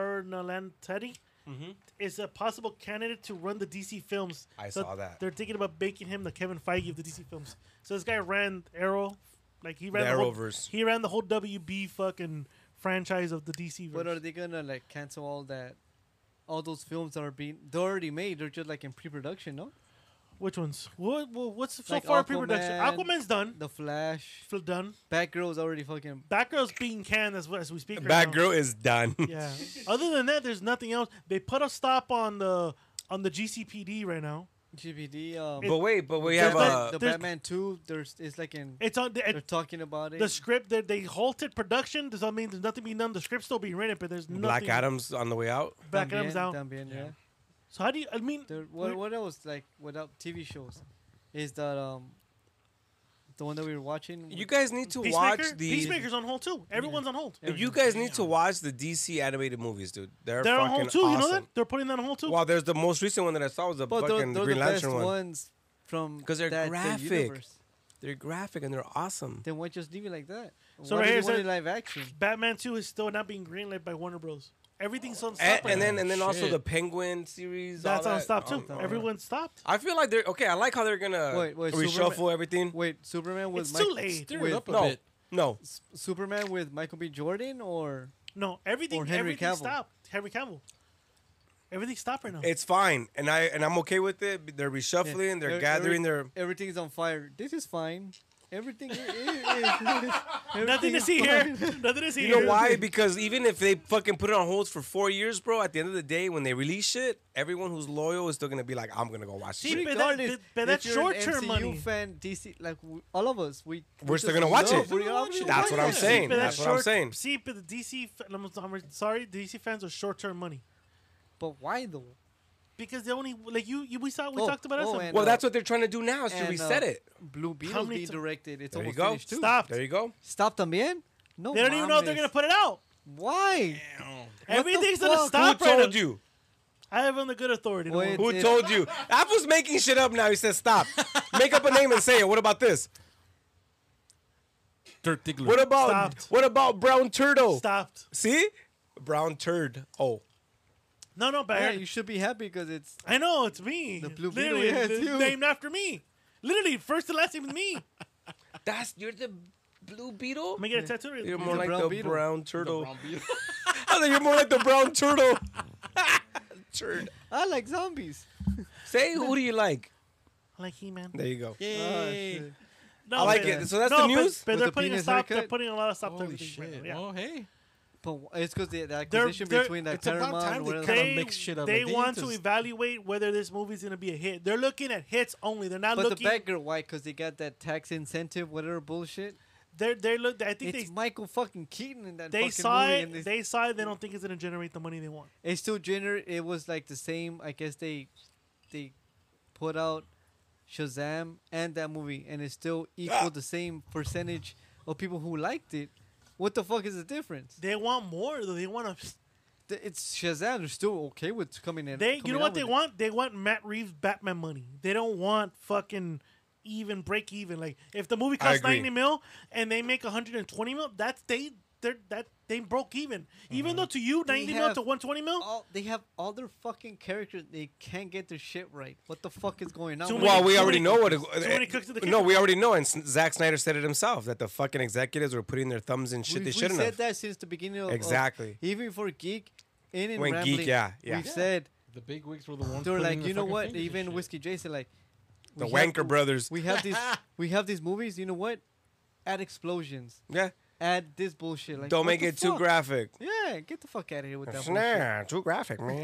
S2: Bernalantetti is a possible candidate to run the DC films.
S1: Mm-hmm. I
S2: So
S1: saw that.
S2: They're thinking about making him the Kevin Feige of the DC films. So this guy ran Arrow, like he
S1: The
S2: ran the whole,
S1: Arrowverse.
S2: he ran the whole WB fucking franchise of the DC.
S3: But are
S2: verse.
S3: they gonna like cancel all that? All those films that are being they're already made. They're just like in pre-production, no?
S2: Which ones? What, what what's so
S3: Like
S2: far pre-production?
S3: Aquaman.
S2: Aquaman's done.
S3: The Flash,
S2: Fl- Done.
S3: Batgirl's already fucking.
S2: Batgirl's being canned as, as we speak. Right now.
S1: Batgirl is done.
S2: Yeah. Other than that, there's nothing else. They put a stop on the on the GCPD right now.
S3: GBD. Um,
S1: But wait, but we
S3: there's
S1: have
S2: but-
S3: Bat-
S1: uh,
S3: the
S2: there's-
S3: Batman Two. There's it's like in
S2: It's on the,
S3: they're
S2: it,
S3: talking about it.
S2: the script. They, they halted production. Does that mean there's nothing being done? The script's still being written, but there's nothing.
S1: Black Adam's on the way out.
S2: Black Adam's
S3: También,
S2: out.
S3: también, yeah.
S2: So how do you? I mean,
S3: There, what
S2: we-
S3: what else like without TV shows? Is that um the one that we were watching?
S1: You guys need to
S2: Peacemaker,
S1: watch the.
S2: Peacemaker's on hold too. Everyone's on hold.
S1: You guys need to watch the DC animated movies, dude. They're,
S2: They're on
S1: fucking
S2: hold too.
S1: awesome.
S2: You know that they're putting that on hold too.
S1: Well, there's the most recent one that I saw was the
S3: But they're,
S1: fucking
S3: they're the
S1: Green
S3: best
S1: Lantern one.
S3: ones from
S1: 'Cause they're
S3: that, that
S1: graphic.
S3: universe.
S1: They're graphic and they're awesome.
S3: Then why just leave it like that?
S2: So
S3: why
S2: right
S3: do
S2: here
S3: you want
S2: it
S3: it live action?
S2: Batman Two is still not being greenlit by Warner Bros. Everything's on stop.
S1: Eh, And,
S2: right
S1: and then
S2: now.
S1: and then also
S7: Shit.
S1: the Penguin series.
S2: that's
S1: all
S2: on
S1: that.
S2: stop too.
S1: Um, um,
S2: Everyone's stopped.
S1: I feel like they're okay. I like how they're gonna
S3: Wait, wait,
S1: reshuffle
S3: Superman-
S1: everything.
S3: Wait, Superman with
S2: It's
S3: Mike-
S2: too late.
S7: Stir
S3: With-
S7: it up a
S1: no,
S7: bit.
S1: no.
S3: S- Superman with Michael B. Jordan or
S2: No, everything.
S3: Or Henry
S2: everything
S3: Cavill.
S2: stopped. Henry Cavill. Everything's stopped right now.
S1: It's fine, and I and I'm okay with it. They're
S3: Yeah.
S1: reshuffling. They're
S3: Every-
S1: gathering.
S3: every-
S1: They're
S3: everything's on fire. This is fine. Everything i- i- is,
S2: Nothing to see here. Nothing to see
S1: you know
S2: here.
S1: why? Because even if they fucking put it on hold for four years, bro, at the end of the day, when they release shit, everyone who's loyal is still gonna be like, I'm gonna go watch
S2: See,
S1: it.
S2: but that-
S3: Regardless,
S2: but- but
S3: if
S2: that's
S3: you're an
S2: short-term
S3: MCU
S2: money.
S3: fan, DC, like w- all of us, we
S1: We're still
S3: just
S1: gonna watch
S3: love-
S1: it.
S3: we all- we
S1: That's
S3: love
S1: what I'm
S3: it.
S1: saying.
S2: but
S1: That's what I'm
S2: short-
S1: saying.
S2: See, but the DC, f- I'm, I'm sorry, the DC fans are short-term money
S3: But why though?
S2: because they only like you. you we saw we
S3: Oh,
S2: talked about
S3: oh,
S2: it.
S3: and-
S1: Well, that's what they're trying to do now is to
S3: And,
S1: reset
S3: uh,
S1: it.
S3: Blue
S2: How
S3: Beetle
S2: many
S3: being
S2: ti-
S3: directed. It's
S1: There you
S3: almost
S1: go.
S3: finished too.
S2: Stop.
S1: There you go.
S3: Stop también? No.
S2: they don't even know if they're gonna
S3: mames.
S2: put it out.
S3: Why?
S2: Everything's
S3: the
S2: gonna
S3: fuck?
S2: stop
S1: Who
S2: right
S1: told
S2: now.
S1: you?
S2: I have on the good authority. don't
S3: Wait.
S2: worry.
S1: Who
S3: It-
S1: told you? Apple's making shit up now. He says stop. Make up a name and say it. What about this?
S7: Dirk Diggler.
S1: What about
S2: Stopped.
S1: what about brown turtle?
S2: Stopped.
S1: See, brown turd. Oh,
S2: No, no, but I
S3: Yeah,
S2: heard-
S3: you should be happy because it's
S2: I know it's me.
S3: The Blue Beetle,
S2: Literally,
S3: yeah, it's
S2: it's
S3: you.
S2: named after me. Literally, first and last name is me. I'm
S1: that's you're the blue beetle.
S2: gonna get a tattoo. right-
S1: You're more
S3: the
S1: like
S3: brown
S1: the
S3: beetle.
S1: brown turtle.
S7: Brown Beetle.
S1: I think you're more like the brown turtle. answered.
S3: I like zombies.
S1: Say who do you like?
S2: Like he man.
S1: There you go.
S7: Yay.
S3: Ah, shit.
S2: No,
S1: I like
S2: but-
S1: it. So that's the
S2: no, but-
S1: news?
S2: But,
S3: With
S2: they're
S3: the
S2: putting a
S3: penis
S2: stop. They're
S3: haircut?
S2: putting a lot of stop to
S7: Holy
S2: everything. right
S7: shit.
S2: now, yeah.
S7: Oh, hey.
S3: But wh- it's because the, the
S2: They're-
S3: acquisition
S2: they're-
S3: between that
S7: it's about
S3: Paramount
S7: time
S3: and
S7: they
S3: whatever.
S7: kinda
S2: They,
S7: mix shit up.
S2: they
S7: They
S2: want
S7: need
S2: to
S7: to-
S2: evaluate whether this movie's gonna be a hit. They're looking at hits only. They're not
S3: But the
S2: looking.
S3: beggar, why? Because they got that tax incentive, whatever bullshit.
S2: they're they're look. I think
S3: It's Michael fucking Keaton in that
S2: they they
S3: fucking
S2: saw
S3: movie, and
S2: it.
S3: they,
S2: They saw it. They don't think it's gonna generate the money they want.
S3: it still gener. It was like the same. I guess they they put out Shazam and that movie, and it still
S2: Ah!
S3: equaled the same percentage of people who liked it. What the fuck is the difference?
S2: They want more. though. They want to.
S3: Th- It's Shazam. They're still okay with coming in.
S2: They. You
S3: coming
S2: know
S3: out
S2: what they
S3: with it.
S2: want? They want Matt Reeves Batman money. They don't want fucking even break even. Like if the movie
S1: I
S2: costs
S1: agree.
S2: ninety mil and they make hundred and twenty mil, that's they. They're that they broke even. Even though to you
S3: Mm-hmm. They
S2: ninety mil
S3: have
S2: to one twenty mil.
S3: All, they have all their fucking characters. They can't get their shit right. What the fuck is going on?
S2: Too
S3: with
S2: many-
S1: Well,
S3: it?
S1: we
S2: too
S1: already
S2: many
S1: know what.
S2: cooks- too many cooks in the
S1: no,
S2: kitchen.
S1: we already know, and S- Zack Snyder said it himself that the fucking executives were putting their thumbs in shit
S3: we,
S1: they
S3: we
S1: shouldn't
S3: said
S1: have.
S3: that since the beginning of of-
S1: Exactly.
S3: even before Geek, in and
S1: When Geek,
S3: Rambling,
S1: yeah, yeah.
S3: we've
S1: Yeah.
S3: said
S7: The big wigs were the ones.
S3: they were
S7: putting
S3: like,
S7: their
S3: you know
S7: fucking
S3: what?
S7: fingers
S3: Even
S7: and shit.
S3: Whiskey Jason, like
S1: The
S3: we have-
S1: Wanker Brothers.
S3: We have these, we have these movies. You know what? Add explosions.
S1: yeah,
S3: Add this bullshit. Like
S1: don't
S3: what
S1: make
S3: the
S1: it too
S3: fuck?
S1: graphic.
S3: Yeah, get the fuck out of here with that bullshit.
S1: Nah, too graphic, man.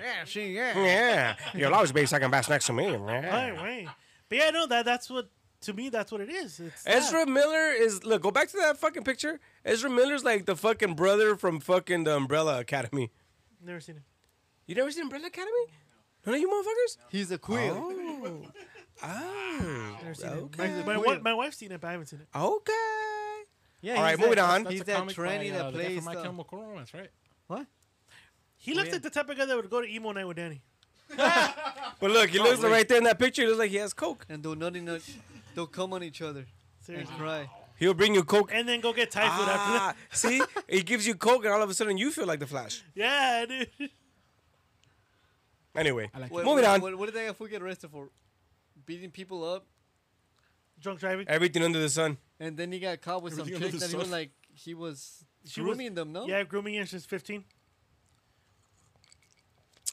S3: Yeah, she, yeah.
S1: Yeah, you'll always be second best next to me, man.
S2: Right, right. But yeah, no, that that's what to me that's what it is. It's that.
S1: Ezra Miller is look. Go back to that fucking picture. Ezra Miller's like the fucking brother from fucking the Umbrella Academy.
S2: Never seen it.
S1: You never seen Umbrella Academy? None of you motherfuckers.
S3: He's a queer.
S1: Oh, oh,
S2: Never seen
S1: okay,
S2: it. My, my,
S3: Queer.
S2: wa- my wife's seen it, but I haven't seen it.
S1: okay.
S3: Yeah,
S1: All right,
S3: he's
S1: moving
S3: that-
S1: on.
S7: That's
S3: He's
S7: a
S3: that
S7: comic by,
S3: tranny
S7: uh,
S3: that
S7: the guy from
S3: plays.
S7: My
S3: the-
S7: Chemical Romance, right?
S3: What?
S2: He looks
S3: yeah.
S2: like the type of guy that would go to emo night with Danny.
S1: But look, he looks
S3: wait.
S1: right there in that picture. He looks like he has coke.
S3: And they'll nut in a, they'll come on each other and
S2: Seriously.
S3: cry.
S1: He'll bring you coke.
S2: And then go get Thai food after
S1: Ah,
S2: that.
S1: see, he gives you coke, and all of a sudden you feel like the Flash.
S2: Yeah, dude.
S1: Anyway,
S7: I like
S3: What,
S1: moving
S3: what,
S1: on.
S3: What, what did that fool get arrested for? Beating people up,
S2: Drunk driving.
S1: Everything under the sun.
S3: and then he got caught with some
S7: Everything under
S3: chick
S7: the
S3: that he was
S7: sun.
S3: like he was
S2: She was-
S3: grooming them. No,
S2: Yeah, grooming and she's 15.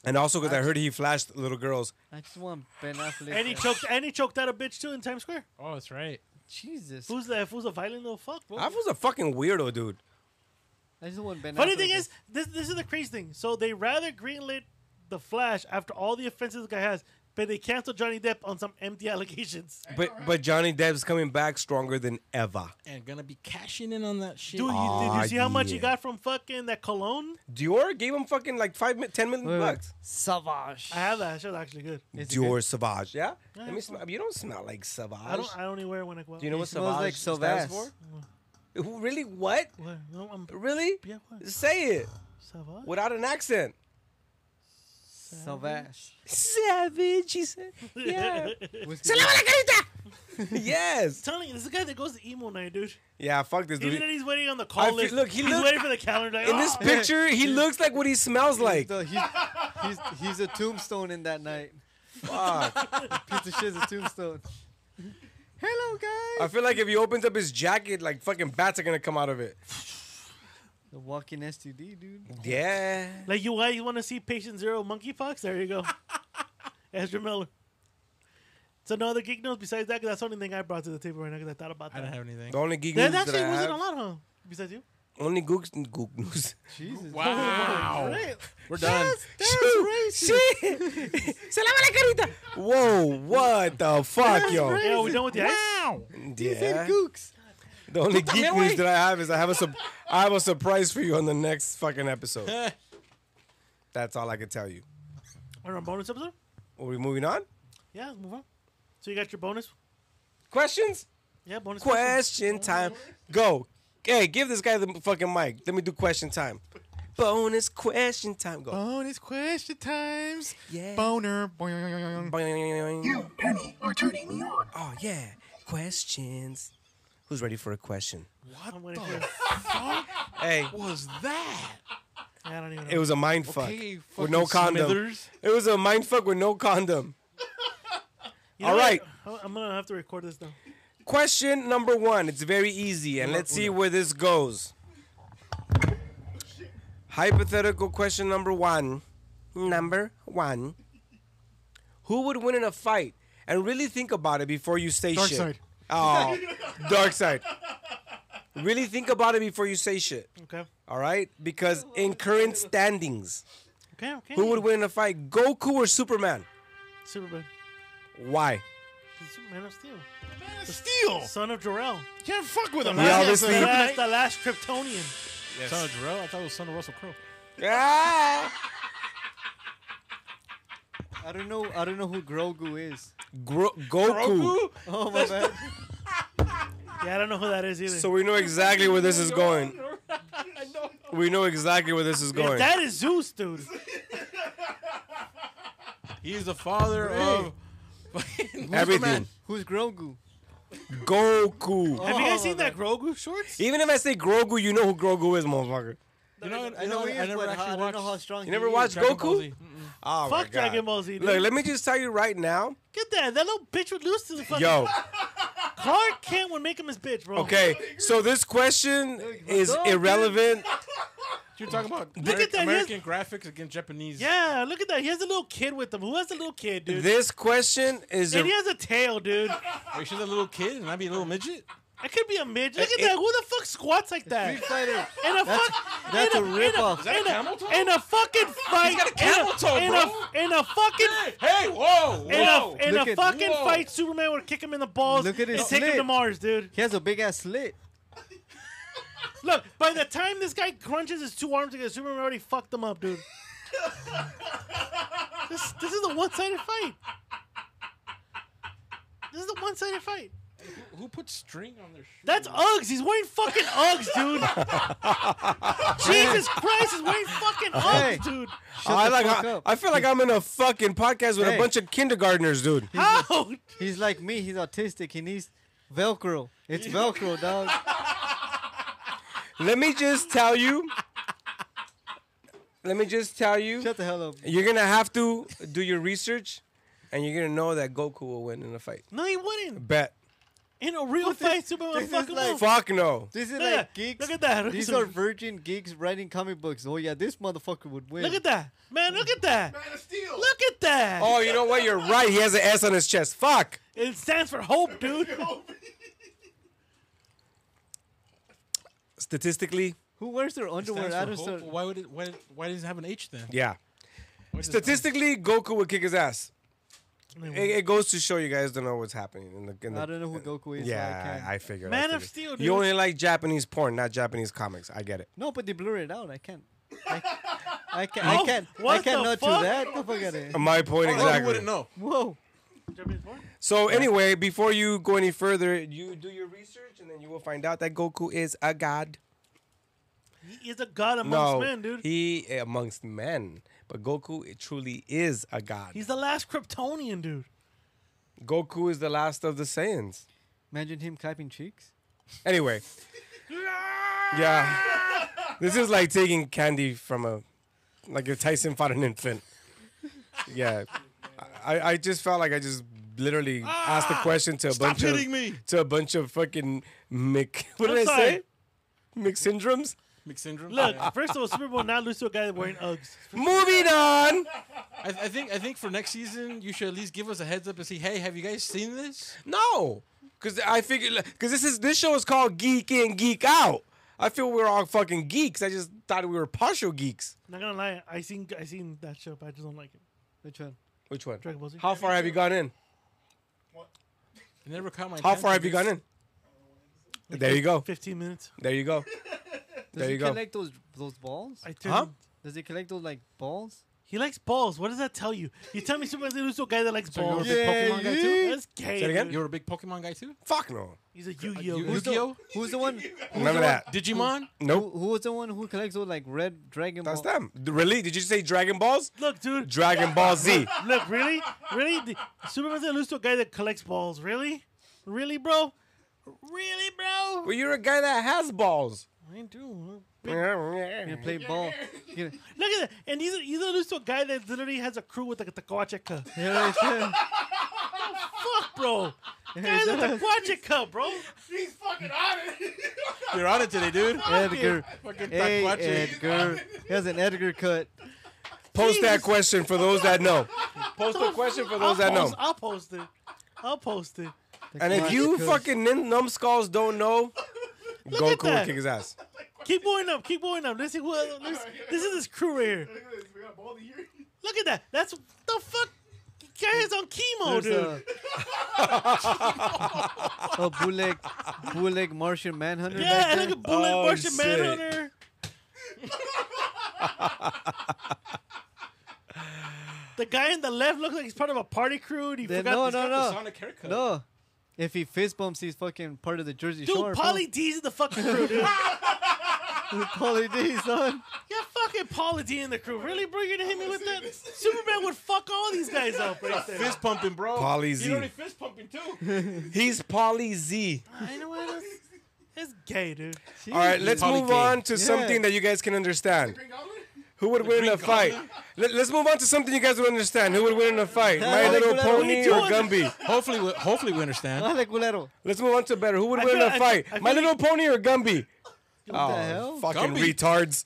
S1: And also because I heard he flashed little girls.
S3: I just want Ben Affleck.
S2: And he
S3: back.
S2: choked and he choked out a bitch too in Times Square.
S7: Oh, that's right.
S3: Jesus,
S2: Who's the who's a violent little fuck, bro?
S1: I was a fucking weirdo, dude.
S3: I just want Ben.
S2: Funny
S3: Affleck
S2: thing
S3: back.
S2: is, this this is the crazy thing. So they rather greenlit the Flash after all the offenses the guy has, but they canceled Johnny Depp on some empty allegations.
S1: But but Johnny Depp's coming back stronger than ever.
S7: And gonna be cashing in on that shit.
S2: Dude, you, did
S1: Ah,
S2: you see how much he
S1: yeah.
S2: got from fucking that cologne?
S1: Dior gave him fucking like five, mi- ten million
S3: Wait, wait.
S1: bucks.
S3: Savage.
S2: I have that. That shit's actually good.
S3: Is it
S1: Dior
S3: good?
S1: Savage. Yeah.
S2: Yeah,
S1: Let me
S2: it's
S1: smell. You don't smell like Savage.
S2: I don't. I only wear it when I go out.
S1: Do you know
S3: He
S1: what
S3: smells
S1: Savage
S3: like
S1: stands
S3: Sauvage.
S1: for? Who- Really? What?
S2: What? No, I'm.
S1: Really?
S2: Yeah, what?
S1: Say it
S2: Savage.
S1: without an accent.
S3: Savage.
S1: Savage, he said. Yeah.
S3: With-
S1: yes.
S2: telling you, this is the guy that goes to emo night, dude.
S1: Yeah, fuck this
S2: Even
S1: dude.
S2: if he's waiting on the call
S1: feel-
S2: list,
S1: look, he
S2: he's
S1: look-
S2: waiting for the calendar. Like,
S1: In this
S2: "Ah!"
S1: picture, he looks like what he smells
S3: He's,
S1: like.
S3: the- he's, he's, he's a tombstone in that night.
S1: Fuck.
S3: Piece of shit's a tombstone. Hello, guys.
S1: I feel like if he opens up his jacket, like fucking bats are gonna come out of it.
S3: The walking STD, dude.
S1: Yeah.
S2: like you guys want to see Patient Zero monkeypox? There you go. Ezra Miller. So no other geek news besides that. 'Cause that's the only thing I brought to the table right now because I thought about that.
S7: I don't have anything.
S1: The only geek
S2: there
S1: news that I
S2: actually wasn't
S1: have-
S2: a lot, huh? Besides you.
S1: Only gooks and gook news.
S3: Jesus.
S1: Oh.
S7: Wow. We're done.
S1: Shoot. Shit. Se lava la carita. Whoa, what the fuck, yo?
S2: Yeah, we done with the ice.
S7: Wow.
S1: Yeah.
S3: Gooks.
S1: The only
S7: Puta,
S1: geek
S7: man,
S1: news
S7: wait.
S1: that I have is I have a sup- I have a surprise for you on the next fucking episode. That's all I can tell you.
S2: We're on bonus episode.
S1: Are we moving on?
S2: Yeah, let's move on. So you got your bonus.
S1: Questions?
S2: Yeah, bonus question.
S1: Question time. Go. Hey, give this guy the fucking mic. Let me do question time. Bonus question time. Go.
S8: Bonus question times.
S1: Yeah.
S8: Boner.
S1: Boing.
S9: Penny, are turning me on.
S1: Oh yeah. Questions. Who's ready for a question?
S2: I'm waiting for it.
S1: Hey,
S8: Was that?
S2: Yeah, I don't even know.
S1: it was a mind fuck
S7: Okay,
S1: with no
S7: fucking
S1: condom.
S7: Smithers.
S1: It was a mind fuck with no condom.
S2: You know
S1: All
S2: what?
S1: right.
S2: I- I'm gonna have to record this now.
S1: Question number one. It's very easy, and let's see where this goes. Hypothetical question number one. number one. Who would win in a fight? And really think about it before you say
S9: Dark
S1: shit.
S9: side.
S1: Oh, dark side. Really think about it before you say shit.
S2: Okay.
S1: All right, because in current standings,
S2: Okay. Okay.
S1: who would win in a fight, Goku or Superman?
S2: Superman.
S1: Why?
S2: He's Man of Steel.
S8: Steel.
S2: Son of Jor-El.
S8: Can't fuck with him.
S1: We obviously-
S2: The
S1: Right.
S2: last, the last Kryptonian.
S7: Son of Jarrell? I thought it was son of Russell Crowe.
S1: Ah!
S3: I don't know. I don't know who Grogu is.
S1: Gro- Goku.
S3: Oh my bad.
S2: Yeah, I don't know who that is either.
S1: So we know exactly where this is going. We know exactly where this is
S2: If
S1: going.
S2: that is Zeus, dude.
S7: He's the father of
S1: Everything.
S3: Who's Grogu?
S1: Goku.
S2: Have you guys seen that Grogu shorts?
S1: Even if I say Grogu, you know who Grogu is, motherfucker.
S7: You know, I,
S3: You
S7: know,
S3: he
S7: I
S3: is,
S7: never
S3: but how- I
S7: actually
S3: don't know how
S7: watched.
S3: strong.
S1: You
S3: he
S1: never
S3: is.
S1: watched
S7: Dragon Ball
S1: Goku?
S7: Z.
S1: Oh, my
S2: Fuck
S1: God.
S2: Dragon Ball Z. Dude.
S1: Look, let me just tell you right now.
S2: Look at that. That little bitch would lose to the fucking.
S1: Yo,
S2: Clark Kent would make him his bitch, bro.
S1: okay, so this question is irrelevant.
S7: You're talking about
S2: Look at that,
S7: American graphics against Japanese.
S2: Yeah, look at that. He has a little kid with him. Who has a little kid, dude?
S1: This question is.
S2: and
S1: ir-
S2: he has a tail, dude.
S7: Wait, she's a little kid and I be a little midget?
S2: That could be a midge. Look at that. Who the fuck squats like that?
S3: Street Fighter.
S2: In a fuck.
S3: That's a
S2: in in
S3: ripoff. Is
S7: that a
S2: in
S7: camel toe?
S2: In a fucking fight.
S7: He's got a
S2: in
S7: camel toe,
S2: in
S7: bro.
S2: A, in a fucking.
S7: Hey, whoa,
S2: In a,
S7: whoa.
S2: in
S3: Look
S2: a
S3: at-
S2: fucking
S7: whoa.
S2: fight, Superman would kick him in the balls
S3: Look at his
S2: and take him to
S3: slit.
S2: Mars, dude.
S3: He has a big ass slit.
S2: Look, by the time this guy crunches his two arms together, Superman already fucked him up, dude. this, this is a one-sided fight. This is a one-sided fight.
S7: Who put string on their shirt?
S2: That's Uggs. He's wearing fucking Uggs, dude. Jesus Christ, he's wearing fucking Uggs,
S3: Hey.
S2: dude.
S3: Shut
S1: I,
S3: the
S1: like,
S3: fuck
S1: I,
S3: up.
S1: I feel like I'm in a fucking podcast with a
S3: Hey.
S1: bunch of kindergartners, dude.
S2: How?
S3: He's like me. He's autistic. He needs Velcro. It's Velcro, dog.
S1: Let me just tell you. Let me just tell you.
S3: Shut the hell up.
S1: You're gonna have to do your research, and you're gonna know that Goku will win in a fight.
S2: No, he wouldn't.
S1: Bet.
S2: In a real fight, Superman
S3: is
S2: fucking
S3: like-
S2: like,
S1: Fuck no.
S3: This is
S2: Look at
S3: like
S2: that.
S3: geeks.
S2: Look at that.
S3: These are virgin geeks writing comic books. Oh yeah, this motherfucker would win.
S2: Look at that. Man, look at that.
S8: Man of Steel.
S2: Look at that.
S1: Oh, you know what? You're right. He has an S on his chest. Fuck.
S2: It stands for hope, dude.
S1: Statistically,
S3: Who wears their
S7: It stands
S3: underwear?
S7: for
S3: I don't
S7: hope.
S3: start-
S7: Why would it? Why, why does it have an H then?
S1: yeah.
S7: What is it?
S1: Statistically, Goku would kick his ass. It, it goes to show you guys don't know what's happening in the. In the
S3: I don't know who Goku is. so I
S1: yeah,
S3: can't.
S1: I, I figured. I
S2: Man of
S1: figured.
S2: Steel, dude.
S1: You only like Japanese porn, not Japanese comics. I get it.
S3: No, but they blur it out. I can't. I, I can't.
S2: No?
S3: I can't.
S2: What
S3: I can't
S2: the
S3: not
S2: fuck?
S3: do that. The fuck out of here.
S1: My point
S7: Well, you
S1: exactly.
S7: wouldn't know.
S3: Whoa.
S1: So anyway, before you go any further, you do your research, and then you will find out that Goku is a god.
S2: He's a god amongst
S1: No,
S2: men, dude.
S1: he eh, amongst men, but Goku i- truly is a god.
S2: He's the last Kryptonian, dude.
S1: Goku is the last of the Saiyans.
S3: Imagine him clapping cheeks.
S1: Anyway, yeah, this is like taking candy from a, like if Tyson fought an infant. Yeah, I, I just felt like I just literally
S2: Ah!
S1: asked the question to a
S7: Stop
S1: bunch of
S7: hitting me.
S1: to a bunch of fucking Mick. What
S2: I'm
S1: did I
S2: sorry.
S1: say? Mick syndromes.
S7: Mick syndrome.
S2: Look, first of all, Superman would not lose to a guy wearing Uggs.
S1: Moving on.
S7: I, I think I think for next season you should at least give us a heads up and say, hey, have you guys seen this?
S1: No, because I figured because this is this show is called Geek In Geek Out. I feel we're all fucking geeks. I just thought we were partial geeks.
S2: Not gonna lie, I seen I seen that show, but I just don't like it.
S3: Which one?
S1: Which one?
S2: Dragon Ball Z.
S1: How far have you gone in?
S7: It never caught my.
S1: How far
S7: attention.
S1: have you gone in? There you go.
S2: Fifteen minutes.
S1: There you go.
S3: Does
S1: There
S3: he
S1: you go.
S3: collect those those balls?
S2: I turned.
S1: Huh?
S3: Does he collect those like balls?
S2: He likes balls. What does that tell you? You tell me Superman's gonna lose to a guy that likes
S7: So
S2: balls.
S7: you're a big Pokemon guy too.
S2: That's gay.
S1: Say it again?
S2: dude.
S7: You're a big Pokemon guy too.
S1: Fuck no.
S2: He's a Yu-Gi-Oh.
S7: Yu-
S2: dude.
S7: Yu-Gi-Oh.
S3: Who's the one?
S1: None of that.
S7: Digimon.
S3: Who,
S1: Nope.
S3: who was the one who collects those like red Dragon
S1: That's
S3: Balls?
S1: them. D- Really? Did you say Dragon Balls?
S2: Look, dude.
S1: Dragon Ball Z.
S2: Look, really, really, The- Superman's gonna lose to a guy that collects balls. Really, really, bro. Really, bro.
S1: Well, you're a guy that has balls.
S2: I do.
S3: He play ball. He-
S2: Look at that. And he's, he's gonna lose to a guy that literally has a crew with like a Taquacha cup.
S3: he always said-
S2: Fuck, bro. Guys with the Taquacha cup, bro.
S8: He's fucking on it.
S7: You're on it today, dude.
S3: Edgar.
S7: Fucking
S3: Hey,
S7: Taquache.
S3: Edgar. He has an Edgar cut.
S1: Post that question for those that know. Post the question for those that
S2: I'll
S1: know.
S2: post, I'll post it. I'll post it.
S1: And if
S3: Because-
S1: you
S3: because-
S1: fucking nin- numbskulls don't know, Goku will
S2: that.
S1: kick his ass.
S2: Keep going up. Keep going up. Let's see who. Let's, this is this crew right here. Look at that. That's the fuck. Guy's on chemo,
S3: there's
S1: uh,
S2: dude.
S3: a, a bootleg, bootleg Martian Manhunter.
S2: yeah,
S3: back
S2: look
S3: there.
S2: at Bullet
S1: Oh,
S2: Martian
S1: sick.
S2: Manhunter. the guy in the left looks like he's part of a party crew. And he
S3: Then-
S2: forgot
S3: no,
S2: he's
S3: no,
S2: got
S3: no,
S2: the-
S7: Sonic haircut.
S3: no. If he fist bumps, he's fucking part of the Jersey
S2: Dude,
S3: Shore. bro.
S2: Polly D's in the fucking crew, dude.
S3: Polly D, son.
S2: Yeah, fucking Polly D in the crew. Really, bro? You're gonna hit me with that? Superman would fuck all these guys up right there.
S7: Fist pumping, bro.
S1: Pauly Z.
S7: He's already fist pumping too.
S1: He's Polly Z.
S2: I know what that's, that's gay, dude.
S1: All right, let's
S7: Pauly
S1: move
S7: G.
S1: on to
S3: Yeah.
S1: something that you guys can understand. Who would win in a fight? Let, us move on to something you guys would understand. Who would win in a fight?
S3: Yeah,
S1: My
S3: like
S1: Little
S3: what are we
S1: Pony or
S2: doing?
S1: Gumby?
S7: Hopefully, we, hopefully we understand.
S3: Dale, culero.
S1: Let's move on to better. Who would
S2: I
S1: win in
S2: feel-
S1: a
S2: I-
S1: fight?
S2: I
S1: My
S2: feel
S1: Little Pony or Gumby?
S3: What
S1: Oh,
S3: the hell?
S1: Fucking
S7: Gumby.
S1: retards.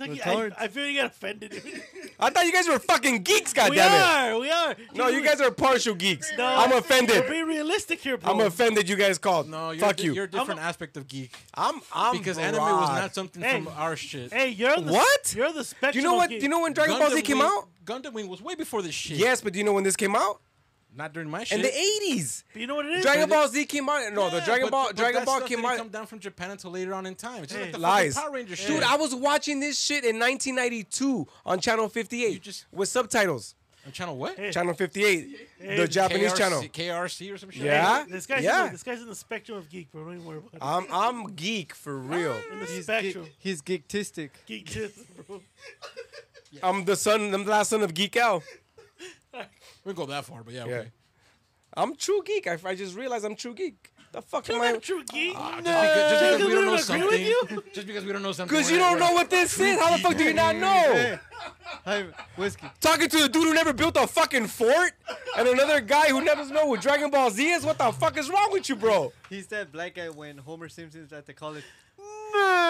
S2: Look, I,
S3: Retard.
S2: I feel you got offended. Dude.
S1: I thought you guys were fucking geeks,
S2: We
S1: goddammit.
S2: are, we are.
S1: No, you guys are partial geeks.
S2: No.
S1: I'm offended.
S2: We're being realistic here, bro.
S1: I'm offended you guys called.
S7: No, you're,
S1: Fuck
S7: di-
S1: you.
S7: You're a different
S2: I'm
S7: aspect of geek
S1: I'm, I'm
S7: because anime was
S1: broad.
S7: not something
S2: Hey.
S7: from our shit.
S2: Hey, you're the
S1: What?
S2: You're the
S1: Do
S2: spectrum.
S1: you know
S2: of
S1: what? Do
S2: geek.
S1: you know when Dragon Ball Z came
S7: Wing,
S1: out?
S7: Gundam Wing was way before this shit.
S1: Yes, but do you know when this came out?
S7: not during my shit.
S1: In the 80s.
S2: Do you know what it is?
S1: Dragon
S7: but
S1: Ball Z came out. No, the
S7: Yeah,
S1: Dragon
S7: but-
S1: Ball
S7: but
S1: Dragon
S7: that
S1: Ball
S7: stuff
S1: came
S7: didn't
S1: out.
S7: come down from Japan until later on in time. It's just
S2: Hey.
S7: like the
S1: Lies.
S7: fucking Power Ranger shit.
S1: Dude, I was watching this shit in 1992 on Channel 58
S7: You just-
S1: with subtitles.
S7: On channel what?
S2: Hey.
S1: Channel 58, the Japanese
S7: KRC
S1: channel.
S7: KRC or some shit.
S1: Yeah.
S2: This guy's
S1: Yeah. Uh,
S2: in, this guy's in the spectrum of geek, bro. Don't even worry about
S1: I'm I'm geek for real.
S2: it. In the
S3: He's, geek,
S2: spectrum,
S3: he's geektistic.
S2: geek, geek bro.
S1: I'm the son, I'm the last son of Geek Al.
S7: We didn't go that far, but yeah,
S1: Yeah.
S7: okay.
S1: I'm true geek. I, I just realized I'm true geek. The fuck am I?
S2: Not true geek.
S1: Uh,
S7: Just because we
S2: Because we don't agree
S7: don't know
S2: with
S7: something. Just because we don't know something.
S1: Because
S7: we're
S1: you
S7: not-
S1: don't know what this is. How the fuck do you not know?
S3: Hi, whiskey.
S1: Talking to the dude who never built a fucking fort and another guy who never knows what Dragon Ball Z is. What the fuck is wrong with you, bro?
S3: He's that black guy when Homer Simpson's at the college.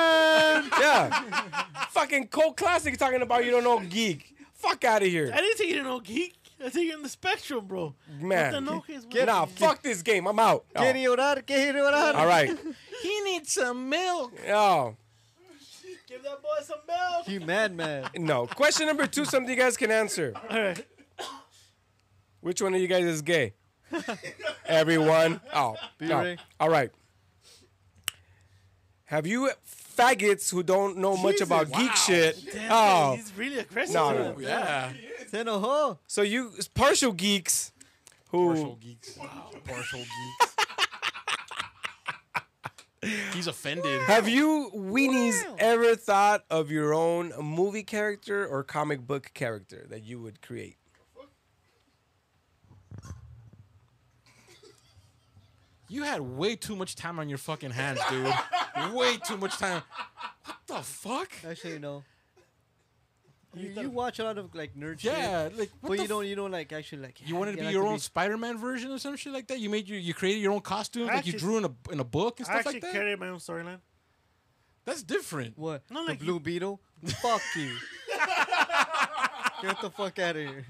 S1: Yeah. fucking cold classic talking about you don't know geek. Fuck out of here.
S2: I didn't say you didn't know geek. I said you're in the spectrum, bro.
S1: Man.
S2: What the no kids-
S3: Get-
S1: Nah,
S3: Get-
S1: fuck this game. I'm out. Oh.
S3: Quiere orar, quiere orar.
S1: All right.
S7: He needs some milk.
S1: Oh.
S2: Give that boy some milk.
S3: You madman.
S1: No. Question number two, something you guys can answer.
S2: All right.
S1: Which one of you guys is gay? Everyone. Oh. no.
S3: ready.
S1: All right. Have you faggots who don't know much
S3: Jesus,
S1: about geek shit?
S2: Damn,
S1: oh.
S2: he's really aggressive.
S1: No,
S2: to
S1: no.
S2: him.
S7: Yeah.
S3: Se enojó.
S1: So you partial geeks who
S7: Partial geeks. Partial geeks. He's offended.
S1: Have you weenies ever thought of your own movie character or comic book character that you would create?
S7: You had way too much time on your fucking hands, dude. way too much time. What the fuck?
S3: Actually, no. You, you watch a lot of like nerd shit,
S7: Yeah, like what
S3: but
S7: the
S3: you don't you don't like actually like.
S7: You wanted to be your own Spider-Man version or some shit like that. You made your, you created your own costume,
S2: I
S7: like you
S2: actually-
S7: drew in a in a book and
S2: I
S7: stuff
S2: actually
S7: like that.
S2: carried my own storyline.
S7: That's different.
S3: What?
S2: No,
S3: the
S2: like you-
S3: Blue Beetle? Fuck you. Get the fuck out of here.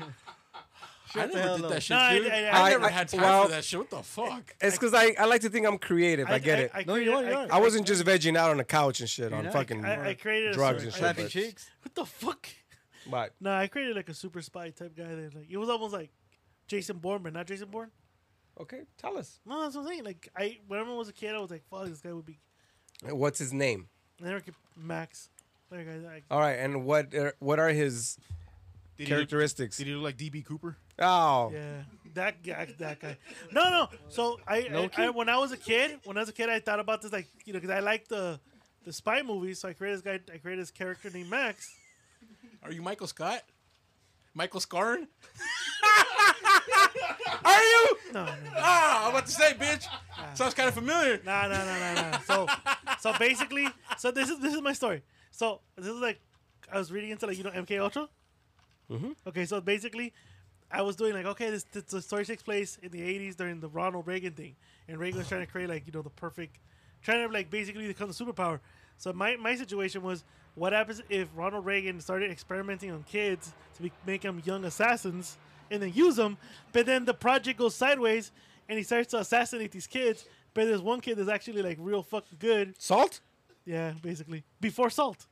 S3: the
S7: I never
S3: hell
S7: did
S3: up.
S7: that shit,
S2: No, I-
S7: dude. I,
S2: I- I-
S7: never
S1: I-
S7: had time
S1: well-
S7: for that shit. What the fuck?
S1: It's because I, I like to think I'm creative. I, get it. I,
S3: No, you
S2: created-
S3: are, you
S2: I-
S3: are.
S1: wasn't just vegging out on the couch and shit on
S3: not.
S1: fucking
S2: I, I created a
S1: drugs and
S2: story- I-
S1: shit.
S3: Slapping
S1: but-
S3: cheeks?
S2: What the fuck?
S1: but
S2: No, I created like a super spy type guy. That like it was almost like Jason Bourne, but not Jason Bourne.
S1: okay, tell us
S2: No, that's what I'm saying. Like I, whenever I was a kid, I was like, "Fuck, this guy would be."
S1: what's his name.
S2: I never could max. Like, I, I,
S1: All right, and what are, what are his
S8: Did he look-
S1: characteristics?
S8: Did he look like DB Cooper?
S1: Oh,
S2: yeah, that guy, that guy. No, no. So I,
S3: Loki?
S2: I, I, when I was a kid, when I was a kid, I thought about this like you know because I like the the spy movies. So I created this guy. I created this character named Max.
S7: Are you Michael Scott? Michael Scarn?
S1: are you?
S2: No, no, no,
S7: Ah, I'm about to say, bitch. Sounds kind of familiar.
S2: no, no, no, no. no. So, so basically, so this is this is my story. So this is like I was reading into like you know MK Ultra. Okay, so basically, I was doing like, okay, this, this the story takes place in the '80s during the Ronald Reagan thing, and Reagan was trying to create like you know the perfect, trying to like basically become the superpower. So my, my situation was, what happens if Ronald Reagan started experimenting on kids to be, make them young assassins and then use them, but then the project goes sideways and he starts to assassinate these kids, but there's one kid that's actually like real fucking good.
S1: Salt?
S2: Yeah, basically before Salt.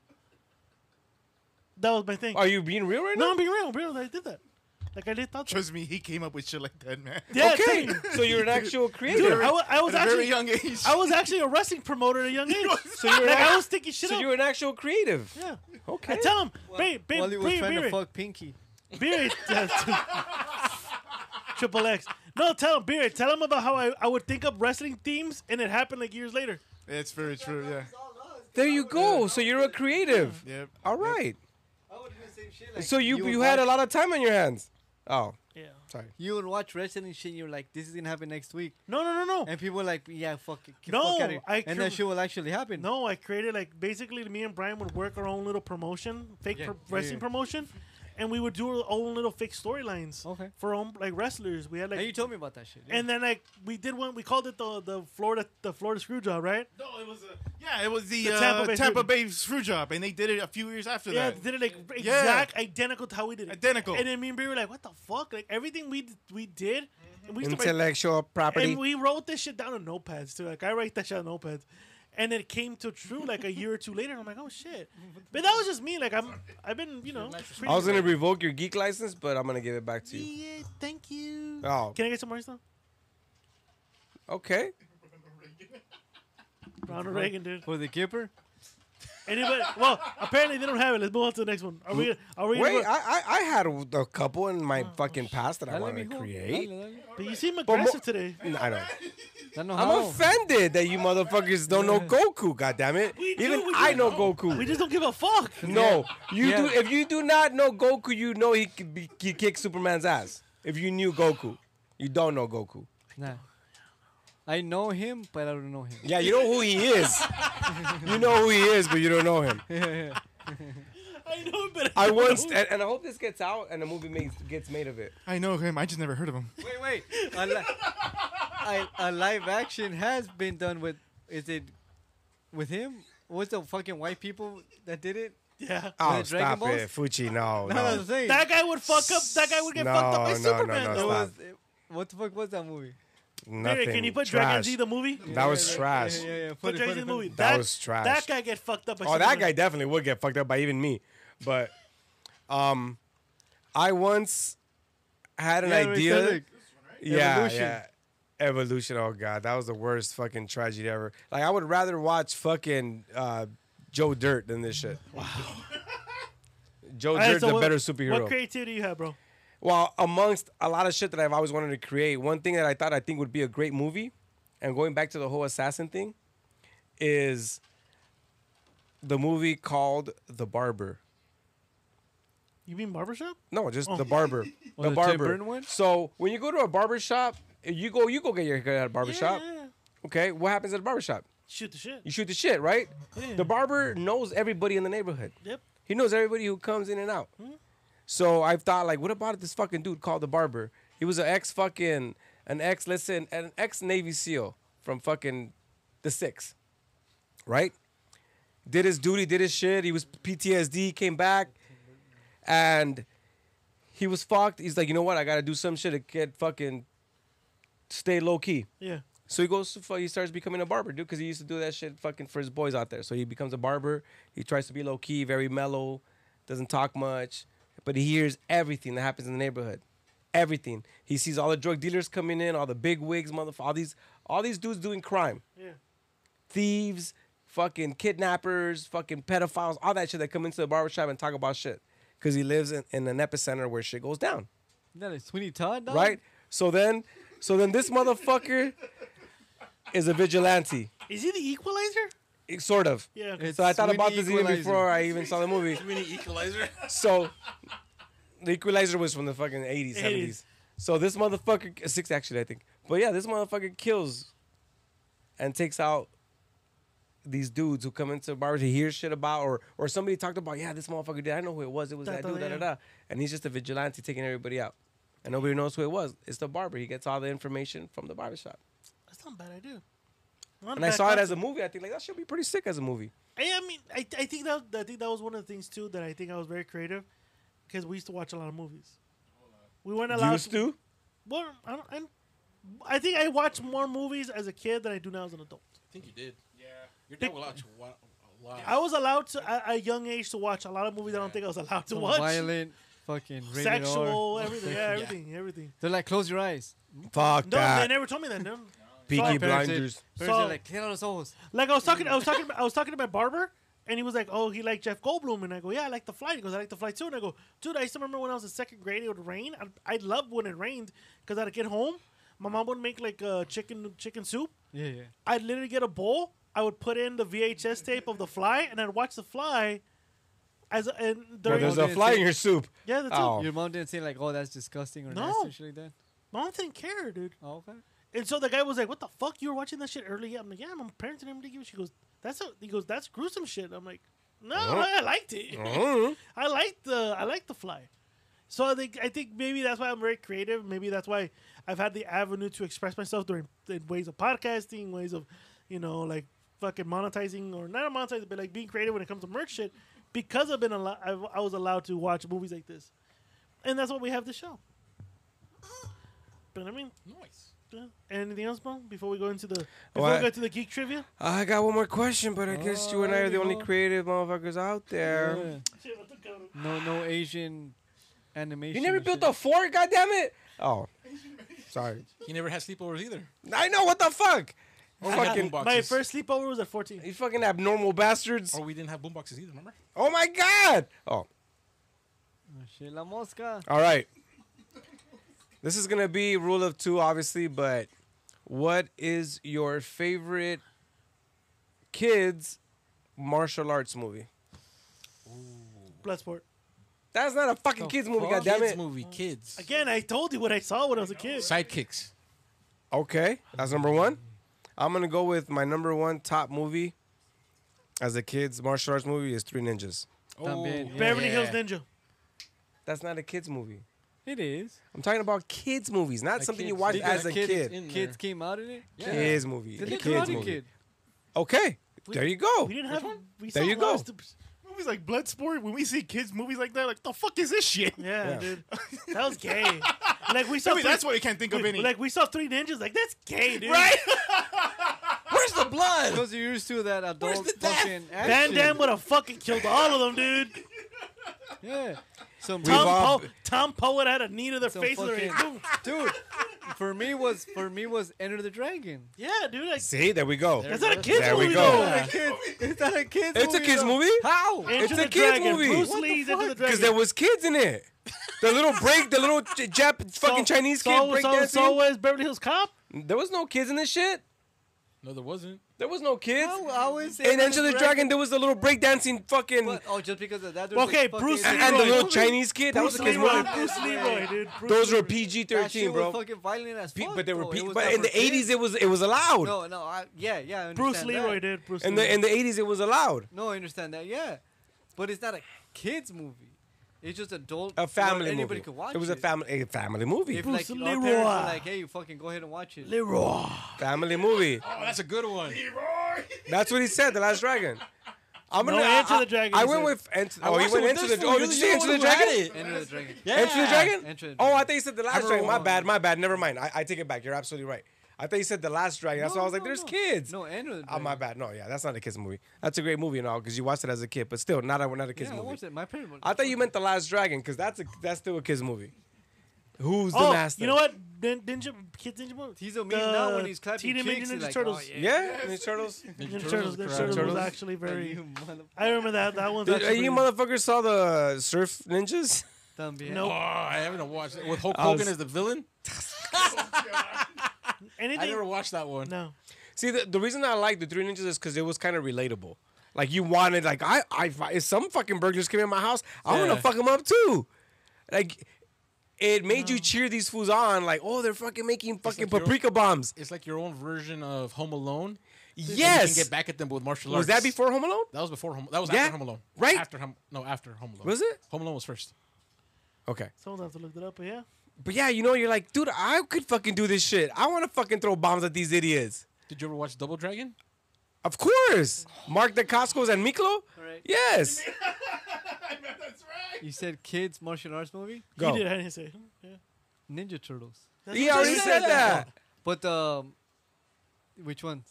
S2: That was my thing.
S1: Are you being real right
S2: no,
S1: now?
S2: I'm being real. I'm being real. I did that. Like I did thought. that.
S8: Trust me, he came up with shit like that, man.
S2: Yeah,
S1: okay,
S2: dude.
S1: so you're an actual
S2: Dude,
S1: creator.
S2: I wa- I was
S8: At a
S2: actually
S8: very young age.
S2: I was actually a wrestling promoter at a young age. so
S1: you were
S2: like,
S1: act-
S2: I was thinking shit
S1: so
S2: up.
S1: you're an actual creative.
S2: yeah.
S1: Okay.
S2: I tell him, babe, babe,
S3: While he was
S2: babe,
S3: trying
S2: babe,
S3: to fuck Pinky.
S2: beer. it. Triple X. No, tell him, beer. it. Tell him about how I, I would think up wrestling themes and it happened like years later.
S8: It's very true. Yeah.
S1: there you go. So you're a creative.
S8: Yep.
S1: All right.
S3: I would do the same shit. Like,
S1: So you you,
S3: would
S1: had a
S3: watch-
S1: lot of time on your hands. Oh,
S2: Yeah.
S1: sorry.
S3: You would watch wrestling shit. and You're like, this is gonna happen next week,
S2: No, no, no, no.
S3: and people were like, yeah, fuck it, get
S2: No,
S3: fuck outta here.
S2: I
S3: and that
S2: cre-
S3: shit will actually happen.
S2: No, I created like basically me and Brian would work our own little promotion, fake
S3: Yeah,
S2: pro-
S3: yeah,
S2: wrestling
S3: yeah.
S2: promotion, and we would do our own little fake storylines
S3: Okay.
S2: for our own like wrestlers. We had like
S3: and you told me about that shit. yeah.
S2: And then like we did one, we called it the the Florida the Florida screw job, right?
S8: No, it was a, yeah, it was the,
S2: The
S8: uh,
S2: Tampa
S8: Tampa,
S2: Bay
S8: Bay,
S2: screw-
S8: screw job, and they did it a few years after
S2: yeah,
S8: that.
S2: they did it like
S8: Yeah.
S2: exact identical to how we did it.
S8: Identical.
S2: And then me and Bree were like, "What the fuck?" Like everything we d- we did,
S8: Mm-hmm.
S2: and we used to write,
S1: Intellectual property.
S2: and we wrote this shit down on notepads too. Like I write that shit on notepads, and it came to true like a year or two later. And I'm like, "Oh shit!" But that was just me. Like I'm, I've been, you know,
S1: I was
S2: pretty-
S1: gonna revoke your geek license, but I'm gonna give it back to you.
S2: Yeah, thank you.
S1: Oh,
S2: Can I get some more stuff?
S1: okay.
S2: Ronald Reagan, dude.
S3: for the Kipper,
S2: Anybody? Well, apparently they don't have it. Let's move on to the next one. Are we? Are we? Oh,
S1: Wait, I, I I had a couple in my fucking past that I
S3: Dale,
S1: wanted to
S3: mijo.
S1: create.
S3: Dale, dale.
S2: But you seem
S1: mo-
S2: aggressive today.
S1: N- I don't.
S3: I know
S1: I'm
S3: how.
S1: offended that you motherfuckers don't know Goku. Goddamn it!
S2: We do,
S1: Even
S2: we do
S1: I know
S2: know.
S1: Goku.
S2: We just don't give a fuck.
S1: No, you
S3: Yeah.
S1: do. If you do not know Goku, you know he could be, he kicked Superman's ass. If you knew Goku, you don't know Goku.
S3: Nah. I know him, but I don't know him.
S1: Yeah, you know who he is. you know who he is, but you don't know him.
S2: I know, but
S1: I once, and, and I hope this gets out and a movie makes, gets made of it.
S8: I know him. I just never heard of him.
S3: Wait, wait. A, li- I, a live action has been done with. Is it with him? Was the fucking white people that did it?
S2: yeah.
S1: Oh,
S3: it Dragon
S1: stop
S3: Balls?
S1: it, Fuchi. No,
S3: No, no,
S1: no.
S3: I'm saying.
S2: That guy would fuck up. That guy would get
S1: No,
S2: fucked up by
S1: no, no,
S2: Superman.
S1: no,
S3: it
S2: though.
S1: stop.
S3: was, it- what the fuck was that movie?
S1: nothing.
S2: Derek, can you put Dragon
S1: trash.
S2: Z the movie?
S1: That was trash.
S3: Yeah, yeah, yeah.
S2: Put
S3: Funny,
S2: Dragon
S3: funny,
S2: Z the
S3: funny.
S2: movie. That,
S1: was trash.
S2: That guy get fucked up by
S1: Oh, that
S2: Superman.
S1: guy definitely would get fucked up by even me. But, um, I once had an
S3: Yeah, wait,
S1: idea.
S3: Cedric.
S1: Yeah,
S3: Evolution.
S1: yeah. Evolution. Oh god, that was the worst fucking tragedy ever. Like I would rather watch fucking uh, Joe Dirt than this shit. Wow. Joe
S2: All right,
S1: Dirt's
S2: so
S1: a
S2: what-
S1: better superhero.
S2: What creativity you have, bro?
S1: well, amongst a lot of shit that I've always wanted to create, one thing that I thought I think would be a great movie, and going back to the whole assassin thing, is the movie called The Barber.
S2: You mean barbershop?
S1: No, just the barber. the,
S3: the Tim
S1: barber.
S3: Burton one?
S1: So when you go to a barber shop, you go you go get your haircut at a barber shop.
S2: Yeah.
S1: Okay, what happens at a barber shop?
S2: Shoot the shit.
S1: You shoot the shit, right?
S2: Yeah.
S1: The barber knows everybody in the neighborhood.
S2: Yep.
S1: He knows everybody who comes in and out. So I thought, like, what about this fucking dude called the barber? He was an ex fucking, an ex, listen, an ex Navy SEAL from fucking the six, right? Did his duty, did his shit. He was PTSD, came back, and he was fucked. He's like, you know what? I gotta do some shit to get fucking stay low key.
S2: Yeah.
S1: So he goes to fu- he starts becoming a barber, dude, because he used to do that shit fucking for his boys out there. So he becomes a barber. He tries to be low key, very mellow, doesn't talk much, but he hears everything that happens in the neighborhood. Everything. He sees all the drug dealers coming in, all the big wigs, motherfucker, all these all these dudes doing crime.
S2: Yeah.
S1: Thieves, fucking kidnappers, fucking pedophiles, all that shit that come into the barber shop and talk about shit. Cause he lives in, in an epicenter where shit goes down
S3: Isn't that a Sweeney Todd, dog?
S1: right? So then, so then this motherfucker is a vigilante,
S2: Is he the equalizer?
S1: eh, sort of.
S2: Yeah.
S3: It's
S1: So I thought
S3: Sweeney
S1: about this even
S3: Equalizer.
S1: before I even saw the movie.
S7: Equalizer.
S1: So the Equalizer was from the fucking eighties, seventies. So this motherfucker, six actually, I think. But yeah, this motherfucker kills and takes out these dudes who come into bars to hear shit about, or or somebody talked about, yeah, this motherfucker did. I know who it was. It was
S2: Da,
S1: that
S2: da,
S1: dude, da
S2: yeah.
S1: da da. And he's just a vigilante taking everybody out, and nobody knows who it was. It's the barber. He gets all the information from the barbershop.
S2: That's not a bad idea. Not a
S1: And I
S2: bad
S1: saw it as a
S2: concept.
S1: movie. I think like that should be pretty sick as a movie.
S2: I, I mean, I, I think that I think that was one of the things too that I think I was very creative because we used to watch a lot of movies. We weren't allowed.
S1: Used to?
S2: Well, I don't. I'm, I think I watched more movies as a kid than I do now as an adult.
S7: think you did. Yeah. Your dad will watch wa- a lot.
S2: I was allowed to at a young age to watch a lot of movies. I don't think I was allowed to
S3: Some
S2: watch.
S3: Violent, fucking rated R.
S2: Sexual, everything, yeah, everything, everything.
S3: They're like, close your eyes.
S1: Fuck
S2: No, they
S1: that.
S2: never told me that. No.
S1: Peaky
S2: Sorry,
S3: Parents did-
S1: Blinders.
S3: parents did
S2: So-
S3: like, clear out los ojos.
S2: Like I was talking, I was talking, I was talking to my barber, and he was like, "Oh, he liked Jeff Goldblum," and I go, "Yeah, I like the flight." He goes, "I like the flight too," and I go, "Dude, I used to remember when I was in second grade, it would rain. I, I loved when it rained because I'd get home, my mom would make like uh, chicken chicken soup.
S3: Yeah, yeah.
S2: I'd literally get a bowl, I would put in the VHS tape of the fly, and I'd watch the fly." As and
S1: Well,
S2: during,
S1: there's
S3: Well,
S1: a
S3: they-
S1: fly in your soup.
S2: yeah, that's
S1: Oh.
S2: it.
S3: Your mom didn't say like, oh, that's disgusting or
S2: No.
S3: nasty or shit like that.
S2: Mom didn't care, dude.
S3: Oh, okay.
S2: And so the guy was like, "What the fuck? You were watching that shit early?" I'm like, "Yeah, my parents didn't even give a." She goes, "That's a." He goes, "That's gruesome shit." I'm like, "No, I liked it.
S1: Mm.
S2: I liked the I liked the fly." So I think I think maybe that's why I'm very creative. Maybe that's why I've had the avenue to express myself during in ways of podcasting, ways of, you know, like fucking monetizing or not monetizing, but like being creative when it comes to merch shit, because I've been allowed, I was allowed to watch movies like this, and that's why we have this show. But I mean,
S7: Nice.
S2: yeah. Anything else, bro? Before we go into the before
S1: What?
S2: we go to the geek trivia.
S1: Ah, I got one more question, but I guess you and Oh, I are the only
S3: Alrighty, well.
S1: creative motherfuckers out there.
S3: Yeah. No, no Asian
S1: You
S3: animation.
S1: never
S3: or
S1: built
S3: shit.
S1: a fort, goddamn it! Oh, sorry.
S7: He never had sleepovers either.
S1: I know what the fuck.
S7: Or we had
S1: Fucking-
S7: boomboxes.
S2: My first sleepover was at 14.
S1: You fucking abnormal bastards.
S7: Or we didn't have boomboxes either. Remember?
S1: Oh my god. Oh,
S3: Oh, shit, la mosca.
S1: all right. This is gonna be rule of two, obviously, but what is your favorite kids martial arts movie?
S2: Bloodsport.
S1: That's not a fucking kids movie, goddamn
S7: Kids
S1: it. Oh.
S7: movie. Kids.
S2: Again, I told you what I saw when I was a kid.
S7: Sidekicks.
S1: Okay, that's number one. I'm gonna go with my number one top movie as a kids martial arts movie is Three Ninjas.
S3: También,
S7: Oh,
S3: yeah.
S2: Beverly Hills Ninja.
S1: That's not a kids movie.
S3: It is.
S1: I'm talking about kids movies, not
S7: A
S1: something you
S7: kids-
S1: watch
S7: because
S1: as a
S3: kids,
S1: kid.
S7: in
S3: Kids
S7: there.
S3: came out in it.
S7: Yeah.
S1: Kids movie.
S3: Did
S1: a
S3: the
S1: kids
S3: Karate
S1: movie.
S3: Kid.
S1: Okay, there you go.
S2: We didn't have. We
S1: There
S2: saw
S1: you
S2: a lot of
S1: go.
S2: stup-
S8: Movies like Bloodsport, when we see kids' movies like that, like, the fuck is this shit?
S2: yeah,
S1: Yeah.
S2: dude. That was gay. like we saw.
S8: I mean,
S2: three-
S8: that's why we can't think of
S2: we-
S8: any.
S2: Like we saw three ninjas. Like that's gay, dude. Right?
S7: Where's the blood?
S3: Because you're used to that adult
S7: the death?
S3: fucking
S2: Van
S3: action.
S2: Damme would have fucking killed all of them, dude.
S3: Yeah. Some
S1: We've
S2: Tom
S1: all-
S2: Poe. Tom Poe would have had a knee to the
S3: Some
S2: face of their
S3: fucking- dude. For me was for me was Enter the Dragon.
S2: Yeah, dude. Like,
S1: See, there we go.
S2: that's not a kids
S1: There we
S2: movie
S1: go.
S2: though.
S3: It's not a kid- It's not a kids.
S1: It's a
S3: movie,
S1: kids
S3: though.
S1: movie?
S3: How?
S2: Into
S1: It's a
S2: the
S1: kids
S2: Dragon.
S1: movie.
S2: Bruce
S1: What
S2: Lee's Into the Dragon.
S1: Because there was kids in it. The little break, the little J- Jap fucking Chinese kid
S2: so,
S1: break
S2: so,
S1: dancing.
S2: so was Beverly Hills Cop.
S1: there was no kids in this shit.
S7: No, there wasn't.
S1: There was no kids.
S3: How? How is
S1: And
S3: Enter
S1: Angela the Dragon, there was the little breakdancing fucking
S3: But, oh, just because of that. there's
S2: Okay,
S3: a fucking-
S2: Bruce
S1: and,
S2: Lee.
S1: and the little
S2: Bruce
S1: Chinese kid. That was a
S2: Bruce
S1: kids
S2: Leroy,
S1: movie.
S2: Bruce Leroy, dude. Bruce
S1: Those were
S2: Leroy.
S1: PG
S3: That shit
S1: thirteen,
S3: was
S1: bro.
S3: fucking violent as
S1: P-
S3: fuck.
S1: but they were
S3: though. It
S1: P-
S3: was
S1: but
S3: not
S1: in
S3: for
S1: the eighties,
S3: kids.
S1: it was it was allowed.
S3: No, no, I, yeah, yeah. I
S2: Bruce
S3: understand
S2: Leroy,
S3: that.
S2: dude. Bruce
S1: In
S2: Leroy.
S1: the in the eighties, it was allowed.
S3: No, I understand that. Yeah, but it's not a kids movie. It's just adult.
S1: A family
S3: where anybody
S1: movie.
S3: could watch
S1: it was a family a family movie.
S3: If
S2: Bruce
S3: like our parents were
S2: Leroy.
S3: like, hey, you fucking go ahead and watch it.
S2: Leroy.
S1: family movie.
S7: Oh, that's a good one.
S1: That's what he said. The Last Dragon. I'm
S2: No,
S1: I-
S2: Enter the
S1: I-
S2: Dragon,
S1: I
S2: he
S1: went
S2: said.
S1: with enter,
S7: I
S1: oh, he
S7: watched
S1: went
S7: it
S1: into
S7: with
S1: the.
S7: this
S1: Oh,
S7: one.
S1: did you
S7: You're
S1: say
S7: the
S1: into
S7: only
S1: the
S7: one who had
S1: dragon?
S7: it.
S3: Enter the Dragon.
S7: Yeah.
S1: Enter the Dragon?
S3: Enter the
S1: Oh, I
S3: Dragon.
S1: thought you said The
S7: I
S1: Last
S7: remember
S1: Dragon. My
S7: one.
S1: bad, my bad. Never mind. I, I take it back. You're absolutely right. I thought you said The Last Dragon. That's why I was like,
S3: no,
S1: there's
S3: no.
S1: kids.
S3: No, Enter the Dragon.
S1: Oh, my bad. No, yeah, that's not a kids movie. That's a great movie and all because you watched it as a kid, but still, not a, not a kids
S3: Yeah, I watched
S1: movie.
S3: it. My parents.
S1: I thought you meant The Last Dragon because that's a, that's still a kids movie. Who's the
S2: Oh,
S1: master?
S2: you know what? Nin- Ninja Kids Ninja Turtles.
S3: He's a meme now when he's clapping
S2: Teenage
S3: cheeks.
S2: Mutant
S3: he's
S2: Ninja
S3: like,
S2: Turtles.
S3: Oh, yeah.
S1: Yeah, Ninja Turtles.
S2: Ninja Turtles. Ninja Turtles was
S1: Turtles.
S2: actually very.
S3: You mother-
S2: I remember that. That one's
S1: Did, uh,
S2: actually.
S1: you
S2: pretty-
S1: motherfuckers saw the surf ninjas?
S3: También.
S7: Oh,
S2: Nope.
S7: I haven't watched it. With Hulk
S1: I was-
S7: Hogan as the villain? I
S1: Oh.
S2: Anything?
S7: never watched that one.
S2: No.
S1: See, the, the reason I like the Three Ninjas is because it was kind of relatable. Like you wanted, like I, I, if some fucking burglars came in my house, I want
S7: Yeah.
S1: to fuck them up too. Like it made you cheer these fools on. Like, oh, they're fucking making fucking
S7: like you're-
S1: paprika bombs.
S7: It's like your own version of Home Alone. and You can
S1: Yes,
S7: get back at them with martial arts.
S1: was that before Home Alone?
S7: That was before Home. That was
S1: Yeah,
S7: after Home Alone.
S1: right?
S7: After Home. No, after Home Alone.
S1: Was it?
S7: Home Alone was first.
S1: Okay,
S2: Someone's have to look that up, but yeah.
S1: but yeah, you know, you're like, dude, I could fucking do this shit. I want to fucking throw bombs at these idiots.
S7: Did you ever watch Double Dragon?
S1: Of course. Mark the Costco's and Miklo?
S3: Correct.
S1: Yes.
S3: You said kids martial arts movie,
S1: Go.
S2: He did. I didn't say. Yeah.
S3: Ninja Turtles.
S2: That's
S1: He
S2: what
S1: already
S2: they
S1: said that.
S3: But um, which one?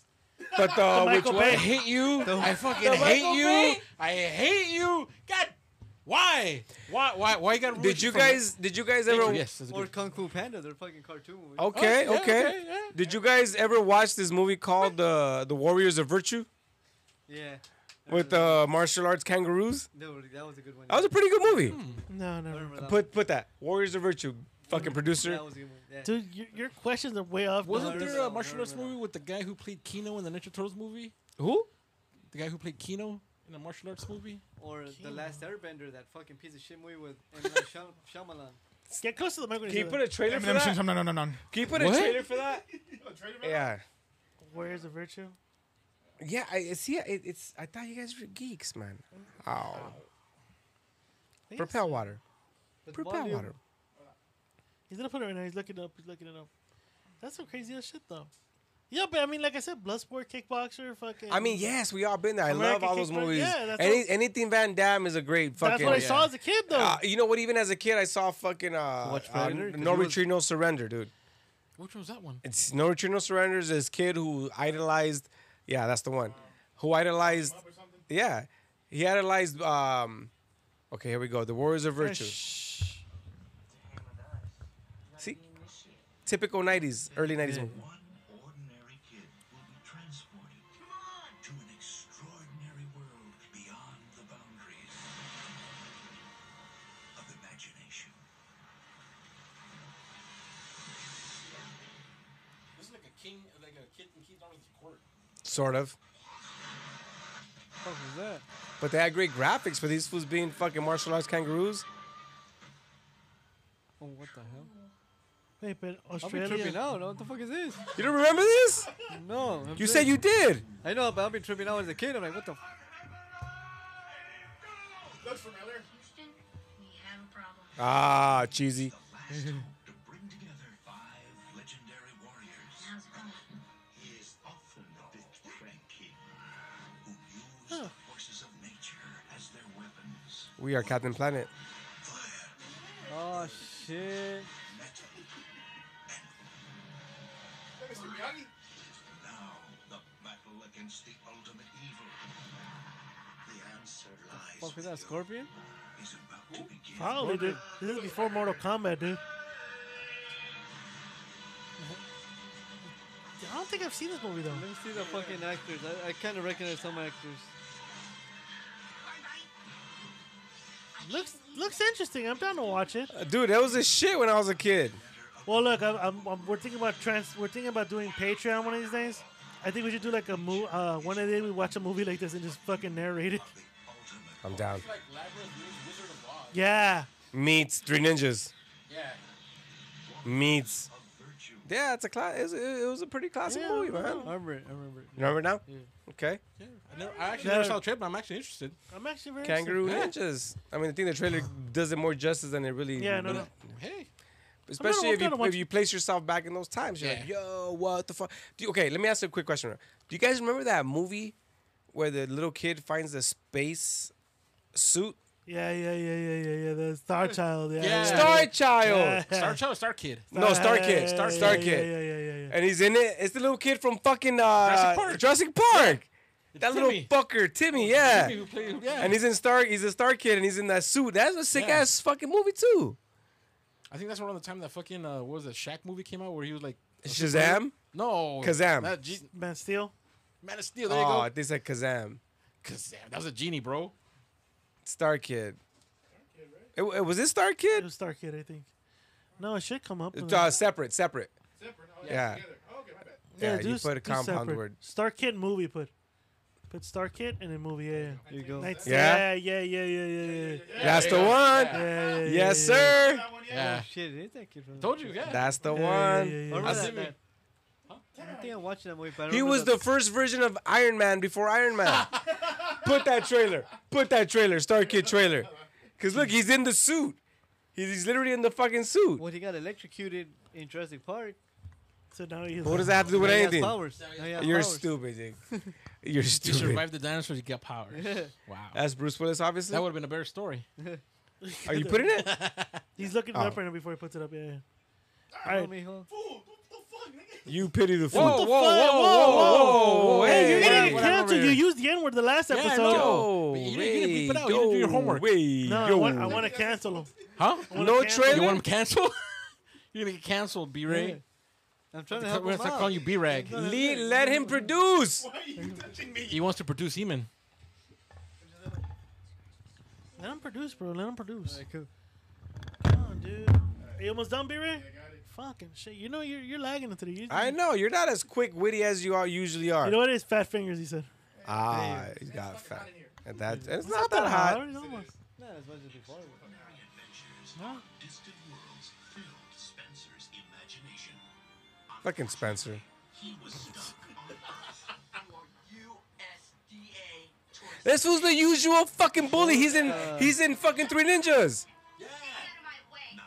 S1: But uh, which
S2: Michael
S7: I
S1: one?
S2: Bay.
S7: hate you.
S3: The-
S7: I fucking
S3: the
S7: hate
S3: Michael
S7: you.
S3: Bay?
S7: I hate you. God, why? Why? Why? Why you got? to
S1: Did you guys? Did you guys ever?
S7: yes. that's a
S3: Or
S7: good-
S3: Kung Fu Panda? They're fucking cartoon movies.
S1: Okay,
S7: Oh, yeah,
S1: okay.
S7: okay, yeah.
S1: Did you guys ever watch this movie called the The Warriors of Virtue
S3: Yeah,
S1: with uh, martial arts kangaroos?
S3: that was, that was a good one.
S1: That was a pretty good movie.
S2: No, no.
S3: I
S2: no.
S3: remember that
S1: Put put that Warriors of Virtue, fucking
S3: one.
S1: producer.
S3: That was a good one. Yeah.
S2: Dude, your, your questions are way off.
S7: Wasn't
S2: dog.
S3: No, no,
S7: there
S3: no,
S7: a
S3: no,
S7: martial
S3: no,
S7: arts
S3: no.
S7: movie with the guy who played Kino in the Ninja Turtles movie?
S1: Who?
S7: The guy who played Kino in a martial arts movie?
S3: Or the
S2: Kino.
S3: Last Airbender, that fucking piece of shit movie with M. Night Shyam- Shyamalan.
S2: Get close to the microphone.
S1: Can you put a trailer for that?
S8: No, no, no, no.
S1: Can you put a
S7: What?
S1: trailer for that? Yeah,
S2: Where's the virtue?
S1: yeah. I see. It, it's. I thought you guys were geeks, man. Oh, propel water.
S3: But
S1: Propel
S3: volume-
S1: water.
S2: He's gonna put it right now. He's looking it up. He's looking it up. That's some crazy ass shit, though. Yeah, but I mean, like I said, Bloodsport, Kickboxer, fucking.
S1: I mean, yes, we all been there. I
S2: American
S1: love all those
S2: Kickboxer.
S1: movies.
S2: Yeah, that's
S1: Any,
S2: what-
S1: anything Van Damme is a great fucking.
S2: That's what I saw as a kid, though.
S1: Uh, you know what? Even as a kid, I saw fucking uh,
S3: Watch
S1: uh,
S3: Predator? 'Cause
S1: No
S3: he was-
S1: Retreat, No Surrender, dude.
S7: Which one was that one?
S1: It's No Retreat, No Surrender is this kid who idolized. Yeah, that's the one. Who idolized? Yeah, he idolized. Um, okay, here we go. The Warriors of Virtue. See, typical '90s, early '90s movie.
S5: One ordinary kid will be transported to an extraordinary world beyond the boundaries of imagination.
S7: This is like a king, like a kid in King Arthur's court.
S1: Sort of.
S3: What was that?
S1: But they had great graphics for these fools being fucking martial arts kangaroos.
S3: Oh, what the hell?
S2: Wait, but
S3: I'll be tripping
S2: Australia.
S3: out. What the fuck is this?
S1: You don't remember this?
S3: No. I'm
S1: You
S3: saying-
S1: said you did.
S3: I know, but I'll be tripping out as a kid. I'm like, what the? F-?
S9: Houston, we have a problem.
S1: Ah, cheesy.
S5: Last hope to bring together five legendary warriors.
S9: How's it going?
S5: He is often the big frank king who used
S2: Huh.
S5: the forces of nature as their weapons.
S1: We are Captain Planet.
S5: Fire,
S3: Oh shit!
S5: metal, now the battle against the ultimate evil. The answer lies
S3: Fuck with that
S5: within.
S3: scorpion.
S5: is about to begin.
S2: Probably, dude. This is before Mortal Kombat, dude. I don't think I've seen this movie though.
S3: Let me see the fucking actors. I, I kind of recognize some actors.
S2: Looks looks interesting. I'm down to watch it.
S1: Uh, Dude, that was a shit when I was a kid.
S2: Well, look, I'm, I'm, I'm, we're thinking about trans. We're thinking about doing Patreon one of these days. I think we should do like a movie. Uh, one of the days we watch a movie like this and just fucking narrate it.
S1: I'm down.
S2: Yeah,
S1: Meets Three Ninjas. Meets. Yeah, it's a class. It was, it was a pretty classic
S2: Yeah,
S1: movie,
S2: I
S1: man.
S3: I remember it. I remember it.
S1: You remember now? Okay.
S7: Yeah, I, never, I actually never saw the trip, but I'm actually interested.
S2: I'm actually very
S1: Kangaroo
S7: Yeah.
S1: Ninjas. I mean, I think the trailer does it more justice than it really.
S2: Yeah, no,
S1: really-
S2: no.
S7: Hey,
S1: Especially
S2: I'm
S1: if
S2: gonna
S1: you
S2: watch-
S1: if you place yourself back in those times, you're like,
S7: Yeah.
S1: yo, what the fuck? Do you, okay, let me ask you a quick question. Do you guys remember that movie where the little kid finds the space suit?
S2: Yeah, yeah, yeah, yeah, yeah, yeah. The Star Child. Yeah.
S7: Yeah.
S1: Star Child.
S2: Yeah.
S7: Star Child, Star Kid.
S1: No, Star Kid.
S2: Yeah,
S1: Star,
S2: yeah,
S1: Star
S2: yeah,
S1: Kid.
S2: Yeah, yeah, yeah, yeah.
S1: And he's in it. It's the little kid from fucking uh,
S7: Jurassic Park.
S1: Jurassic Park. That
S7: Timmy.
S1: little fucker, Timmy. Yeah.
S7: Who played- who- yeah.
S1: And he's in Star. He's a Star Kid, and he's in that suit. That's a sick
S7: Yeah.
S1: ass fucking movie too.
S7: I think that's around the time that fucking uh, what was that Shaq movie came out where he was like a superhero?
S1: Shazam.
S7: No,
S1: Kazam.
S7: That G-
S2: Man, Steel.
S7: Man of Steel. There you
S1: Oh,
S7: go.
S1: they said Kazam.
S7: Kazam. That was a genie, bro.
S1: Star Kid. It, it- was it Star
S2: It
S1: Kid?
S2: was Star Kid, I think. No, it should come up. in
S1: It's,
S2: the-
S1: uh, separate, separate.
S2: Oh,
S1: yeah. Yeah, you
S2: do-
S1: put a
S2: do
S1: compound
S2: separate.
S1: word.
S2: Star Kid movie put. Put Star Kid and then movie. Yeah, yeah.
S3: Here you go.
S2: Nights-
S1: Yeah.
S2: yeah, yeah, yeah, yeah, yeah, yeah.
S1: That's the one.
S2: Yeah, yeah, yeah,
S1: Yes,
S2: yeah, yeah.
S1: sir.
S7: Yeah.
S3: Oh shit! It is that kid from?
S7: Told you, yeah.
S1: That's the
S2: Yeah, yeah,
S1: one.
S2: yeah, yeah,
S3: I
S2: yeah.
S3: remember
S7: I
S3: that,
S7: see me.
S3: that. I don't think I'm watching that movie, but I
S1: He
S3: remember
S1: was the first version of Iron Man before Iron Man. Put that trailer. Put that trailer. Star Kid trailer. Cause look, he's in the suit. He's, he's literally in the fucking suit.
S3: When he got electrocuted in Jurassic Park.
S2: So now he's.
S1: What does that have to do with
S3: Now he has
S1: anything?
S3: Powers. Now he has
S1: You're
S3: powers.
S1: stupid, Jake. You're
S7: You
S1: stupid.
S7: survived the dinosaurs. You got powers. Wow.
S1: That's Bruce Willis, obviously.
S7: That would have been a better story.
S1: Are you putting it?
S2: He's looking it up
S1: Oh.
S2: right now before he puts it up. Yeah. yeah.
S3: All right.
S2: Alright.
S3: mijo.
S1: You pity the fool.
S7: whoa, whoa, whoa,
S2: Hey,
S1: hey,
S2: you
S1: hey,
S2: didn't
S1: what
S2: cancel.
S1: happened
S2: You
S1: here?
S2: used the N word the last
S7: I
S2: episode.
S1: Yo,
S7: know. You didn't- you didn't beep it out.
S1: way,
S7: You didn't do your
S1: yo,
S7: homework.
S1: way,
S2: No, I
S1: yo.
S2: want, I want to cancel him.
S7: Huh?
S1: no
S2: cancel.
S1: trailer.
S7: You want them canceled? You're gonna get canceled, B-Ray.
S3: Yeah. I'm trying to
S7: We're
S3: help
S7: gonna
S3: him
S7: start
S3: out.
S7: calling you B-Rag.
S1: Le- let him produce.
S7: He wants to produce Eamon.
S2: Let him produce, bro. Let him produce.
S3: Alright, cool.
S2: Come on, dude. Are you almost done, B-Ray? Fucking shit. You know you're you're lagging into the. You,
S1: I know you're not as quick witty as you are usually are.
S2: You know what it is? Fat fingers. He said.
S1: ah, he's got fat. And that it's not
S2: Not
S1: that hot.
S2: It's almost-
S3: Not as much as before. but-
S5: Adventures
S2: Huh?
S5: of distant worlds filled Spencer's imagination.
S1: Fucking Spencer.
S5: He was stuck on Earth.
S1: This was the usual fucking bully. He's in he's in fucking Three Ninjas.
S9: Out of my way.
S5: Now,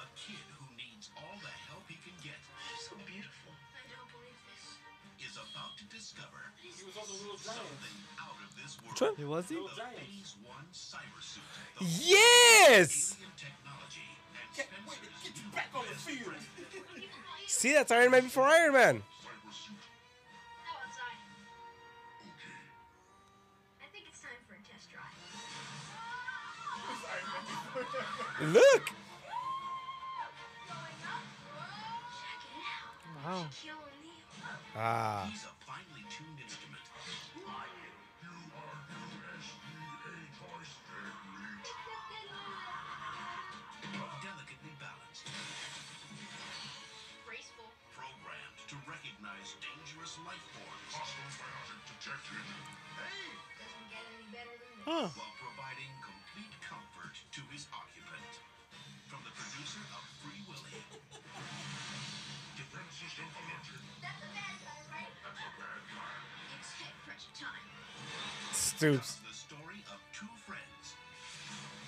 S5: a kid who needs all the help he can get
S4: So beautiful.
S9: I don't believe this.
S5: is about to discover something out of this world.
S1: Sure.
S3: Hey, was he?
S5: The Phase 1 cyber suit. The
S1: Yes.
S5: alien technology and Spencer's new best friend.
S1: See, that's Iron Man before Iron Man.
S5: Cyber suit.
S9: Go outside. I think it's time for a test drive.
S1: Look.
S9: Check it out.
S2: Wow.
S9: Kill O'Neill.
S1: Ah,
S5: He's a finely tuned instrument. Lion, you are USDA Delicately balanced,
S9: Graceful.
S5: programmed to recognize dangerous life forms.
S9: Doesn't get any better than this.
S2: Huh.
S5: While providing complete comfort to his occupant. From the producer of Free Willy. Differentiation engine.
S9: That's a bad guy, right? It's head pressure time.
S1: stoops.
S5: The story of two friends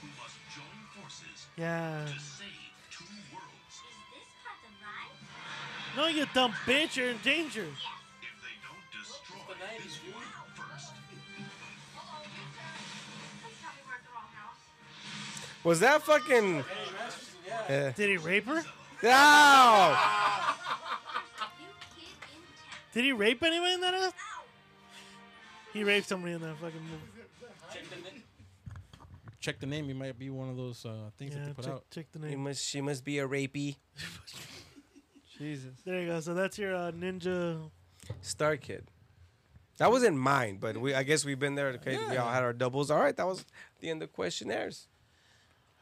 S5: who must join forces
S2: Yeah.
S5: to save two worlds.
S9: Is this part the ride?
S2: No, you dumb bitch. You're in danger.
S5: If they don't destroy this world first.
S9: Uh-oh, your turn. Please tell me we're at the wrong house.
S1: Was that fucking? Yeah.
S2: Did he rape her?
S1: Ow!
S9: There's a new kid in town.
S2: Did he rape anyone in that? ass?
S9: Ow!
S2: He raped somebody in that fucking movie.
S7: Check the name. You might be one of those uh, things that
S2: Yeah,
S7: they put
S2: check,
S7: out.
S2: check the
S1: He
S2: name.
S1: must. She must be a rapey.
S3: Jesus.
S2: There you go. So that's your uh, ninja.
S1: Star Kid. That wasn't mine, but we I guess we've been there. Okay, we all had our doubles. All right, that was the end of questionnaires.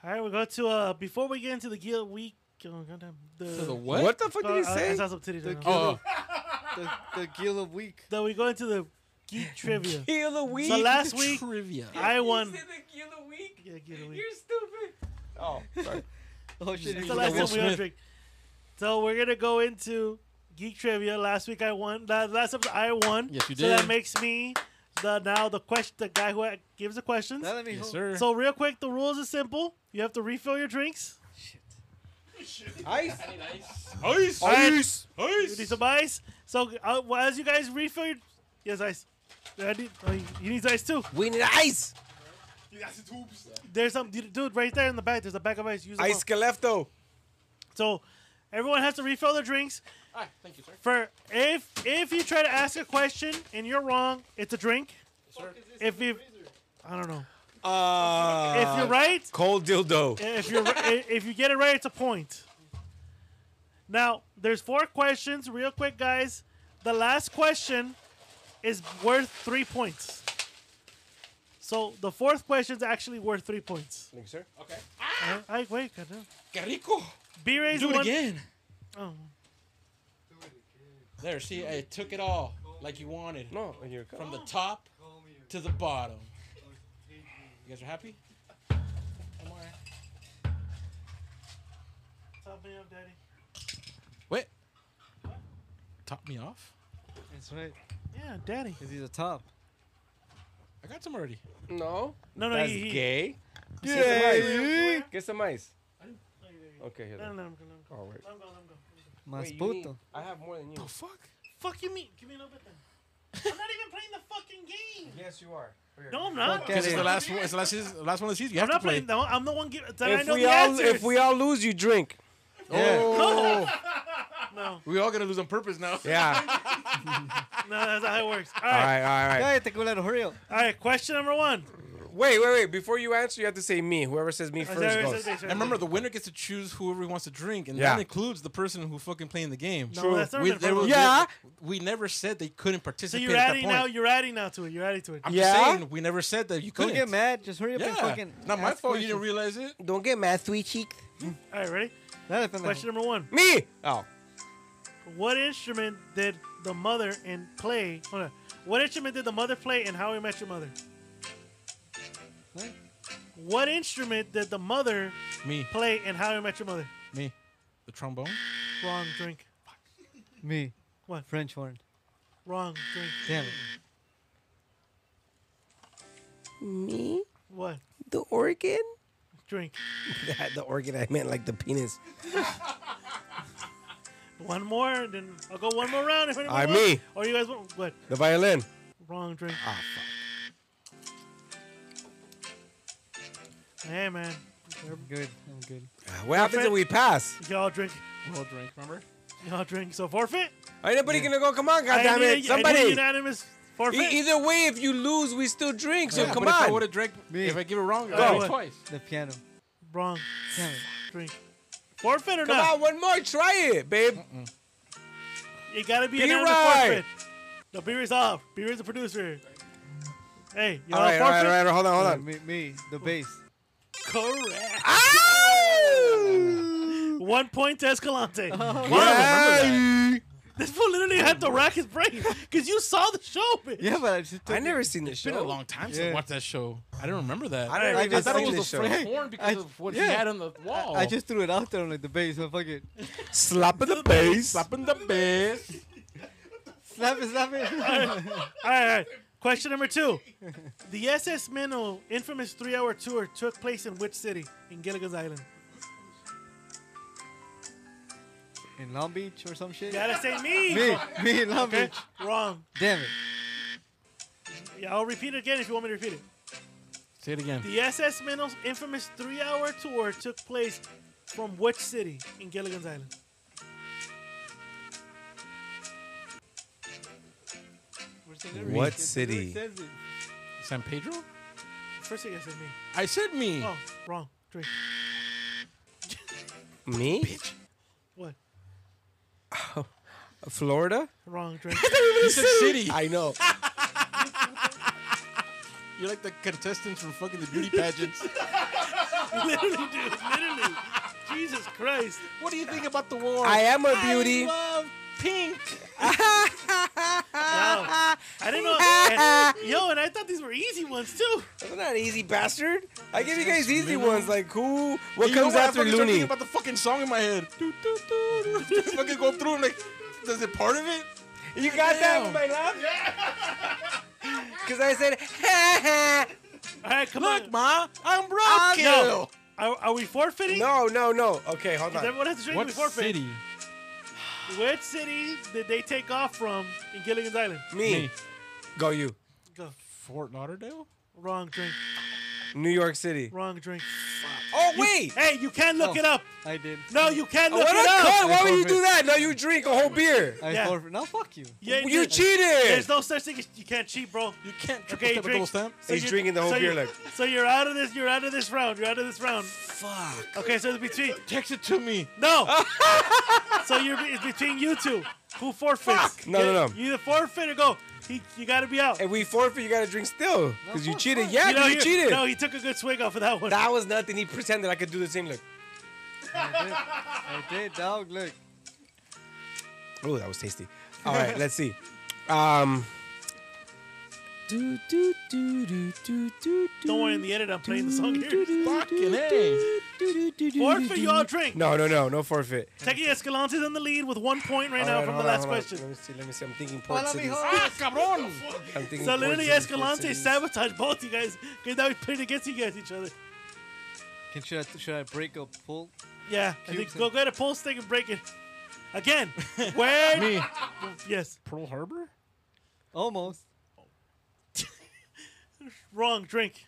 S2: All right, we go to uh before we get into the Gila week. Oh, goddamn. The,
S7: To the what?
S1: What, the fuck
S2: Oh,
S1: did he
S2: I- I,
S1: say?
S2: saw some titties
S3: The
S2: right now.
S7: Oh,
S3: The, the Gill of Week.
S2: Then we go into the geek trivia.
S1: Kill the week.
S2: So last week
S7: trivia.
S2: I won.
S1: kill the week.
S2: Yeah, Geek of the week.
S1: stupid. Oh, sorry.
S3: Oh,
S2: That's
S3: shit. he
S2: the
S3: was
S2: last
S3: the
S2: time
S7: Will
S2: we all
S7: Smith.
S2: drink. So we're gonna go into geek trivia. Last week I won. la- Last episode I won.
S7: Yes, you
S2: So that
S7: did.
S2: makes me the now the question the guy who gives the questions.
S3: That let me
S7: yes,
S3: hold-
S7: sir.
S2: So real quick, the rules are simple. You have to refill your drinks.
S1: Ice.
S7: ice,
S2: right.
S7: ice,
S2: You need
S7: ice.
S2: some ice. So uh, well, as you guys refill, your... yes, ice. I need, oh, you- you need ice too.
S1: We need ice.
S2: There's some dude right there in the back. There's a bag of ice. Use them
S1: Ice
S2: all.
S1: Calefto.
S2: So everyone has to refill their drinks.
S7: Thank you, sir.
S2: For if if you try to ask a question and you're wrong, it's a drink. If you, I don't know.
S1: Uh,
S2: if you're right,
S1: Cold dildo.
S2: if you if you get it right, it's a point. Now there's four questions, real quick, guys. The last question is worth three points. So the fourth question's actually worth three points.
S1: Thank you, sir.
S2: Uh, I wait, goddamn.
S7: Que rico.
S2: B Ray's
S7: Do it
S2: one.
S7: again.
S2: Oh,
S7: There, see, I took it all like you wanted.
S1: No, here it
S7: From
S1: comes.
S7: the top to the bottom. You guys are happy?
S2: top me up, daddy.
S7: Wait. Top me off?
S3: That's right.
S2: Yeah, daddy.
S3: Because he's a top.
S7: I got some already.
S1: No.
S2: No, no,
S1: That's
S2: he, he,
S1: gay.
S2: Gay.
S1: Yeah. Get some ice. Okay, here.
S2: No, no, no, I'm
S1: Oh,
S2: going.
S1: wait.
S2: I'm going. I'm going.
S3: Mas
S1: Wait, you need-
S3: puto.
S1: Oh, I have more than you.
S7: fuck?
S2: Fuck you, mean? Give me a little bit then. I'm not even playing the fucking game.
S1: Yes, you are.
S2: No, I'm not.
S3: Fuck it.
S7: Because it's the last one. It's the last. It's the last one of the season. You
S2: I'm
S7: have
S2: not
S7: to play.
S2: playing. No, I'm the one. Give, that I
S1: If
S2: know
S1: we
S2: the
S1: all
S2: answers.
S1: if we all lose, you drink.
S7: Oh,
S2: no,
S7: we all gonna lose on purpose now.
S1: Yeah.
S2: no, that's not how it works. All
S1: all
S2: right,
S1: right. All right.
S3: Cállate, culero, hurry up.
S2: all right. Question number one.
S1: Wait, wait, wait. Before you answer, you have to say me. Whoever says me first goes.
S7: And remember, the winner gets to choose whoever he wants to drink, and
S1: Yeah.
S7: that includes the person who fucking playing the game.
S2: No, that's not
S7: We,
S2: even
S7: there
S2: fair.
S7: was-
S1: Yeah.
S7: we never said they couldn't
S2: so
S7: participate
S2: you're
S7: at that
S2: adding
S7: point.
S2: now. You're adding now to it. You're adding to it.
S7: I'm
S1: Yeah.
S7: just saying we never said that you
S3: Don't
S7: couldn't.
S3: get mad. Just hurry up and
S7: Yeah,
S3: fucking.
S7: not my
S3: ask
S7: fault. You didn't
S3: questions.
S7: realize it.
S1: Don't get mad, sweet cheek.
S2: All right, ready?
S3: Not if I'm like-
S2: Question number one.
S1: Me. Oh.
S2: What instrument did the mother and play? Hold on. What instrument did the mother play in How We Met Your Mother?
S3: What?
S2: What instrument did the mother
S7: Me,
S2: play in How We Met Your Mother?
S7: me, the trombone.
S2: Wrong drink.
S3: Me.
S2: What?
S3: French horn.
S2: Wrong drink.
S3: Damn it.
S1: Me.
S2: What
S1: The organ.
S2: drink?
S1: the organ. I meant like the penis.
S2: One more, and then I'll go one more round. If anyone
S1: Aye,
S2: wants.
S1: me.
S2: Or you guys want what?
S1: The violin.
S2: Wrong drink.
S1: Ah, fuck.
S2: Hey man,
S3: I'm good. I'm good.
S1: Uh, What happens if we pass?
S2: y'all drink.
S7: Roll drink. Remember?
S2: Y'all drink. So forfeit.
S1: Ain't nobody gonna go. Come on,
S2: I
S1: goddamn
S2: need a- I
S1: it!
S2: need a
S1: Somebody.
S2: unanimous forfeit.
S1: E- either way, if you lose, we still drink. So
S7: Yeah,
S1: come
S7: but If I
S1: on.
S7: would have drank,
S3: Me.
S7: if I give it wrong,
S2: Go.
S7: I would twice.
S3: The piano.
S2: Wrong
S3: Damn it.
S2: drink. Forfeit or
S1: Come
S2: not?
S1: on, one more. Try it, babe.
S2: You gotta be
S1: Be
S2: an animal
S1: right.
S2: forfeit. No, be resolved. Be is the producer. Hey, y'all
S1: All right, all right,
S2: forfeit.
S1: all right. Hold on, hold
S3: Yeah,
S1: on.
S3: Me, me, the bass.
S2: Correct.
S1: Ah!
S2: One point to Escalante.
S1: Uh-huh. Yeah.
S2: This fool literally had to rack his brain because you saw the show. Bitch.
S3: Yeah, but I just took
S1: I never seen this
S7: It's been a
S1: show.
S7: long time since
S3: Yeah.
S7: I watched that show. I didn't remember that.
S1: I don't
S3: I
S1: even
S3: just
S7: thought
S1: seen
S7: it
S1: this
S7: was the
S1: show.
S7: French horn
S3: I-
S7: because of what
S3: yeah.
S7: he had on the wall.
S3: I just threw it out there on like the bass. So fuck it.
S1: Slap of the bass.
S7: slapping the bass.
S3: Slap it, slap it.
S2: All right, all right. Question number two. The SS Minnow infamous three hour tour took place in which city? In Gilligan's Island.
S3: In Long Beach or some shit.
S2: Gotta say me.
S3: Me, me in Long
S2: Okay,
S3: Beach.
S2: wrong.
S3: Damn it.
S2: Yeah, I'll repeat it again if you want me to repeat it.
S7: Say it again.
S2: The SS Minnow's infamous three hour tour took place from which city in Gilligan's Island?
S1: What
S3: It
S1: city?
S3: literally says it.
S7: San Pedro.
S2: First thing I said me.
S7: I said me.
S2: Oh, wrong. Drink.
S1: Me?
S2: What?
S1: Florida?
S2: Wrong drink.
S7: You said city.
S1: I know.
S7: You're like the contestants from fucking the beauty pageants.
S2: literally, dude. Literally. Jesus Christ.
S7: what do you think about the war?
S1: I am a beauty.
S7: love pink.
S2: Wow. I didn't know. and- yo, and I thought these were easy ones too.
S1: That's not easy, bastard. I give you guys easy ones. Like who? What
S7: You know
S1: comes
S7: I
S1: after
S7: fucking started thinking
S1: Looney?
S7: about the fucking song in my head. Do, do, do, do. fucking go through and like, does it part of it?
S1: You got that
S7: Damn.
S1: with my laugh? Because I said, ha
S2: All right, come
S7: Look,
S2: on.
S7: ma, I'm
S2: Yo,
S7: roadkill.
S2: are, are we
S1: ha.
S2: forfeiting?
S1: No, no, no. Okay, hold
S2: Does
S1: on.
S2: everyone has to drink we forfeit? Which city did they take off from in Gilligan's Island?
S1: Me.
S7: Me.
S1: Go you.
S2: Go.
S7: Fort Lauderdale.
S2: Wrong drink.
S1: New York City.
S2: Wrong drink.
S1: Oh wait.
S2: Hey, you can't look
S3: Oh.
S2: it up.
S3: I did.
S2: No, you can't
S1: Oh,
S2: look
S1: what
S2: it
S1: a
S2: up.
S1: cunt. Why
S3: I
S1: would you
S3: forfeit.
S1: do that? No, you drink a whole beer.
S3: I
S2: Yeah.
S3: forfeit. No, fuck you.
S2: Yeah,
S1: You
S2: dude,
S1: cheated.
S2: There's no such thing. as You can't cheat, bro.
S7: You can't triple
S2: Okay,
S7: step a
S2: drink.
S7: double stamp.
S1: He's
S2: you-
S1: drinking the whole
S2: so
S1: beer
S2: you-
S1: like-
S2: So you're out of this. You're out of this round. You're out of this round.
S7: Fuck.
S2: Okay, so it's between
S7: Text it to me.
S2: no. so you're be- it's between you two. Who forfeits?
S1: No, no, no.
S2: You either forfeit or go. He, you got to be out.
S1: If we forfeit, you gotta drink still. Because you
S3: fuck,
S1: cheated.
S3: fuck.
S1: Yeah,
S2: you
S1: 'cause you,
S2: he-
S1: cheated.
S2: No, he took a good swig off of that one.
S1: That was nothing. He pretended I could do the same look.
S3: I did, dog. Look.
S1: Oh, that was tasty. All right, let's see. Um, do, do, do, do, do, do,
S2: Don't worry, in the edit, I'm playing the song here.
S7: Fucking A.
S2: Forfeit, you all drink.
S1: No, no, no, no forfeit.
S2: Techie Escalante's in the lead with one point right
S1: All
S2: now
S1: right,
S2: from the
S1: hold on,
S2: last
S1: hold on.
S2: question.
S1: Let me see. Let me see. I'm thinking port
S3: Hola,
S1: cities.
S3: mijo.
S7: Ah, cabron.
S1: I'm thinking
S2: So
S1: port
S2: literally,
S1: cities, port
S2: Escalante
S1: cities.
S2: sabotaged both you guys because now he's playing against you guys each other.
S3: Can, should, I, should I break a pull?
S2: Yeah, I
S3: Cubes
S2: think go
S3: and-
S2: get a pole stick and break it. Again, where?
S7: Me.
S2: Yes,
S7: Pearl Harbor.
S3: Almost.
S2: Wrong drink.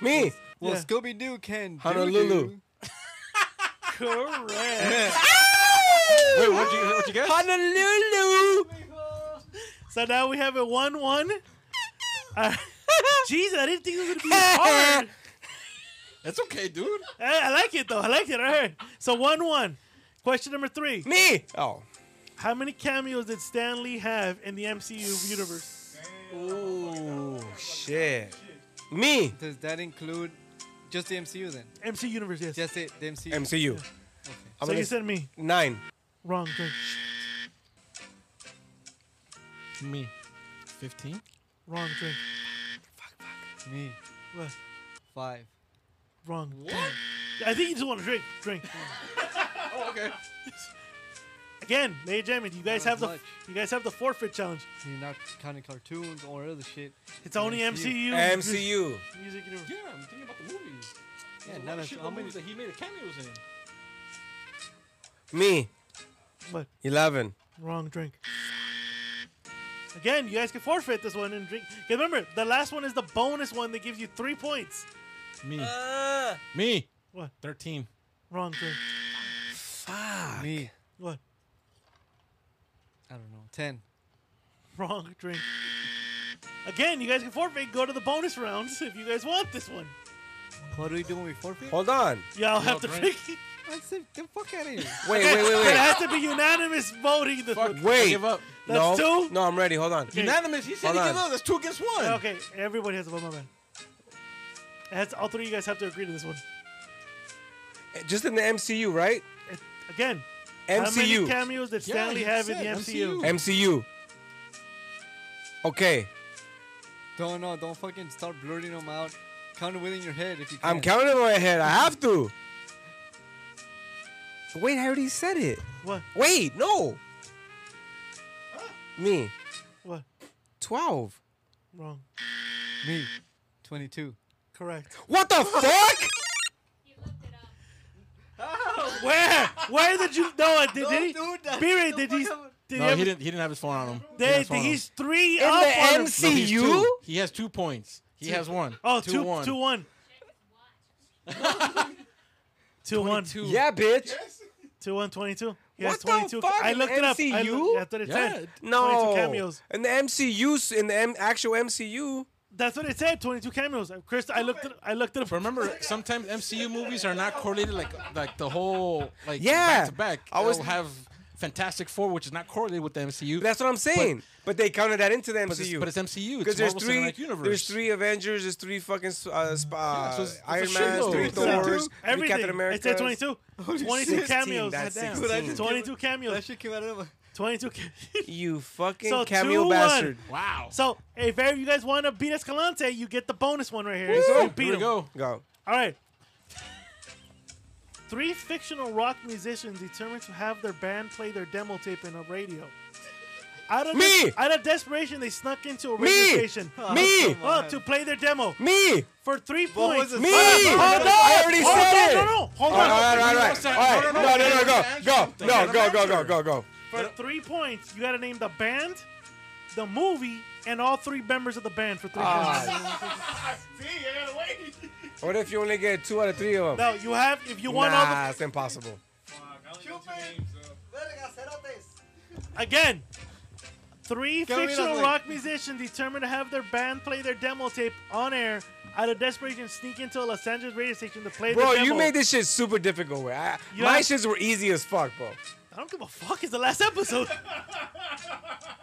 S1: Me.
S3: Well,
S2: Yeah.
S3: Scooby Doo can.
S1: Honolulu.
S3: doo-doo.
S2: Correct.
S7: Wait, what'd you, what'd you guess?
S1: Honolulu.
S2: so now we have a one-one. Uh, Jeez, I didn't think it was gonna be this hard.
S7: That's okay, dude.
S2: Hey, I like it though. I like it. I heard. So one-one. Question number three.
S1: Me. Oh.
S2: How many cameos did Stan Lee have in the MCU universe?
S1: Ooh, shit. Me.
S3: Does that include just the MCU then?
S2: MCU universe, yes.
S3: Just it, the MCU.
S1: MCU. I'm
S2: So
S1: gonna
S2: you said me.
S1: nine.
S2: Wrong drink.
S7: Me. 15?
S2: Wrong drink.
S3: Me
S2: What?
S3: five.
S2: Wrong. What? I think you just want to drink. Drink.
S7: Oh, okay.
S2: Again, ladies and gentlemen, you guys
S3: Not
S2: have the
S3: much.
S2: you guys have the forfeit challenge.
S3: You're not counting cartoons or other shit.
S2: It's only MCU.
S3: MCU.
S1: MCU.
S2: Music universe.
S7: Yeah, I'm thinking about the movies.
S3: Yeah,
S7: There's
S3: now
S7: a lot of
S3: that's-
S7: shit
S3: how
S7: about
S3: many-
S7: movies that he made cameos in.
S1: Me.
S2: What?
S1: Eleven.
S2: Wrong drink. Again, you guys can forfeit this one and drink. 'Cause Remember, the last one is the bonus one that gives you three points.
S7: Me.
S1: Uh.
S7: me.
S2: What?
S7: 13.
S2: Wrong drink.
S3: Me.
S2: What?
S3: I don't know. Ten.
S2: Wrong drink. Again, you guys can forfeit. Go to the bonus rounds if you guys want this one.
S3: What do we do when we forfeit?
S1: Hold on.
S2: Yeah, I'll have to drink.
S7: drink.
S3: I said, get the fuck out of here.
S1: Wait, wait, wait,
S2: It
S1: wait.
S2: has to be unanimous voting. This one.
S1: Wait.
S7: I give up.
S1: no.
S2: That's two?
S1: No, I'm ready. Hold on.
S2: Okay.
S7: Unanimous. He said
S1: Hold
S7: he
S1: on.
S7: gave up. That's two against one.
S2: Okay, everybody has a vote, my man. It has- all three of you guys have to agree to this one.
S1: Just in the MCU, right?
S2: It- again, how many
S1: MCU.
S2: cameos did
S7: Yeah,
S2: Stanley
S7: he
S2: have in
S7: said
S2: the MCU?
S1: MCU.
S7: MCU.
S1: Okay.
S3: Don't know. Don't fucking start blurting them out. Count it within your head if you can.
S1: I'm counting in my head. I have to. Wait, I already said it.
S2: What?
S1: Wait, no. Me.
S2: What?
S1: 12.
S2: Wrong.
S3: Me. Twenty-two.
S2: Correct.
S1: What the fuck?
S9: He looked it up.
S2: Where? Where did you? No, did, did he? Beery, did he? Did
S7: No, he
S2: he?
S7: didn't. He didn't have his phone on him. He
S2: They,
S7: didn't have his phone on him.
S2: he's three
S1: In
S2: up
S1: the
S2: on him.
S1: MC
S7: No, he's
S1: you?
S7: two. He has two points. He has one.
S2: Oh,
S7: two,
S2: two,
S7: one.
S2: two, one. Two, one. Two,
S1: Yeah, bitch.
S2: one, 22. He has
S1: What the
S2: 22.
S1: fuck?
S2: I looked it up. I
S1: MCU?
S2: looked, that's what it
S7: Yeah.
S2: said. 22
S1: No.
S2: cameos.
S1: In the MCU, in the M- actual MCU.
S2: That's what it said. 22 cameos. Chris, I looked it. I looked it up.
S7: But remember, sometimes MCU movies are not correlated like like the whole like
S1: Yeah.
S7: back to back.
S1: I
S7: I
S1: was-
S7: will have Fantastic Four, which is not correlated with the MCU.
S1: That's what I'm saying. But, they counted that into the
S7: but it's,
S1: MCU.
S7: but it's
S1: because
S7: MCU. Because
S1: there's
S7: Marvel
S1: three,
S7: Cinematic Universe.
S1: there's three Avengers, there's three fucking uh, sp- uh,
S7: so it's- it's a
S1: Iron Man,
S7: shitload.
S1: three
S7: It's like
S1: Thors, three
S2: Everything.
S1: Captain America.
S2: It said 22. 22
S1: 16,
S2: cameos.
S1: that's
S2: goddamn.
S1: 16.
S2: 22
S3: That
S2: cameos.
S3: shit came out of.
S2: Twenty-two. Cam-
S1: You fucking
S2: So
S1: cameo
S2: 2-1.
S1: bastard.
S7: wow.
S2: so if ever you guys want to beat Escalante, you get the bonus one right here.
S1: Woo!
S2: So
S1: Here
S2: you Oh, beat
S7: Here we
S2: him.
S7: go.
S1: Go.
S2: All right. Three fictional rock musicians determined to have their band play their demo tape in a radio. Out of
S1: Me!
S2: out of desperation, they snuck into a
S1: Me!
S2: radio station.
S1: Me!
S3: come
S2: Oh,
S3: on.
S2: to play their demo
S1: Me!
S2: for three
S3: What
S2: points.
S3: was it?
S1: Me!
S2: Hold on!
S1: I already
S2: hold
S1: said
S2: on,
S1: it!
S2: No, no, hold
S1: All right,
S2: on.
S1: all right, all
S7: No, no,
S1: right. All right.
S7: no,
S1: No,
S7: no,
S1: no, no,
S7: no,
S1: go.
S7: no,
S1: Go.
S7: no,
S1: No, go,
S7: no, no,
S1: go, go,
S7: no.
S1: go, go.
S2: For three points, you got to name the band, the movie, and all three members of the band for three points.
S1: What if you only get two out of three of them?
S2: Now you have if you want all the
S1: Nah, it's impossible.
S2: Again, three
S3: Go
S2: fictional
S3: Middleton.
S2: rock musicians determined to have their band play their demo tape on air out of desperation sneak into a Los Angeles radio station to play
S1: Bro,
S2: the demo.
S1: you made this shit super difficult. Way. I,
S2: You
S1: my
S2: have-
S1: shits were easy as fuck, bro.
S2: I don't give a fuck. It's the last episode.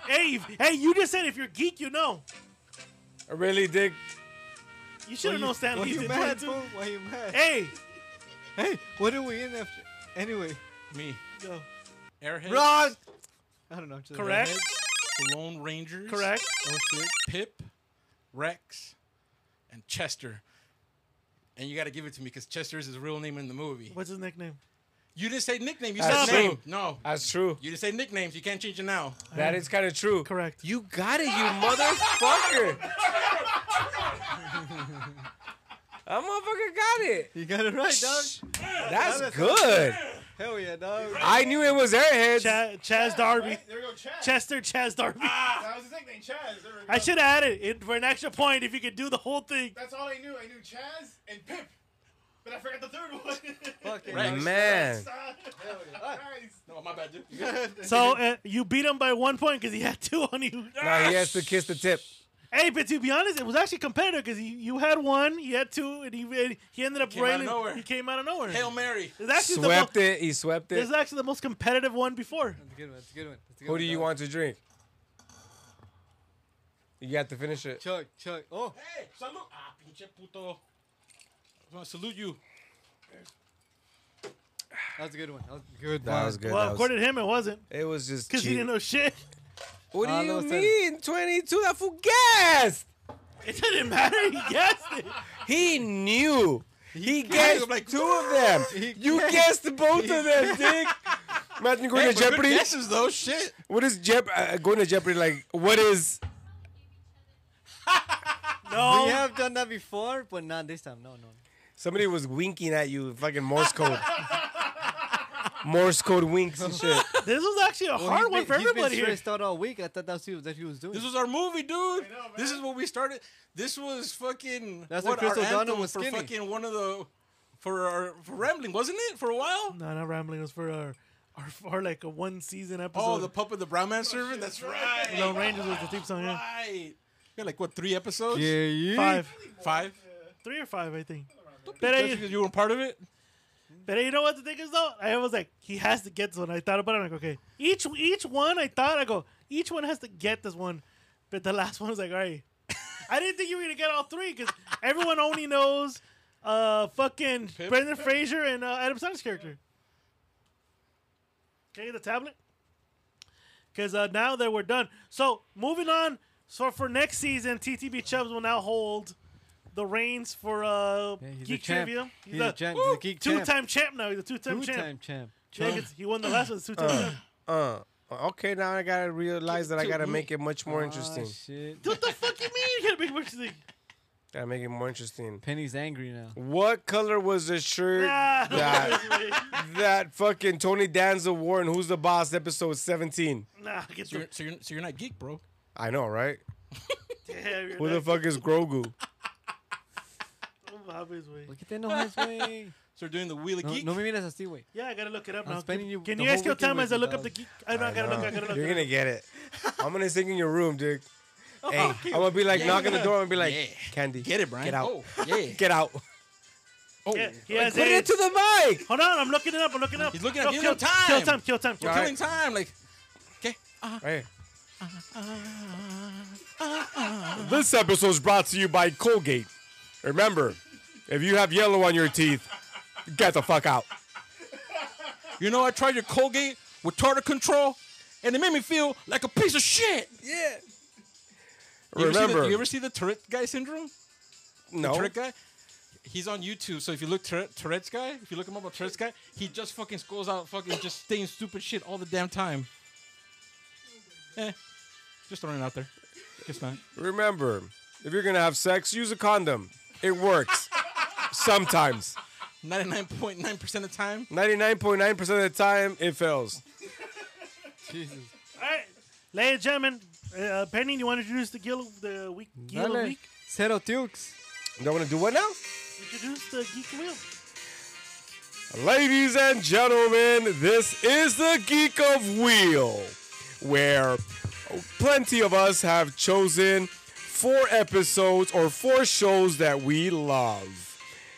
S2: hey, if- hey, you just said if you're geek, you know.
S1: I really dig.
S2: You should have known Stan
S3: Why
S2: Lee
S3: you
S2: did
S3: mad,
S2: 22.
S3: fool? Why you mad?
S2: Hey,
S3: Hey, what are we in after? Anyway,
S7: Me.
S2: Yo,
S7: Airhead.
S3: Rod. I don't know. just-
S2: correct,
S7: The Lone Rangers.
S2: correct.
S3: Oh shit.
S7: Pip, Rex, and Chester. And you got to give it to me because Chester is his real name in the movie.
S2: What's his nickname?
S7: You didn't say nickname. You
S1: That's
S7: said
S1: true.
S7: name. No.
S1: That's true.
S7: You didn't say nicknames. You can't change it now.
S1: That is kind of true.
S2: Correct.
S1: You got it, you motherfucker. I motherfucker got it.
S3: You got it right, dog.
S1: That's good.
S3: Hell yeah, dog.
S1: I knew it was Airheads.
S2: Chaz, Chaz Darby.
S8: There we go, Chaz.
S2: Chester Chaz Darby.
S5: Ah.
S8: That was his nickname, Chaz. There we go.
S2: I should have added it for an extra point if you could do the whole thing.
S8: That's all I knew. I knew Chaz and Pip, but I forgot the third one.
S3: Fuck
S1: Hey,
S3: yeah.
S1: man,
S8: Nice.
S7: No, my bad, dude.
S2: So uh, you beat him by one point because he had two on you.
S1: now he has to kiss the tip.
S2: Hey, but to be honest, it was actually competitive because you had one, he had two, and he and he ended up
S7: Came out of
S2: railing.
S7: nowhere.
S2: He came out of nowhere.
S7: Hail Mary.
S2: It's actually the
S1: Swept
S2: mo-
S1: it. He swept
S2: this
S1: it.
S2: is actually the most competitive one before.
S3: That's a good one. That's a good one. That's a good
S1: Who
S3: one,
S1: do you
S3: dog.
S1: want to drink? You got to finish it.
S3: Chug, chug. Oh,
S7: Hey, salute. Ah, pinche puto. I want to salute you.
S3: that was a good one. That was a good.
S1: That
S3: one.
S1: was good.
S2: well,
S1: that was-
S2: according to him, it wasn't
S1: it was just.
S2: because he
S1: cheap.
S2: didn't know shit.
S1: What
S3: Ah,
S1: do
S3: no,
S1: you
S3: it's not.
S1: mean? Twenty two. That fool guessed.
S2: It didn't matter. He guessed it.
S1: He knew. He guessed
S7: I'm like,
S1: two of them.
S3: He
S1: You guessed both of them, Dick. Imagine going
S7: Hey,
S1: to
S7: for good
S1: Jeopardy.
S7: guesses though. Shit.
S1: What is Jeopardy? Uh, going to Jeopardy, like, what is.
S2: No.
S3: We have done that before, but not this time. No, no.
S1: Somebody was winking at you, fucking Morse code. Morse code winks and shit.
S2: This was actually a hard
S3: he's
S2: one
S3: been-
S2: for everybody
S3: He's been
S2: here.
S3: stressed out all week. I thought that's what that he was doing.
S7: This was our movie, dude.
S8: I know, man.
S7: this is what we started. This was fucking.
S3: That's
S7: what
S3: when
S7: our
S3: Crystal Dunham
S7: anthem
S3: was
S7: for
S3: skinny.
S7: fucking one of the for our for rambling, wasn't it? For a while.
S2: No, not rambling. It was for our, our, our like a one season episode.
S7: Oh, the puppet, the brown man servant. That's right.
S2: Lone Rangers was the theme song. Yeah.
S7: Right. Yeah, like what? Three episodes?
S3: yeah, yeah.
S2: Five,
S7: Five.
S2: three or five, I think. But
S7: That's
S2: I,
S7: because you were part of it.
S2: but I- you know what the thing is though? I was like, he has to get this one. I thought about it. I'm like, okay, each each one. I thought I go, each one has to get this one. But the last one was like, all right. I didn't think you were gonna get all three because everyone only knows uh fucking Brendan Fraser and uh, Adam Sandler's character. Can I get the tablet? Because uh, now that we're done, so moving on. So for next season, TTB Chubbs will now hold the reins for uh,
S3: Yeah, he's
S2: Geek
S3: a champ.
S2: Trivia.
S3: He's, a champ. He's a geek
S2: two-time
S3: champ.
S2: champ. now. He's a two-time champ.
S3: Two-time champ.
S2: Yeah, 'cause he won the last one. Two-time champ.
S1: Uh, okay, now I gotta realize that I gotta make it much more interesting.
S3: Ah, shit.
S2: What the fuck you mean? You gotta make much thing.
S1: Gotta make it more interesting.
S3: Penny's angry now.
S1: What color was the shirt
S2: Ah,
S1: that that fucking Tony Danza wore in Who's the Boss episode 17?
S2: nah, get
S7: So
S2: the
S7: you're, so, you're, so you're not geek, bro.
S1: I know, right?
S2: damn. You're
S1: Who the
S2: not-
S1: fuck is Grogu?
S2: I'm Oh, obvious, way.
S3: Look at that on his way.
S7: So you're doing the wheel of
S3: No,
S7: geek.
S3: no me miras así, güey.
S2: Yeah, I gotta look it up
S3: I'm
S2: now. Can
S3: spending
S2: you,
S3: you
S2: can
S3: the
S2: you
S3: whole
S2: guys kill
S3: weekend
S2: time
S3: with
S2: as I
S3: you,
S2: look up the
S3: dog.
S2: geek? I, know, I gotta look. I gotta look.
S1: You're gonna get it. I'm gonna sing in your room, dude. Hey, I'm gonna be like
S7: Yeah.
S1: knocking the door and be like,
S7: Yeah.
S1: Candy,
S7: Get it, Brian.
S1: Get out.
S7: Oh, yeah.
S1: Get out.
S7: oh.
S2: Yeah, he
S1: Like,
S2: has
S1: put it
S2: AIDS.
S1: to the mic.
S2: Hold on, I'm looking it up. I'm looking it up.
S7: He's looking
S2: No,
S7: up. Give
S2: kill,
S7: him time.
S2: Kill time. Kill time.
S7: We're
S1: All
S7: killing time. Like, okay.
S1: Right. This episode is brought to you by Colgate. Remember, if you have yellow on your teeth, get the fuck out.
S7: You know, I tried your Colgate with tartar control, and it made me feel like a piece of shit.
S1: Yeah.
S7: You ever see the-
S1: Remember,
S7: you ever see the Tourette guy syndrome?
S1: no.
S7: Tourette guy. He's on YouTube, so if you look Tourette, Tourette's guy, if you look him up on Tourette's guy, he just fucking scrolls out, fucking just saying stupid shit all the damn time. Eh, just throwing it out there. Just not.
S1: Remember, if you're gonna have sex, use a condom. It works. Sometimes.
S7: Ninety-nine point nine percent of the time.
S1: 99.9% of the time, it fails.
S3: Jesus.
S2: All right, ladies and gentlemen, uh, Penny, you want to introduce the Gill of the Week? Gill of the
S3: Dale.
S2: Week.
S3: Cero tukes.
S1: Don't wanna do what now?
S2: Introduce the Geek Wheel.
S1: Ladies and gentlemen, this is the Geek of Wheel, where plenty of us have chosen four episodes or four shows that we love.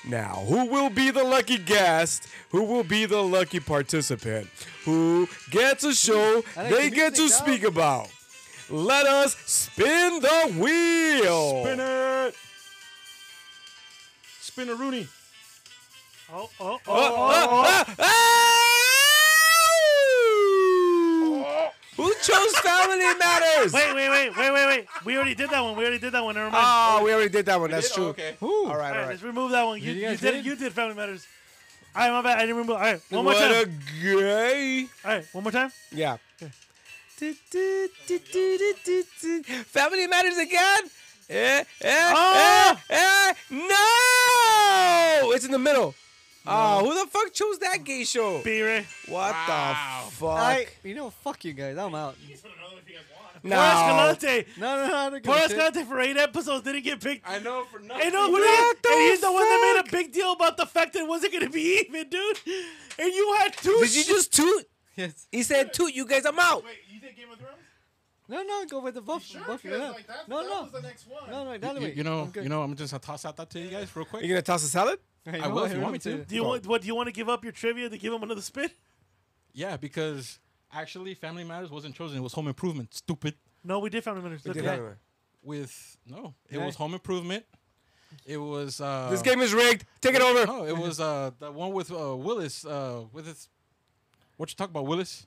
S1: Now, who will be the lucky guest? Who will be the lucky participant? Who gets a show
S3: I like
S1: they
S3: the
S1: get to
S3: music, dog.
S1: speak about? Let us spin the wheel.
S7: Spin it. Spin a Rooney.
S2: Oh, oh, oh,
S1: Oh,
S2: oh,
S1: oh, oh, oh. Who chose Family Matters?
S2: Wait, wait, wait, wait, wait, wait. We already did that one. We already did that one. Never mind.
S1: Oh, we already did that one. That's
S7: did? Oh,
S1: true.
S7: okay.
S1: All right,
S2: all
S1: all
S2: right,
S1: right.
S2: let's remove that one. You,
S3: You
S2: you,
S3: guys
S2: did
S3: did?
S2: it. You did Family Matters. All right, my bad. I didn't remove. All right, one more
S1: what
S2: time.
S1: a gay.
S2: All right, one more time.
S1: Yeah. Do, do, do, do, do, do, do. Family Matters again? Eh, eh,
S2: Oh!
S1: eh, eh. No! It's in the middle. Oh, who the fuck chose that gay show?
S2: Beer.
S1: What the fuck?
S3: I, you know, fuck you guys. I'm out.
S1: no.
S2: Poor Escalante.
S3: No, no, no. I don't give
S2: Poor
S3: a shit.
S2: Escalante for eight episodes didn't get picked.
S7: I know for nothing.
S2: And, no,
S1: What
S2: and
S1: the
S2: he's the one that made
S1: fuck?
S2: a big deal about the fact that it wasn't going to be even, dude. And you had two.
S1: Did you
S2: sh-
S1: just toot?
S3: Yes.
S1: He said toot. You guys, I'm out.
S10: Wait, you did Game of Thrones?
S3: No, no. Go with the buff.
S10: Sure,
S3: buff
S10: because
S3: yeah.
S10: like that,
S3: no,
S10: that
S3: no.
S10: was the next one.
S3: No, no. That
S7: You,
S3: way.
S7: you know,
S3: I'm good.
S7: you know. I'm just gonna toss out that to you guys real quick.
S1: You gonna toss a salad?
S3: I,
S7: will if
S3: really
S7: you want me to.
S2: do you want what? Do you want to give up your trivia to give him another spin?
S7: Yeah, because actually, Family Matters wasn't chosen. It was Home Improvement. Stupid.
S2: No, we did Family Matters. Look at that.
S7: With no, it
S3: Yeah.
S7: was Home Improvement. It was uh,
S1: This game is rigged. Take it over.
S7: No, it was uh, the one with uh, Willis. Uh, with his, what you talk about, Willis?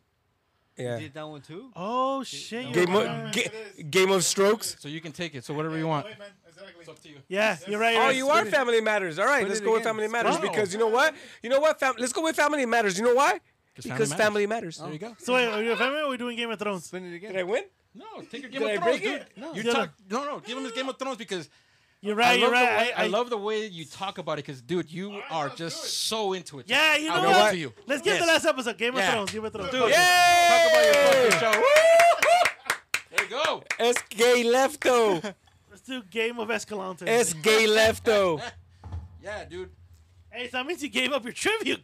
S1: Yeah.
S3: Did that one too?
S2: Oh shit! you're
S1: Game
S2: right.
S1: of, ga- game of strokes.
S7: So you can take it. So whatever you want.
S10: Wait, man, exactly.
S7: It's up to you.
S2: yeah, you're right. you're
S1: Oh,
S2: right.
S1: you are Family Matters. All right,
S3: Put
S1: let's
S3: it
S1: go with
S3: again.
S1: Family Matters
S7: Wow.
S1: because you know what? You know what? Fam- let's go with Family Matters. You know why?
S7: 'Cause Family
S1: Because
S7: Matters.
S1: Family Matters.
S7: There you go.
S2: So wait, are you Family Matters or are we doing Game of Thrones?
S3: Spin it again.
S1: Did I win?
S7: No, take your Game
S1: Did I
S7: of Thrones,
S1: break
S7: dude.
S1: it?
S7: No. You
S2: No, no.
S7: talk. No, no. Give him his Game of Thrones because
S2: You're right.
S7: I love
S2: You're right.
S7: The way, I, love the way you talk about it because, dude, you are just so into it.
S2: Yeah, you
S7: I
S2: know
S7: love
S2: what?
S7: to you.
S2: Let's get
S7: Yes.
S2: the last episode. Game of
S7: Yeah.
S2: Thrones. Game of Thrones.
S7: Dude,
S1: Yay!
S7: talk about your fucking show. There you go.
S1: Es gay lefto.
S2: Let's do Game of Escalante.
S1: Es gay lefto.
S7: Yeah, dude.
S2: Hey, so that means you gave up your trivia.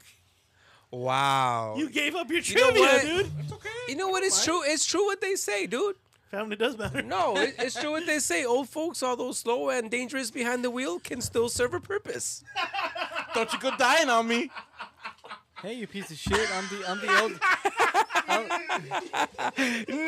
S1: Wow.
S2: You gave up your
S1: know
S2: trivia,
S1: what?
S2: dude.
S7: It's okay.
S1: You know what? It's true. It's true what they say, dude.
S2: Family does matter.
S1: No, it, it's true what they say. Old folks, although slow and dangerous behind the wheel, can still serve a purpose.
S7: Don't you go dying on me.
S3: Hey, you piece of shit. I'm the I'm the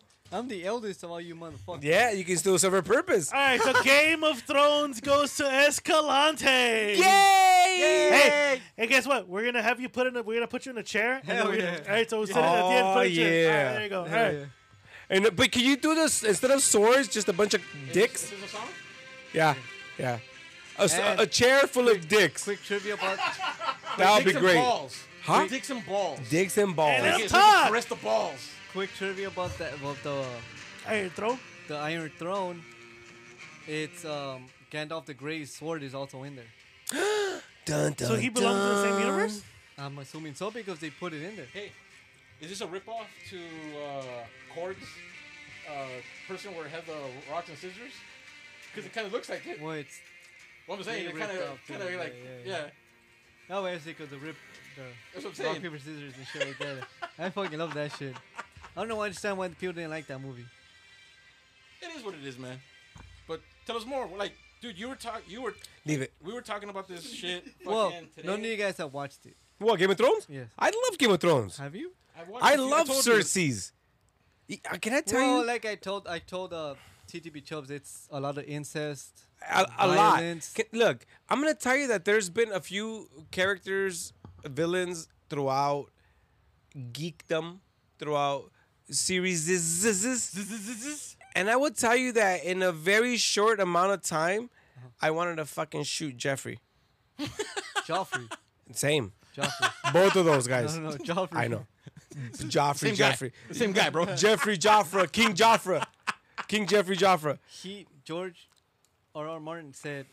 S1: No.
S3: I'm the eldest of all you motherfuckers.
S1: Yeah, you can still serve a purpose.
S2: All right, so Game of Thrones goes to Escalante.
S1: Yay!
S2: Hey, hey, guess what? We're gonna have you put in. A, we're gonna put you in a chair. and then
S3: Hell
S2: we're gonna-
S3: yeah.
S2: All right, so we'll sit it at the end.
S1: Oh,
S2: Put a chair. All
S1: yeah.
S2: right, there you go. All
S3: Hell
S2: right.
S3: yeah.
S1: And but can you do this instead of swords, just a bunch of dicks? Yeah, yeah. A, s-
S3: And-
S1: a chair full of dicks.
S3: Quick trivia about
S1: That would be
S7: Dicks and
S1: great.
S7: balls.
S1: Huh?
S7: Dicks and balls.
S1: Dicks and balls.
S2: And
S7: Dicks.
S2: Todd.
S7: Press the balls.
S3: quick trivia about that about the
S2: Hey, throw.
S3: the Iron Throne. It's um Gandalf the Grey's sword is also in there.
S1: Dun, dun,
S2: So he belongs to the same
S1: dun.
S2: universe.
S3: I'm assuming so because they put it in there.
S7: Hey, is this a ripoff to uh, Korg's uh, person where it had the rocks and scissors? Because it kind of looks like it.
S3: Well, it's
S7: What I'm saying,
S3: Yeah,
S7: it kind of,
S3: ripped off,
S7: kind of
S3: yeah,
S7: like,
S3: yeah,
S7: yeah.
S3: yeah. no way it's because the rip
S7: That's
S3: the
S7: what I'm
S3: rock
S7: saying.
S3: paper scissors and shit like that. I fucking love that shit. I don't know why I understand why the people didn't like that movie.
S7: It is what it is, man. But tell us more. Like, dude, you were talking. You were.
S1: Leave it.
S7: We were talking about this shit.
S3: well,
S7: fucking today.
S3: none of you guys have watched it.
S1: What Game of Thrones?
S3: Yes.
S1: I love Game of Thrones.
S3: Have you?
S7: I, watched
S1: I
S7: it.
S1: love
S7: told you.
S1: Cersei's. Y- uh, Can I tell
S3: well,
S1: you
S3: like I told, I told uh, TTB Chubbs, it's a lot of incest.
S1: a, a lot?
S3: violence.
S1: Can- look, I'm gonna tell you that there's been a few characters, villains throughout geekdom, throughout series, and I will tell you that in a very short amount of time, I wanted to fucking shoot Jeffrey.
S3: Joffrey,
S1: Same,
S3: Joffrey.
S1: both of those
S3: I
S1: guys.
S3: don't know, Joffrey.
S1: I know. Joffrey,
S7: Same guy.
S1: Jeffrey,
S7: Same guy, bro.
S1: Jeffrey Joffrey, King Joffrey, King Jeffrey Joffrey.
S3: He George R. R. Martin said,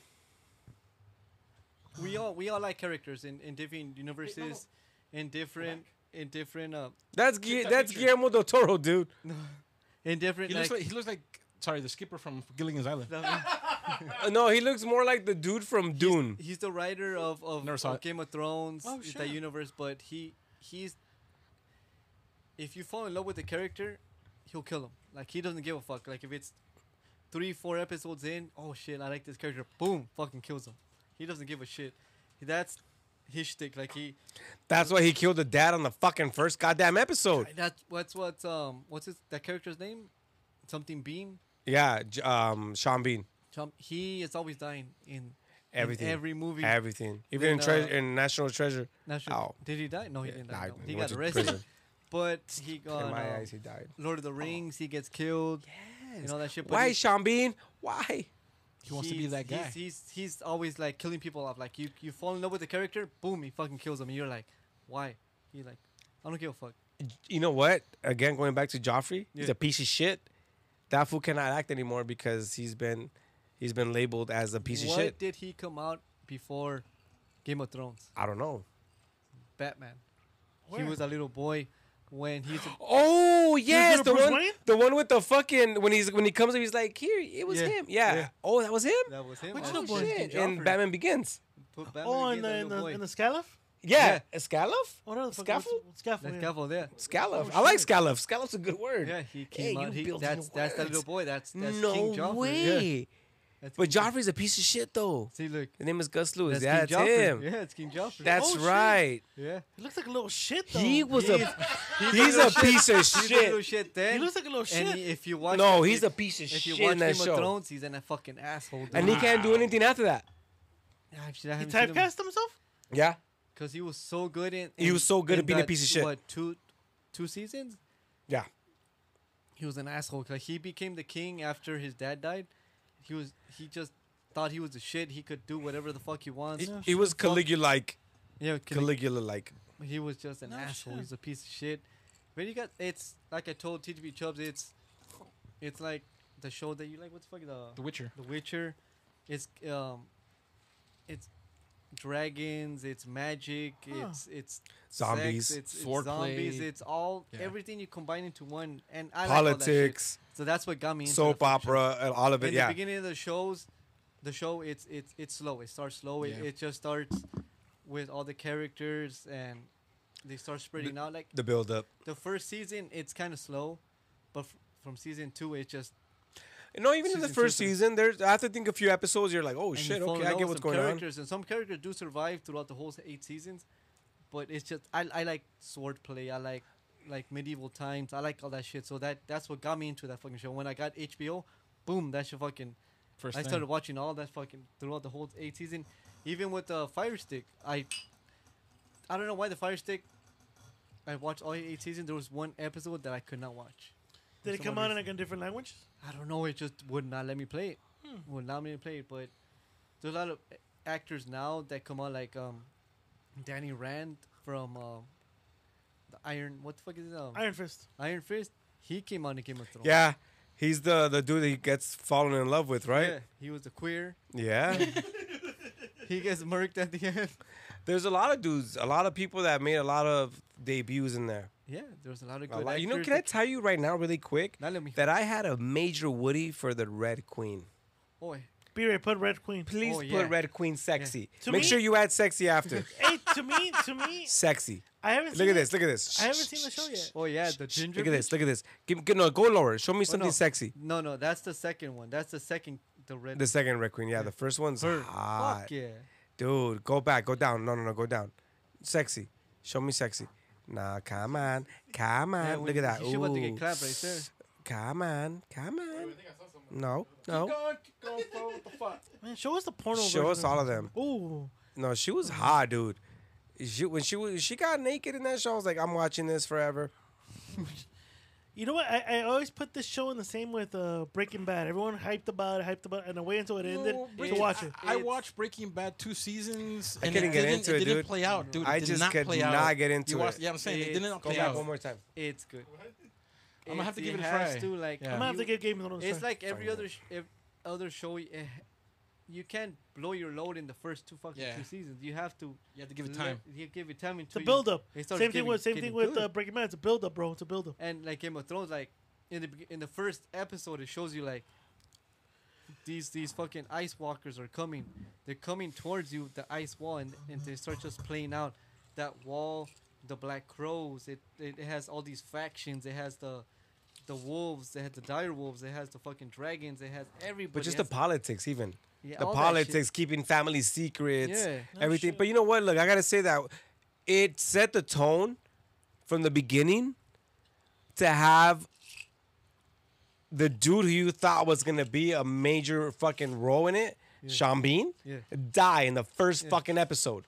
S3: "We all we all like characters in, in different universes, in different in different uh
S1: That's Gu- that's Guillermo del Toro, dude.
S3: in different
S7: He looks
S3: like,
S7: like. He looks like. Sorry, the skipper from Gilligan's Island.
S1: Uh, No, he looks more like the dude from Dune.
S3: he's the writer of of,
S7: Never saw
S3: of
S7: it.
S3: Game of Thrones,
S7: Oh,
S3: it's
S7: shit.
S3: that universe, but he he's if you fall in love with a character, he'll kill him. Like he doesn't give a fuck. Like if it's three, four episodes in, oh shit, I like this character. Boom, fucking kills him. He doesn't give a shit. That's his shtick. Like he
S1: That's why he killed the dad on the fucking first goddamn episode.
S3: That's what's what um what's his that character's name? Something Bean.
S1: Yeah, J- um, Sean Bean.
S3: Chum- He is always dying in
S1: Everything.
S3: in every movie.
S1: Everything. Even in,
S3: Then,
S1: tre-
S3: uh,
S1: in National Treasure.
S3: Not sure-
S1: Ow.
S3: Did he die? No, he didn't
S1: nah,
S3: die. no.
S1: he
S3: He
S1: went
S3: got
S1: to
S3: arrested.
S1: prison.
S3: but he got
S1: in my
S3: uh,
S1: eyes, he died.
S3: Lord of the Rings. He gets killed. Yes. And all that shit. but
S1: Why,
S3: he-
S1: Sean Bean? Why?
S7: He wants to be
S3: he's-
S7: that guy.
S3: He's, he's he's always like killing people off. Like you you fall in love with the character, boom, he fucking kills him. And you're like, why? You're like, I don't give a fuck.
S1: You know what? Again, going back to Joffrey, he's
S3: Yeah.
S1: a piece of shit. That fool cannot act anymore because he's been he's been labeled as a piece
S3: What
S1: of shit.
S3: did he come out before Game of Thrones,
S1: I don't know.
S3: Batman.
S2: Where?
S3: He was a little boy when he's a,
S1: Oh yes,
S2: gonna
S1: the
S2: Bruce
S1: one,
S2: Wayne?
S1: the one with the fucking when he's when he comes up, he's like, here, it was
S3: Yeah,
S1: him. Yeah.
S3: yeah.
S1: Oh, that was him.
S3: that was him.
S2: Which
S3: Oh,
S2: little boy?
S3: shit.
S1: Shit. And Batman Begins.
S3: Put Batman
S2: Oh,
S3: against
S2: in
S3: that
S2: the, in
S3: little
S2: the,
S3: boy.
S2: in the Scallop?
S1: Yeah, Oh,
S3: Yeah.
S1: Scallop.
S2: What are the fuck-
S1: Scaffold?
S2: what's- Scaffold.
S3: That's
S2: yeah.
S3: Gavel there.
S1: Scallop. I like Scallop. Scallop's a good word.
S3: Yeah, he came
S1: hey,
S3: out.
S1: you
S3: He,
S1: build
S3: that's
S1: your
S3: that's that little
S1: words.
S3: boy. That's that's
S1: no
S3: King Joffrey.
S1: way.
S3: Yeah, that's
S1: But
S3: King Joff-
S1: Joffrey's a piece of shit though.
S3: See, look.
S1: His name is Gus Lewis.
S3: That's
S1: yeah,
S3: King
S1: it's
S3: Joffrey.
S1: him.
S3: Yeah, it's King Joffrey.
S1: That's
S2: Oh, shit.
S1: right.
S3: yeah.
S2: He looks like a little shit, though.
S1: He was a
S3: He's,
S1: he's a piece of
S3: He's a little
S1: shit.
S3: shit then.
S2: He looks like a little
S3: and
S2: shit.
S3: he- if you watch,
S1: No,
S3: if-
S1: he's a piece of
S3: If you
S1: shit
S3: watch
S1: in that
S3: Game of
S1: show.
S3: Thrones, he's an a fucking asshole.
S1: And he can't do anything after that.
S2: He typecast himself?
S1: Yeah.
S3: because he was so good in.
S1: He was so good
S3: in
S1: at being a
S3: that,
S1: piece of shit.
S3: What two, two seasons?
S1: Yeah.
S3: He was an asshole. Cause he became the king after his dad died. He was. He just thought he was the shit. He could do whatever the fuck he wants.
S1: He, he was Caligula like.
S3: yeah, Calig-
S1: Caligula like.
S3: He was just an asshole.
S2: shit.
S3: He's a piece of shit. But you got it's like I told TGB Chubbs, it's it's like the show that you like. What's the fuck the
S7: The Witcher.
S3: The Witcher. It's um, it's dragons. It's magic. It's it's
S1: Zombies.
S3: Sex, it's, it's
S7: Swordplay.
S3: zombies. It's all
S7: Yeah.
S3: everything you combine into one. And I Like all that shit.
S1: Politics,
S3: So that's what got me into
S1: soap
S3: the fucking show.
S1: opera, and all of
S3: In
S1: it.
S3: the
S1: Yeah.
S3: beginning of the shows, the show it's it's it's slow. It starts slow. It,
S7: Yeah.
S3: it just starts with all the characters and they start spreading out. Like
S1: The build up.
S3: the first season, it's kind of slow, but f- from season two, it just
S1: No, even in the
S3: Season two,
S1: first
S3: three.
S1: season, there's after think a few episodes, you're like, oh
S3: and you
S1: shit,
S3: fall in
S1: okay, I
S3: love
S1: get
S3: with
S1: what's
S3: some
S1: going on.
S3: characters, And some characters do survive throughout the whole eight seasons, but it's just I I like swordplay. I like like medieval times. I like all that shit. So that that's what got me into that fucking show. When I got HBO, boom, that shit fucking.
S7: First
S3: I
S7: thing.
S3: started watching all that fucking throughout the whole eight season, even with the Fire Stick. I I don't know why the Fire Stick. I watched all eight seasons. There was one episode that I could not watch.
S2: Did it
S3: some
S2: come
S3: other
S2: out in like a different language?
S3: I don't know. It just would not let me play it.
S2: Hmm.
S3: Would not let me play it. But there's a lot of actors now that come out like um, Danny Rand from um, the Iron. What the fuck is it? Um, Iron,
S2: Iron Fist.
S3: Fist. He came out in Game of Thrones.
S1: Yeah. He's the the dude that he gets fallen in love with,
S3: Yeah,
S1: right?
S3: he was a queer.
S1: Yeah.
S3: He gets murked at the end.
S1: There's a lot of dudes, a lot of people that made a lot of debuts in there.
S3: Yeah, there was a lot of
S1: A
S3: good.
S1: lot- You know,
S3: actors
S1: can I
S3: that-
S1: tell you right now, really quick,
S3: Not let me.
S1: that I had a major Woody for the Red Queen.
S3: Boy,
S2: B Ray put Red Queen.
S1: Please
S3: Oh, yeah.
S1: put Red Queen sexy.
S2: To
S1: Make
S2: me-
S1: sure you add sexy after.
S2: hey, to me, to me,
S1: sexy.
S2: I haven't
S1: Look
S2: seen
S1: at
S2: it-
S1: this. Look at this.
S2: I haven't seen the show yet.
S3: Oh yeah, the ginger.
S1: Look at
S3: bitch?
S1: this. Look at this. Give, give- no, go lower. Show me
S3: Oh,
S1: something
S3: no.
S1: sexy.
S3: No, no, that's the second one. That's the second. The red.
S1: The second Red Queen. Yeah, the first one's hot.
S3: Fuck yeah.
S1: Dude, go back. Go down. No, no, no. Go down. Sexy. Show me sexy. Nah, come on. Come on.
S3: Yeah,
S1: Look
S3: when
S1: at that.
S3: You should about to
S1: Ooh.
S3: get clapped right there.
S1: Come on. Come on. No, no.
S2: Man, show us the porno.
S1: Show us all of them.
S2: Oh,
S1: No, she was hot, dude. She when she was she got naked in that show. I was like, I'm watching this forever.
S2: you know what? I, I always put this show in the same with uh, Breaking Bad. Everyone hyped about it, hyped about it, and I wait until it ended to
S7: Breaking-
S2: watch it.
S7: I, I watched Breaking Bad two seasons.
S1: I
S7: and
S1: couldn't
S7: it
S1: get
S7: didn't,
S1: into it,
S7: didn't
S1: dude.
S7: play out, dude. It
S1: I
S7: did
S1: just
S7: not
S1: could
S7: play out.
S1: not get into
S7: you watched,
S1: it.
S7: Yeah, I'm saying it
S3: It's-
S7: did not
S1: Go
S7: play
S1: back
S7: out.
S1: one more time.
S3: It's good.
S7: I'm gonna have to
S3: It's-
S7: give it a
S3: has
S7: try.
S3: To, like,
S7: Yeah.
S2: I'm gonna have to
S3: you-
S2: get Game of Thrones.
S3: It's
S2: try.
S3: like every other sh- ev- other show. eh, You can't blow your load in the first two fucking
S7: Yeah.
S3: two seasons. You have to.
S7: You have to give it
S3: let-
S7: time.
S3: You give it time
S2: it's a
S3: until
S2: build up.
S3: you- it
S2: Same
S3: starts
S2: thing
S3: getting-
S2: with same
S3: getting
S2: thing with
S3: good.
S2: uh, Breaking Bad. It's a build up, bro. It's a build up.
S3: and like Game of Thrones, like in the beg- in the first episode, it shows you like these these fucking ice walkers are coming. They're coming towards you, the ice wall, and, and they start just playing out that wall. The black crows. It, it it has all these factions. It has the the wolves. It has the dire wolves. It has the fucking dragons. It has everybody.
S1: But just the
S3: has
S1: politics, even
S3: Yeah,
S1: the
S3: all that shit.
S1: politics, keeping family secrets,
S3: Yeah.
S2: No
S1: everything.
S2: shit.
S1: But you know what? Look, I gotta say that it set the tone from the beginning to have the dude who you thought was gonna be a major fucking role in it, Sean Bean,
S3: Yeah.
S1: die in the first fucking episode,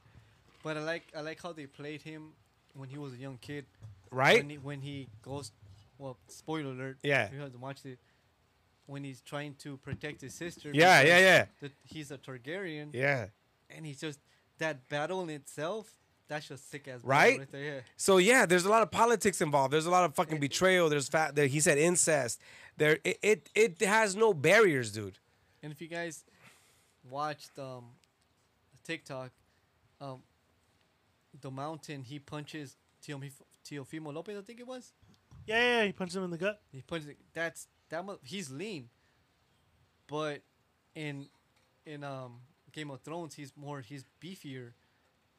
S3: But I like I like how they played him when he was a young kid.
S1: right?
S3: When he, when he goes, well, spoiler alert.
S1: Yeah.
S3: if You haven't watched it. When he's trying to protect his sister.
S1: Yeah,
S3: because
S1: yeah, yeah.
S3: that he's a Targaryen.
S1: yeah.
S3: And he's just that battle in itself. That's just sick as
S1: Right?
S3: Right there. Yeah.
S1: So yeah, there's a lot of politics involved. There's a lot of fucking betrayal. There's fat. There, he said incest. There, it, it it has no barriers, dude.
S3: And if you guys watched um, TikTok, um, the mountain, he punches Teofimo, Teofimo Lopez, I think it was.
S2: Yeah, yeah, yeah, he punches him in the gut.
S3: He punches. That's that. Mu- he's lean, but in in um Game of Thrones, he's more he's beefier,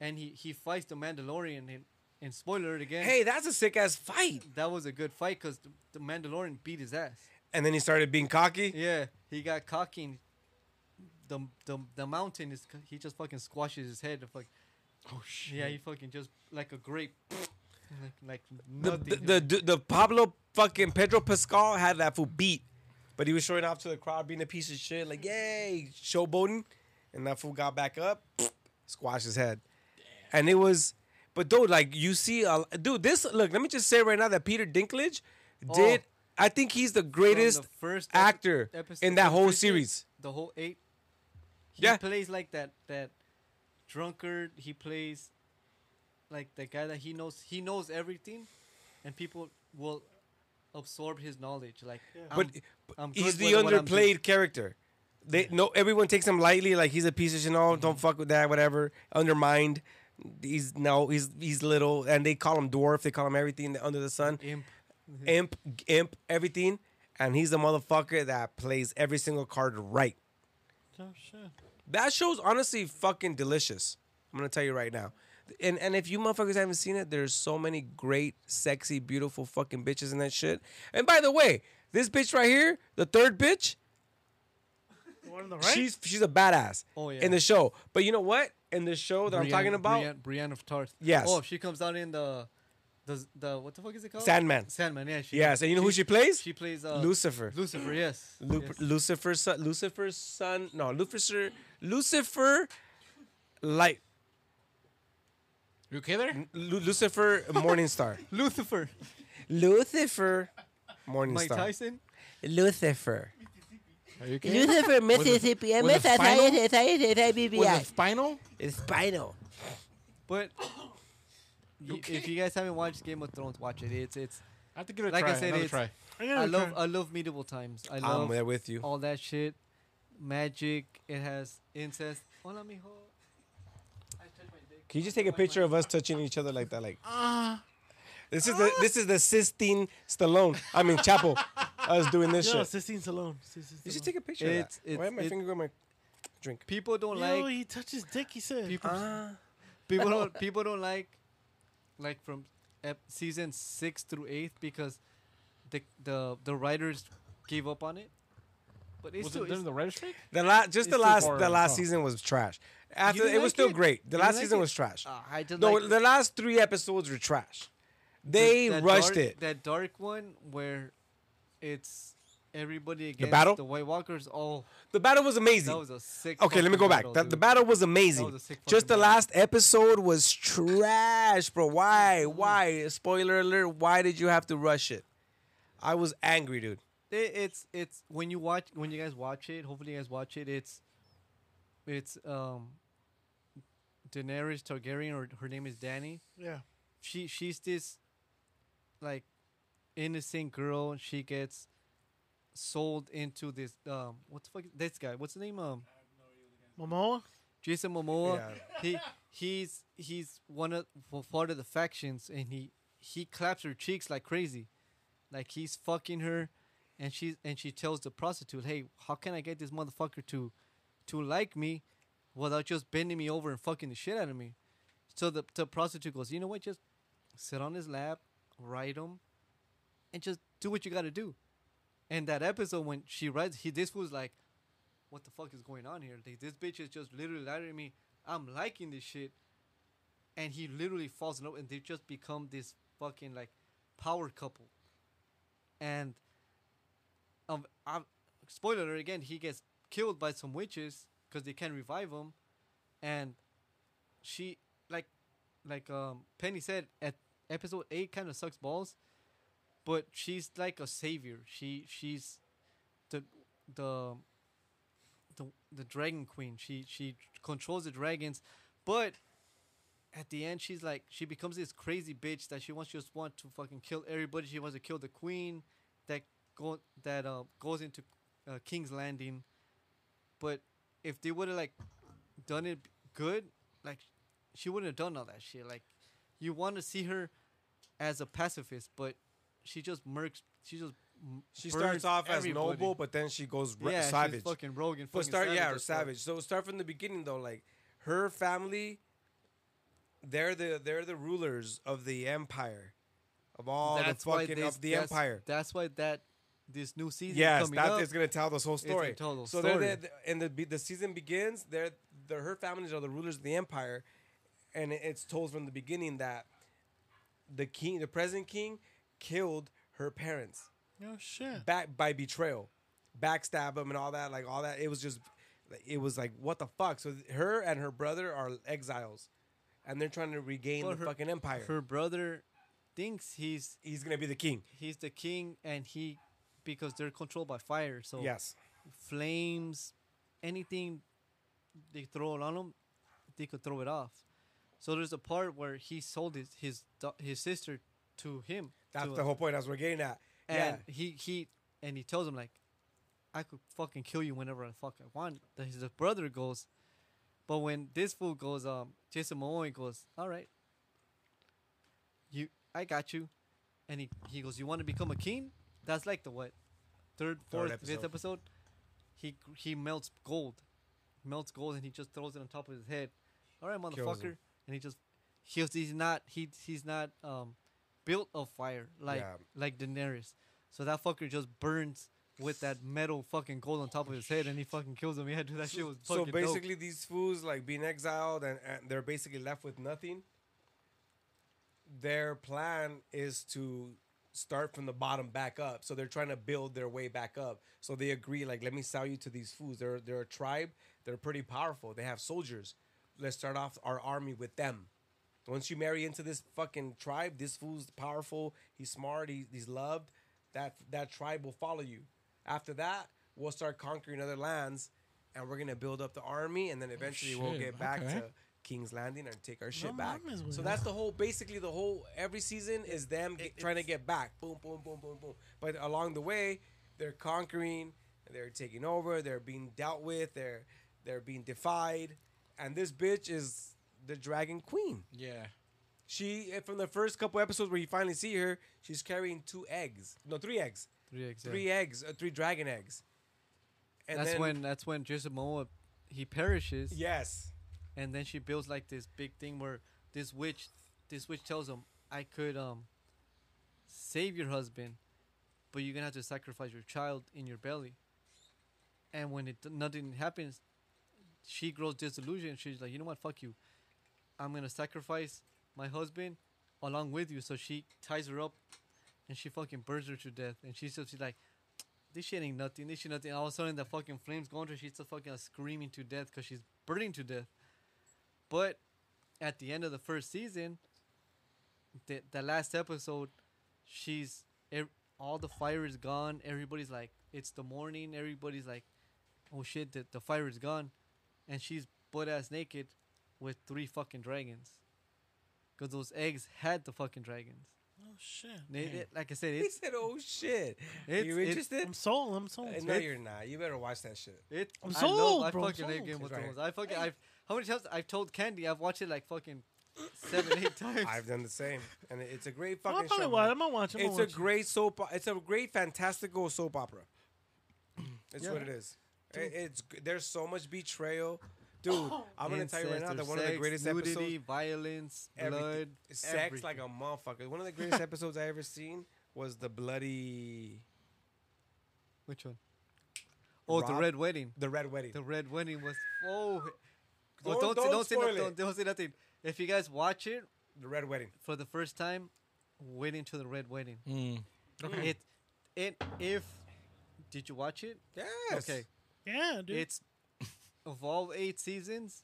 S3: and he he fights the Mandalorian. And, and spoiler alert again,
S1: Hey, that's a sick ass fight.
S3: that was a good fight because the, the Mandalorian beat his ass.
S1: And then he started being cocky.
S3: Yeah, he got cocky. And the the the mountain is he just fucking squashes his head. Like,
S7: Oh shit.
S3: yeah, he fucking just like a grape, like like
S1: The,
S3: nothing.
S1: the, the the Pablo fucking Pedro Pascal had that fool beat, but he was showing off to the crowd, being a piece of shit, like yay, showboating, and that fool got back up, squashed his head, and it was. But dude, like you see, uh, dude, this look. Let me just say right now that Peter Dinklage did.
S3: Oh.
S1: I think he's the
S3: from the
S1: greatest
S3: first epi-
S1: actor
S3: episode
S1: in that
S3: of
S1: whole
S3: Bridget,
S1: series.
S3: the whole eight. He
S1: Yeah.
S3: plays like that that drunkard. He plays like the guy that he knows. He knows everything, and people will absorb his knowledge. Like,
S1: but,
S3: I'm-
S1: but
S3: I'm
S1: he's
S3: good
S1: the
S3: with what I'm doing.
S1: underplayed character. They no everyone takes him lightly, like he's a piece of shit. No,
S3: Mm-hmm.
S1: don't fuck with that, whatever. Undermined. He's no, he's he's little, and they call him dwarf. They call him everything under the sun,
S3: imp. Mm-hmm.
S1: imp, imp, everything. And he's the motherfucker that plays every single card right.
S2: Oh, shit.
S1: That show's honestly fucking delicious. I'm gonna tell you right now. And and if you motherfuckers haven't seen it, there's so many great, sexy, beautiful fucking bitches in that shit. And by the way, this bitch right here, the third bitch,
S2: The one on the right?
S1: she's she's a badass.
S3: Oh, yeah.
S1: In the show, but you know what? In the show that I'm talking about,
S3: Brienne, Brienne of Tarth.
S1: Yes.
S3: Oh, she comes out in the, the the what the fuck is it called?
S1: Sandman.
S3: Sandman. Yeah. She,
S1: yes. And you know who she plays?
S3: She plays uh,
S1: Lucifer.
S3: Lucifer. Yes.
S1: Lu-
S3: yes.
S1: Lucifer's son. Lucifer's son. No, Lucifer. Lucifer. Light.
S7: You okay there?
S1: Lu- Lucifer Morningstar.
S3: Lucifer.
S1: Lucifer
S3: Mike
S1: Morningstar.
S3: Tyson.
S1: Lucifer.
S7: Are you okay?
S1: Lucifer,
S7: Mississippi, with a Miss final- Italian, Was it spinal?
S1: Spinal.
S3: But y- if you guys haven't watched Game of Thrones, watch it. It's it's.
S7: I have to give it a
S3: Like I
S7: try.
S3: said,
S7: another
S3: it's-
S7: try.
S2: I'm gonna
S3: I love
S2: try.
S3: I love medieval times. I
S1: I'm
S3: love
S1: there with you.
S3: all that shit. Magic. It has incest. Hola, mijo. I touched my dick.
S1: Can you just take a picture of us touching each other like that? Like, this is the this is the Sistine Stallone. I mean Chapel. us doing this
S2: Yo,
S1: shit.
S2: Sistine Stallone. Sistine
S1: You should
S2: Stallone.
S1: take a picture.
S3: It's-
S1: of that.
S3: it's-
S1: Why am I
S3: it-
S1: finger on my drink?
S3: People don't
S2: Yo,
S3: like
S2: he touched his dick, he said.
S3: people.
S1: Ah.
S3: people don't people don't like like from ep- season six through eight because the the the writers gave up on it. But it's
S7: Was
S3: still
S7: it during
S3: it's,
S7: the writer strike?
S1: The last, just the
S7: too
S1: last,
S7: far
S1: the last
S7: off.
S1: season was trash. After
S3: Oh. didn't
S1: it was
S3: like
S1: still
S3: it?
S1: great. The
S3: You
S1: last
S3: didn't like
S1: season
S3: it?
S1: was trash.
S3: Ah, I just
S1: no,
S3: like
S1: the last three episodes were trash.
S3: the-
S1: They
S3: that
S1: rushed
S3: dark-
S1: it.
S3: That dark one where it's everybody against the,
S1: battle?
S3: White Walkers. Oh,
S1: The battle was amazing.
S3: that was a sick.
S1: Okay, let me go
S3: fucking
S1: back. The- the
S3: dude.
S1: battle was amazing.
S3: That was a sick
S1: Just
S3: fucking
S1: the
S3: battle.
S1: last episode was trash, bro. Why? Why? Spoiler alert. Why did you have to rush it? I was angry, dude.
S3: It, it's it's when you watch when you guys watch it. Hopefully, you guys watch it. It's it's um Daenerys Targaryen, or her name is Danny.
S2: yeah.
S3: she she's this like innocent girl and she gets sold into this um what the fuck this guy what's the name um
S2: Momoa?
S3: Jason Momoa he he's he's one of well, part of the factions and he he claps her cheeks like crazy like he's fucking her and she's and she tells the prostitute hey how can I get this motherfucker to to like me without just bending me over and fucking the shit out of me so the, the prostitute goes you know what just sit on his lap ride him and just do what you gotta do and that episode when she rides he this was like what the fuck is going on here? Like, this bitch is just literally lying to me. I'm liking this shit. And he literally falls in love, and they just become this fucking like power couple. And um, i spoiler alert again, he gets killed by some witches because they can't revive him. And she like like um Penny said at episode eight kind of sucks balls, but she's like a savior. She she's the the the the dragon queen. She she controls the dragons, but at the end she's like she becomes this crazy bitch that she wants just want to fucking kill everybody. She wants to kill the queen that go that uh goes into uh, King's Landing. But if they would have like done it good, like she wouldn't have done all that shit. Like, you want to see her as a pacifist, but she just murks. She just m-
S1: She
S3: burns
S1: starts off as
S3: everybody.
S1: noble, but then she goes ra-
S3: yeah, she's
S1: savage.
S3: fucking rogue and
S1: But
S3: fucking
S1: start,
S3: savage
S1: yeah,
S3: and stuff.
S1: savage. So start from the beginning though. Like her family, they're the they're the rulers of the empire, of all the fucking of the
S3: that's-
S1: empire.
S3: That's why that this new season
S1: Yes,
S3: coming
S1: that
S3: up.
S1: is gonna tell this whole
S3: gonna
S1: story.
S3: tell the
S1: so they're
S3: story.
S1: the, the- and the be- the season begins. They're, they're her families are the rulers of the empire, and it- it's told from the beginning that the king, the present king, killed her parents
S3: oh,
S2: No shit.
S1: back by betrayal, backstab them and all that. Like all that, it was just, like, it was like what the fuck. So her and her brother are exiles, and they're trying to regain
S3: Well,
S1: the fucking empire.
S3: Her brother thinks he's
S1: He's gonna be the king.
S3: he's the king, and he because they're controlled by fire. So
S1: Yes.
S3: flames, anything they throw on him, they could throw it off. So there's a part where he sold his his da- his sister to him.
S1: That's
S3: to
S1: the
S3: him.
S1: whole point. That's what we're getting at.
S3: And
S1: yeah.
S3: he he and he tells him like, I could fucking kill you whenever I fuck I want. The, his brother goes, but when this fool goes, um, Jason Momoa goes, all right, you, I got you, and he he goes, you want to become a king? That's like the what, third, fourth, fifth
S1: episode.
S3: episode. He he melts gold, melts gold, and he just throws it on top of his head. All right,
S1: Kills him.
S3: motherfucker, and he just he's he's not he he's not um built of fire like
S1: Yeah.
S3: like Daenerys. So that fucker just burns with that metal fucking gold on top of his head, and he fucking kills him. Yeah, dude, that shit was
S1: so
S3: fucking
S1: basically these fools like being exiled and, and they're basically left with nothing their plan is to start from the bottom back up so they're trying to build their way back up so they agree like let me sell you to these fools they're they're a tribe they're pretty powerful they have soldiers let's start off our army with them once you marry into this fucking tribe this fool's powerful he's smart he, he's loved that that tribe will follow you after that we'll start conquering other lands and we're gonna build up the army and then eventually we'll
S7: shit.
S1: get back
S7: Okay.
S1: to King's Landing and take our shit back.
S2: mames, güey.
S1: So that's the whole, basically the whole. Every season is them get, trying to get back. Boom, boom, boom, boom, boom. But along the way, they're conquering, they're taking over, they're being dealt with, they're they're being defied, and this bitch is the Dragon Queen.
S7: Yeah.
S1: She eh, from the first couple episodes where you finally see her, she's carrying two eggs, no three eggs,
S3: dope. Three eggs, yeah.
S1: three eggs, uh, three dragon eggs. And
S3: that's
S1: then-
S3: when that's when Jason Momoa he perishes,
S1: yes,
S3: and then she builds like this big thing where this witch this witch tells him, "I could um save your husband, but you're gonna have to sacrifice your child in your belly." And when it nothing happens, she grows disillusioned. She's like, "You know what? Fuck you. I'm gonna sacrifice my husband along with you." So she ties her up, and she fucking burns her to death. And she's just she's like. this shit ain't nothing. This shit nothing. All of a sudden, the fucking flames going to her. She's still fucking screaming to death because she's burning to death. But at the end of the first season, the, the last episode, she's ev- all the fire is gone. Everybody's like, it's the morning. Everybody's like, oh shit, the, the fire is gone, and she's butt ass naked with three fucking dragons. Cause those eggs had the fucking dragons.
S2: No Oh, shit.
S3: They- they- like I said,
S1: he
S3: it's
S1: said, "Oh shit,
S3: It's-
S1: you
S3: it's-
S1: interested?"
S2: I'm sold. I'm sold.
S1: Uh, no, you're not. You better watch that shit.
S3: It,
S2: I'm
S3: I
S2: sold,
S3: love,
S2: bro,
S3: I
S2: I'm
S3: fucking hate
S2: sold.
S3: Game of
S1: It's right
S3: Thrones.
S1: here.
S3: I fucking, I've, how many times I've told Candy? I've watched it like fucking seven, eight times.
S1: I've done the same, and it- it's a great
S2: I'm
S1: fucking
S2: probably
S1: show.
S2: watch.
S1: man.
S2: I'm gonna watch. I'm
S1: It's
S2: gonna
S1: a
S2: watch.
S1: great soap. o- It's a great, fantastical soap opera. It's what it is. I- It's g- there's so much betrayal, dude.
S2: Oh.
S1: I'm gonna tell you right now
S3: Incest,
S1: that
S3: there's
S1: one of the
S3: sex,
S1: greatest
S3: nudity,
S1: episodes,
S3: violence,
S1: everything-
S3: blood,
S1: sex like a motherfucker. One of the greatest episodes I ever seen was the bloody,
S3: which one? Oh, the
S1: Rob-
S3: red wedding.
S1: the red wedding.
S3: The red wedding was oh.
S1: Don't-
S3: oh don't,
S1: don't
S3: say, don't, say
S1: spoil
S3: no,
S1: it.
S3: don't, don't say nothing. If you guys watch it
S1: the red wedding.
S3: for the first time, wait until the red wedding.
S7: Mm.
S3: It, it if did you watch it?
S1: Yes.
S3: Okay,
S2: Yeah, dude.
S3: it's of all eight seasons.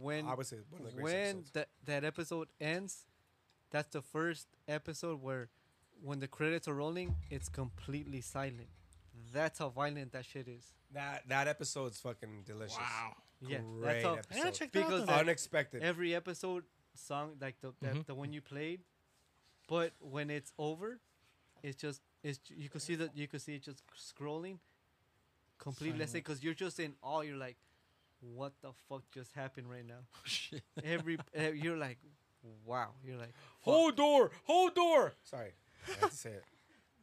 S3: When
S1: I would say one of the greatest
S3: when
S1: episodes.
S3: that that episode ends, that's the first episode where, when the credits are rolling, it's completely silent. That's how violent that shit is.
S1: That that episode's fucking delicious.
S7: Wow.
S3: Yeah,
S1: Great
S3: that's how
S2: I gotta
S1: episode.
S2: check that
S3: Because
S2: out.
S3: I-
S2: then.
S1: Unexpected.
S3: every episode song like the that, the one you played, but when it's over, it's just it's you could see that you could see it just scrolling, completely. Let's say because you're just in awe. You're like, what the fuck just happened right now?
S7: Shit.
S3: Every eh, you're like, wow. You're like,
S7: Hold door. Hold door.
S1: Sorry, that's it.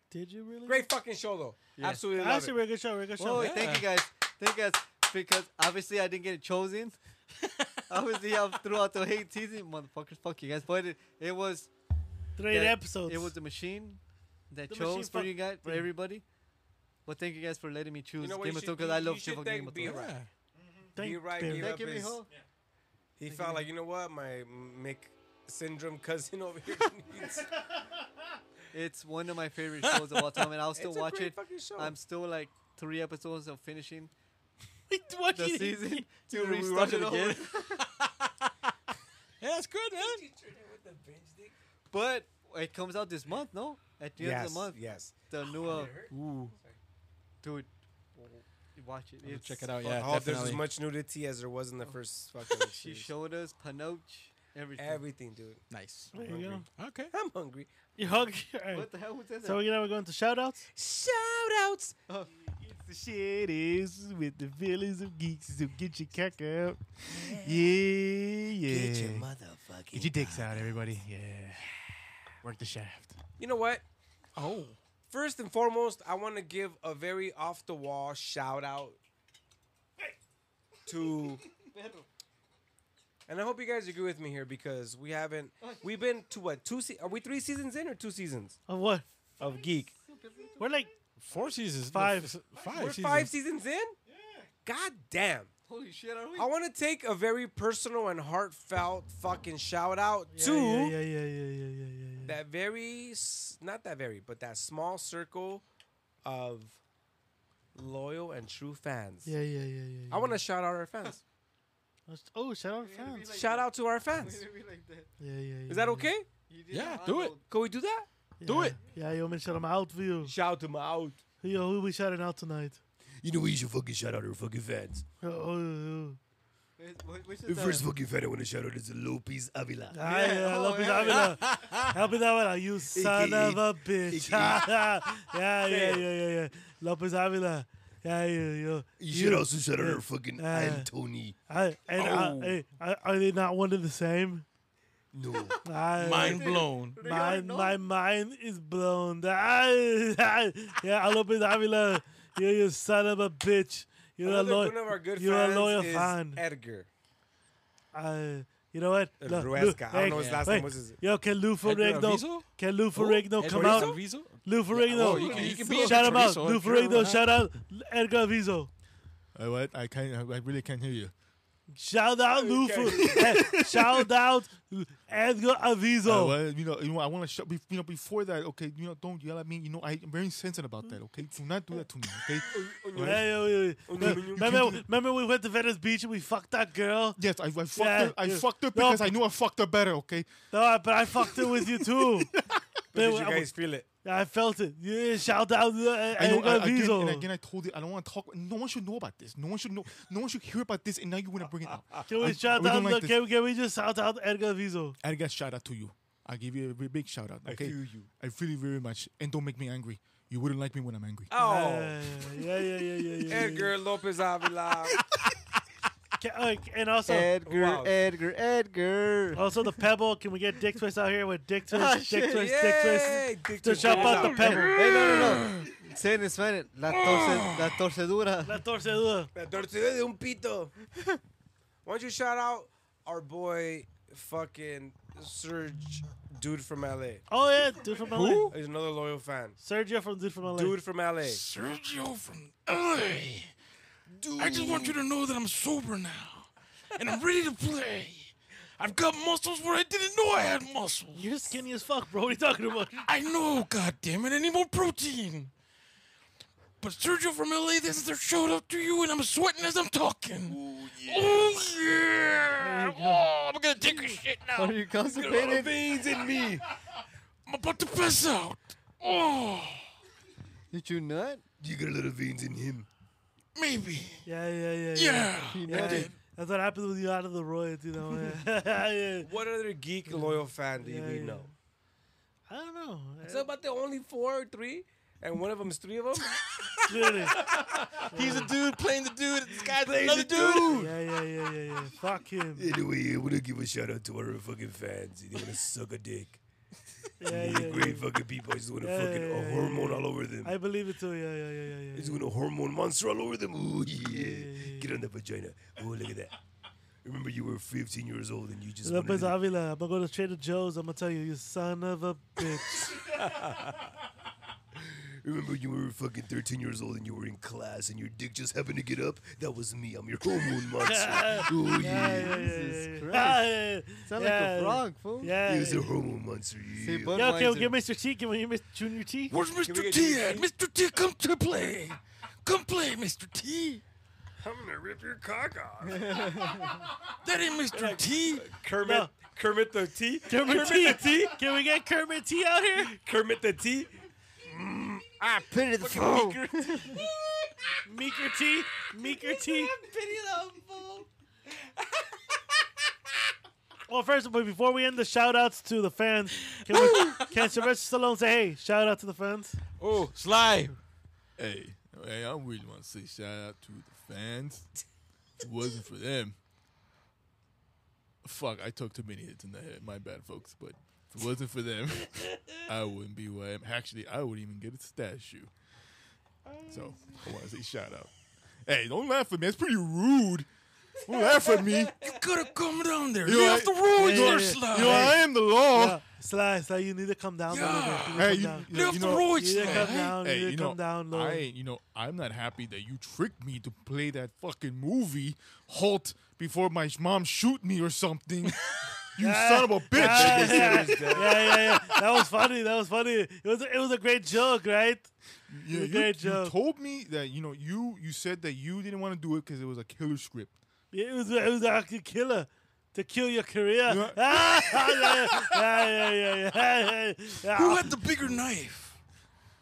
S2: Did you really?
S1: Great Oh, fucking show though. Absolutely love
S2: That's a
S1: it.
S2: really good show. Really good show.
S3: Well, Oh, thank you guys. Thank you guys because obviously I didn't get chosen. obviously, I threw out the hate teasing, motherfuckers. Fuck you guys, but it, it was
S2: Three
S3: that-
S2: episodes.
S3: It was the machine that
S2: The
S3: chose
S2: machine
S3: for
S2: fuck-
S3: you guys, for
S2: yeah.
S3: everybody. But thank you guys for letting me choose
S1: You know what
S3: Game
S1: you
S3: of Thrones
S1: should
S3: because
S1: do?
S3: I
S1: You
S3: love
S1: should
S3: fucking
S1: thank
S3: Game of
S1: B.
S3: Thrones.
S1: Right.
S7: Yeah.
S2: Thank,
S1: Be right,
S2: thank-
S1: be
S3: Thank you,
S1: Therapist.
S3: Mijo.
S1: He felt like you know what my Mick syndrome cousin over here needs.
S3: It's one of my favorite shows of all time, and I'll still
S1: It's a
S3: watch
S1: great
S3: it.
S1: fucking show.
S3: I'm still like three episodes of finishing
S2: Wait, what
S3: the
S2: you-
S3: season to
S7: Dude, we
S3: restart
S7: watch it
S3: it again.
S7: Yeah, that's good, man.
S3: But it comes out this month, no? At the end of
S1: yes,
S3: the month,
S1: yes.
S3: the new uh,
S7: Ooh.
S3: dude. Watch it.
S7: I'll
S3: It's-
S7: check it out. Yeah,
S1: I hope Oh, there's as
S7: definitely.
S1: much nudity as there was in the first fucking.
S3: She
S1: series.
S3: showed us Panoche, everything.
S1: everything, dude.
S7: nice.
S2: There you go.
S7: Okay.
S1: I'm hungry.
S2: You hug. All right.
S3: What the hell was that?
S2: So we're gonna go into shout outs.
S1: Shout outs.
S2: The shit is with the feelings of geeks, so get your cock out. Yeah, yeah.
S1: Get your motherfucking.
S2: Get your dicks out, everybody. Yeah. Work the shaft.
S1: You know what?
S7: Oh.
S1: First and foremost, I want to give a very off the wall shout out to. And I hope you guys agree with me here because we haven't. We've been to what? Two? Se- are we three seasons in or two seasons
S2: Of what?
S1: of Geek?
S2: We're like,
S7: Four seasons. no,
S2: Five.
S7: s- Five
S1: We're
S7: seasons.
S1: five seasons in. Yeah. God damn.
S3: Holy shit, are we?
S2: Oh,
S1: I want to take a very personal and heartfelt fucking shout out to
S2: yeah, yeah, yeah, yeah, yeah, yeah, yeah, yeah.
S1: that very, s- not that very, but that small circle of loyal and true fans.
S2: Yeah, yeah, yeah, yeah. yeah.
S1: I want to shout out our fans.
S2: Oh, shout out to
S3: gotta be
S2: fans.
S3: like
S1: shout
S3: that.
S1: out to our
S3: We
S1: fans.
S3: didn't be like that.
S2: Yeah, yeah, yeah.
S1: Is that
S2: yeah.
S1: okay?
S3: You did
S7: Yeah,
S3: not
S7: do it.
S3: know.
S1: Can we do that?
S7: Do
S2: Yeah.
S7: it.
S2: Yeah, you want me to shout them out for you?
S1: Shout them out.
S2: Yo, who we shouting out tonight?
S1: You know we should fucking shout out our fucking fans.
S2: Oh, oh,
S3: Wh- wh- Which
S1: The
S3: is
S1: first
S3: that?
S1: fucking fan I want to shout out is Lopez Avila.
S2: oh. Ah,
S3: Yeah,
S2: yeah,
S3: oh,
S2: help me
S3: yeah.
S2: that one. Help me that one. You son of a bitch. yeah, yeah, yeah, yeah, yeah. Lopez Avila. Yeah, you, you.
S10: You should also shout out our fucking
S2: Uh.
S10: Anthony.
S2: I, and
S7: Oh.
S2: I, hey, I, are they not one and the same?
S10: No.
S2: I,
S7: Mind blown.
S3: They
S2: my,
S3: already know.
S2: my mind is blown. I, I, yeah, Lopez Avila, you, you son of a bitch. You're a
S1: Another
S2: loyal,
S1: one of our good
S2: you're a
S1: fans
S2: loyal
S1: is
S2: fan.
S1: Edgar.
S2: I, you know what?
S1: Uh,
S2: Look,
S1: Ruesca.
S2: look,
S1: I don't know his
S2: hey,
S1: last
S2: wait.
S1: name. What's his?
S2: Yo, can Lou Ferrigno,
S7: Alviso?
S2: can Lou Ferrigno come
S7: Chorizo?
S2: out?
S7: Alviso?
S2: Lou Ferrigno,
S7: Oh, you can- you can be
S2: shout
S7: a
S2: him out.
S7: chorizo,
S2: Lou
S7: if you're
S2: Ferrigno,
S7: around.
S2: shout out Edgar Vizo.
S8: Uh, what? I can't. I really can't hear you.
S2: Shout out Lou Fer- Shout out Edgar
S8: Uh,
S2: Avizo.
S8: well, you know, you know, I want to shut. be- You know, before that, okay. You know, don't yell at me. You know, I, am very sensitive about that. Okay, do not do that to me. Okay. All right?
S2: Hey, yo, yo, yo. Remember, remember we went to Venice Beach and we fucked that girl?
S8: Yes, I, I fucked
S2: Yeah,
S8: her. I
S2: yeah.
S8: fucked her
S2: No,
S8: because I knew I fucked her better. Okay.
S2: No, but I fucked it with you too.
S1: Did you
S2: I-
S1: guys feel it?
S2: I felt it. Yeah, shout out uh,
S8: I
S2: Edgar
S8: know, I, again, and
S2: Avizo.
S8: again, I told you I don't want to talk. No one should know about this. No one should know. No one should hear about this. And now you want to bring it up.
S2: Can we
S8: I-
S2: shout
S8: we
S2: out?
S8: don't like
S2: the-
S8: this.
S2: can, we- can we just shout out Edgar Avizo?
S8: I got shout out to you. I give you a very big shout out. Okay? I feel you. I feel you very much. And don't make me angry. You wouldn't like me when I'm angry.
S1: Oh,
S2: Uh, yeah, yeah, yeah, yeah, yeah.
S1: Edgar Lopez Avila.
S2: Ca- uh, and also,
S3: Edgar,
S1: Wow.
S3: Edgar, Edgar.
S2: also the pebble. Can we get dick twist out here with
S10: Oh,
S2: dick twist, dick twist, dick twist?
S1: Yay! Dick
S2: To
S1: twist.
S2: shop out the
S3: Hey,
S2: pebble.
S3: no, no, no. Say it in Spanish. La, torce, la torcedura.
S2: La torcedura.
S1: La torcida de un pito. Why don't you shout out our boy, fucking Serge, dude from LA.
S2: Oh yeah, dude from LA.
S1: He's another loyal fan.
S2: Sergio from dude from LA.
S1: Dude from LA.
S7: Sergio from LA. I just want you to know that I'm sober now, and I'm ready to play. I've got muscles where I didn't know I had muscles.
S2: you're skinny as fuck, bro. What are you talking about?
S7: I know, goddamn it, I need more protein. But Sergio from LA, this is their showed up to you, and I'm sweating as I'm talking. Oh yeah! Oh, I'm gonna take a shit now.
S3: Are you constipated?
S1: Veins in me.
S7: I'm about to pass out. Oh,
S3: Did you nut?
S10: You got a lot of veins in him.
S7: maybe.
S2: Yeah, yeah, yeah, yeah.
S7: Yeah.
S3: He
S2: Yeah.
S3: nutted.
S2: That's what happens when you out of the roids, you know. yeah.
S1: What other geek loyal fan do
S2: Yeah,
S1: we
S2: yeah.
S1: know?
S2: I don't know.
S1: Is that about the only four or three? and one of them is three of them.
S2: Literally.
S7: He's a dude playing the dude. This guy's
S1: Playing
S7: another
S1: the
S7: dude.
S1: dude.
S2: Yeah, yeah, yeah, yeah, yeah. Fuck him.
S10: Anyway, I want to give a shout out to our fucking fans. They want to suck a dick.
S2: Yeah,
S10: They're
S2: yeah, yeah.
S10: great fucking people. I just want to
S2: Yeah,
S10: fucking
S2: yeah, yeah,
S10: a hormone
S2: yeah.
S10: all over them.
S2: I believe it too. Yeah, yeah, yeah, yeah,
S10: I
S2: yeah.
S10: just want a hormone monster all over them. Ooh, yeah.
S2: yeah,
S10: Get on the vagina. Oh, look at that. Remember, you were 15 years old and you just wanted
S2: Lopez
S10: to-
S2: Avila, I'm gonna go to Trader Joe's. I'm gonna tell you, you son of a bitch.
S10: Remember, you were fucking 13 years old and you were in class and your dick just happened to get up? That was me. I'm your hormone monster. Oh, yeah.
S2: yeah, yeah, yeah,
S3: Jesus
S2: yeah, yeah.
S3: Christ.
S2: Ah, yeah, yeah.
S3: Sound
S2: yeah.
S3: like a frog, fool.
S2: Yeah.
S10: He was a hormone monster.
S3: See,
S10: Yeah.
S2: Yeah,
S3: Budweiser.
S2: okay, well, give Mr. T. Give me Mr. Junior T.
S10: Where's
S7: we
S10: Mr.
S7: get
S10: T
S7: you-
S10: at? Mr. T, come to play. Come play, Mr. T.
S1: I'm gonna rip your cock off.
S7: That ain't Mr. T.
S1: Kermit,
S2: No.
S1: Kermit the T,
S2: Kermit,
S1: the T,
S2: T. Can we get Kermit T out here?
S1: Kermit the T.
S3: I put it in the phone.
S2: Meeker T. Meeker T. Well, first of all, before we end the shout outs to the fans, can, we, can Sylvester Stallone say, hey, shout out to the fans?
S7: Oh, Sly.
S8: Hey, hey, I really want to say shout out to the fans. If it wasn't for them, fuck, I took too many hits in the head. My bad, folks. But if it wasn't for them, I wouldn't be where I am. Actually, I wouldn't even get a statue. So I want to say shout out. Hey, don't laugh at me. That's pretty rude. Don't laugh at me.
S7: You could have come down there.
S8: You
S7: Lay
S8: know,
S7: off the roads,
S2: yeah,
S7: there,
S2: yeah.
S7: Sly.
S8: You know, I am the law.
S2: Yeah, Uh, Sly, Sly, you need to come down a little bit. You
S8: Hey,
S2: need to
S8: you-
S2: come down.
S8: you-
S7: Lay off the
S8: know-
S7: roads,
S2: You need to come
S7: Sly.
S2: down.
S8: Hey,
S2: You
S8: you
S2: need to
S8: know,
S2: come down low.
S8: I ain't, you know, I'm not happy that you tricked me to play that fucking movie, Halt, before my sh- mom shoot me or something. you son of a
S2: Yeah, yeah, yeah,
S8: bitch.
S2: yeah, yeah. That was funny. That was funny. It was it was a great joke, right?
S8: Yeah,
S2: a
S8: you,
S2: great
S8: you
S2: joke.
S8: told me that, you know, you you said that you didn't want to do it because it was a killer script.
S2: Yeah, It was it was a killer to kill your career.
S8: Yeah.
S2: Ah, yeah, yeah, yeah, yeah, yeah, yeah, yeah.
S7: Who had the bigger knife?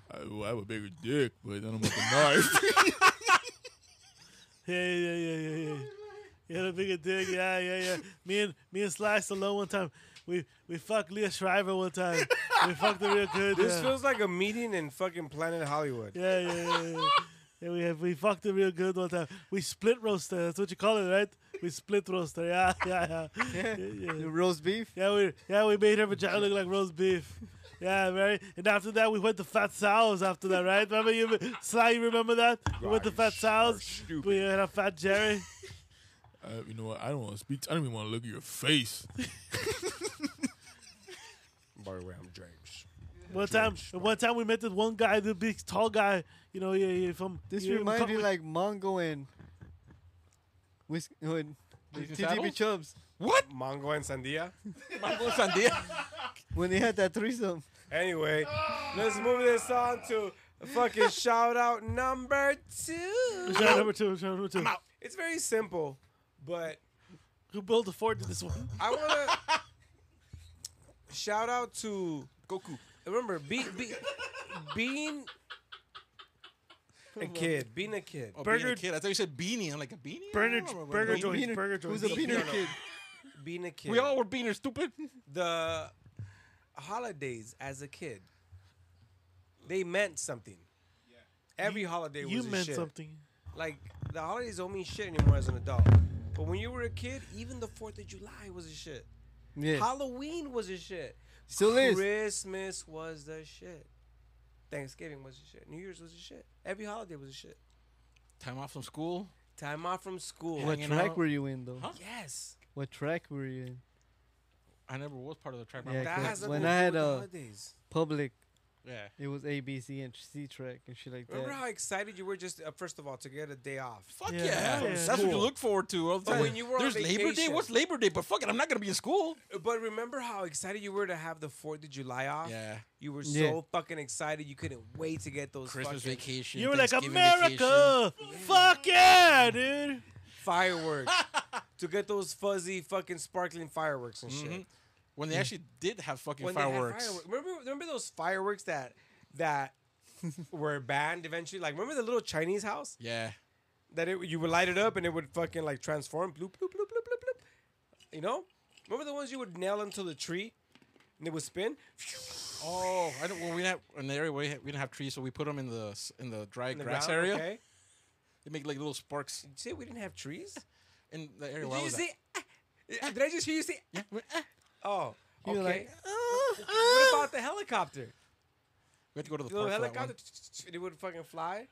S8: I, well, I have a bigger dick, but I don't want the knife.
S2: Yeah, yeah, yeah, yeah, yeah. yeah. You had a bigger dick. Yeah, yeah, yeah. Me and me and Sly Stallone one time. We we fucked Leah Shriver one time. We fucked her real good.
S1: This
S2: yeah.
S1: feels like a meeting in fucking Planet Hollywood.
S2: yeah, yeah, yeah, yeah. yeah. Yeah, we have, we fucked it real good one time. We split roaster. That's what you call it, right? We split roaster. Yeah, yeah, yeah. yeah,
S3: The
S2: yeah.
S3: roast beef.
S2: Yeah, we yeah we made her vagina look like roast beef. Yeah, right. And after that, we went to Fat Sal's. After that, right? Remember you, Sly? You remember that? We went to Fat
S1: Guys are
S2: Sal's.
S1: stupid.
S2: We had a Fat Jerry.
S8: uh, you know what? I don't want to speak. I don't even want to look at your face.
S1: By the way, I'm James.
S2: One time, one time we met this one guy, the big tall guy. You know, yeah, yeah from.
S3: This
S2: you
S3: reminds
S2: come-
S3: me like Mongo and Whis- when the
S7: Jason Statham?
S3: TTB Chubs
S7: What?
S1: Mango and Sandia.
S7: Mango Sandia.
S3: when they had that threesome.
S1: Anyway, let's move this on to fucking shout out number two.
S2: Shout out number two. Shout out number two.
S1: It's very simple, but
S2: Who built a Ford to this one?
S1: I wanna shout out to Goku. Remember, be, be, being a kid, being a kid.
S7: Oh, being
S2: Burger-
S7: a kid. I thought you said beanie. I'm like a beanie.
S2: Burger-
S7: Oh,
S2: burger joint.
S7: beanie.
S2: Joey's
S3: Beaner-
S2: Burger Joint.
S3: Who's a beaner
S1: No, no.
S3: kid?
S1: Being a kid.
S7: We all were beaners, stupid.
S1: the holidays as a kid, they meant something. Every holiday was
S2: You
S1: a
S2: meant
S1: shit.
S2: something.
S1: Like the holidays don't mean shit anymore as an adult. But when you were a kid, even the Fourth of July was a shit.
S3: Yeah.
S1: Halloween was a shit.
S3: Still is.
S1: Christmas was the shit. Thanksgiving was the shit. New Year's was the shit. Every holiday was a shit.
S7: Time off from school.
S1: Time off from school.
S3: What
S7: hanging
S3: track
S7: out.
S3: were you in though?
S7: Huh?
S1: Yes.
S3: What track were you in?
S7: I never was part of the track.
S3: Yeah,
S7: Yeah.
S1: That
S3: cause
S1: has nothing
S3: when
S1: to
S3: I
S1: do
S3: had
S1: with the
S3: a-
S1: holidays.
S3: Public.
S7: yeah.
S3: It was A, B, C, and C track and shit like
S1: Remember
S3: that.
S1: how excited you were just uh, first of all to get a day off.
S7: Fuck
S2: Yeah.
S7: yeah.
S2: Yeah, yeah.
S7: That's what you look forward to all the
S1: But
S7: time.
S1: Oh, when you were on
S7: There's Labor Day.
S1: vacation-
S7: What's Labor Day? But fuck it, I'm not gonna be in school.
S1: But remember how excited you were to have the Fourth of July off?
S7: Yeah.
S1: You were
S3: Yeah.
S1: so fucking excited you couldn't wait to get those
S7: Christmas
S1: fucking
S7: vacation.
S2: You were like
S7: Thanksgiving
S2: America. Fuck yeah, dude.
S1: fireworks. to get those fuzzy fucking sparkling fireworks and
S7: vacation.
S1: shit.
S7: Mhm. When they actually did have fucking
S1: Mm-hmm. When they had
S7: fireworks.
S1: firework- Remember remember those fireworks that that were banned eventually? Like remember the little Chinese house?
S7: Yeah.
S1: That it, you would light it up and it would fucking like transform bloop bloop bloop bloop bloop bloop. You know? Remember the ones you would nail into the tree? and it would spin.
S7: Oh, I don't. Well, we have an area where we, had, we didn't have trees, so we put them in the s- in the dry
S1: in the
S7: grass
S1: ground,
S7: area.
S1: Okay.
S7: They make like little sparks
S1: Did you say we didn't have trees?
S7: in the area.
S1: Did
S7: where I
S1: you
S7: was at.
S1: say? "Ah"? Uh, Did I just hear you say? "Ah"? Oh.
S3: You were
S1: Okay.
S3: like,
S1: "Uh, what about the helicopter?
S7: We had to go to the
S1: The little
S7: park for that one.
S1: helicopter, it would fucking fly.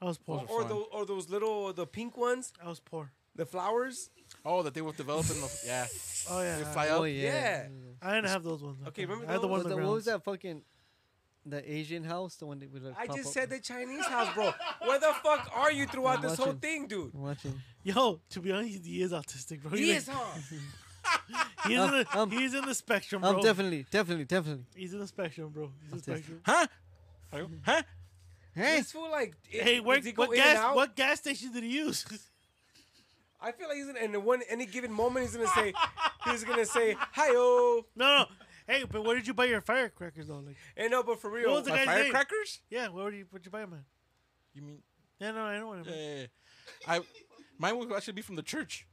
S2: I was poor.
S7: Those are
S1: Or
S7: fun.
S1: those, or those little, the pink ones,
S2: I was poor.
S1: the flowers.
S7: Oh, that they were developing. The, yeah,
S2: Oh
S7: they
S2: yeah, Mm-hmm.
S7: fly up.
S3: Oh
S1: Yeah.
S3: yeah.
S2: I didn't have those ones.
S1: Okay, remember
S2: I had the
S1: those?
S2: one
S3: What,
S2: in the
S3: the- what was
S2: grounds.
S3: that fucking? The Asian house, the one that we like.
S1: I
S3: pop
S1: just
S3: up-
S1: said the Chinese house, bro. Where the fuck are you throughout
S3: I'm
S1: this whole
S3: watching.
S1: thing, dude?
S3: I'm watching.
S2: Yo, to be honest, he is autistic, bro.
S1: He
S2: He's
S1: is,
S2: like-
S1: huh?
S2: He's, in the,
S3: I'm-
S2: he's in the spectrum, bro.
S3: I'm Oh, definitely, definitely, definitely.
S2: he's in the spectrum, bro. He's in the
S3: Autistic.
S2: spectrum.
S7: Huh? Are you- Huh?
S3: Hey,
S1: This fool, like, it-
S2: Hey, where,
S1: does he go
S2: what
S1: in and
S2: gas?
S1: out?
S2: What gas station did he use?
S1: I feel like he's in, and in one any given moment he's gonna say, he's gonna say, "Hi-oh."
S2: no, no. Hey, but where did you buy your firecrackers though? Like,
S1: And no, but for real,
S2: What was the
S1: like,
S2: guy's name?
S7: Firecrackers?
S2: yeah, where would you where'd you buy them at?
S7: You mean?
S2: Yeah, no, I don't want
S7: Yeah,
S2: to.
S7: yeah, yeah. I. Mine would actually be from the church.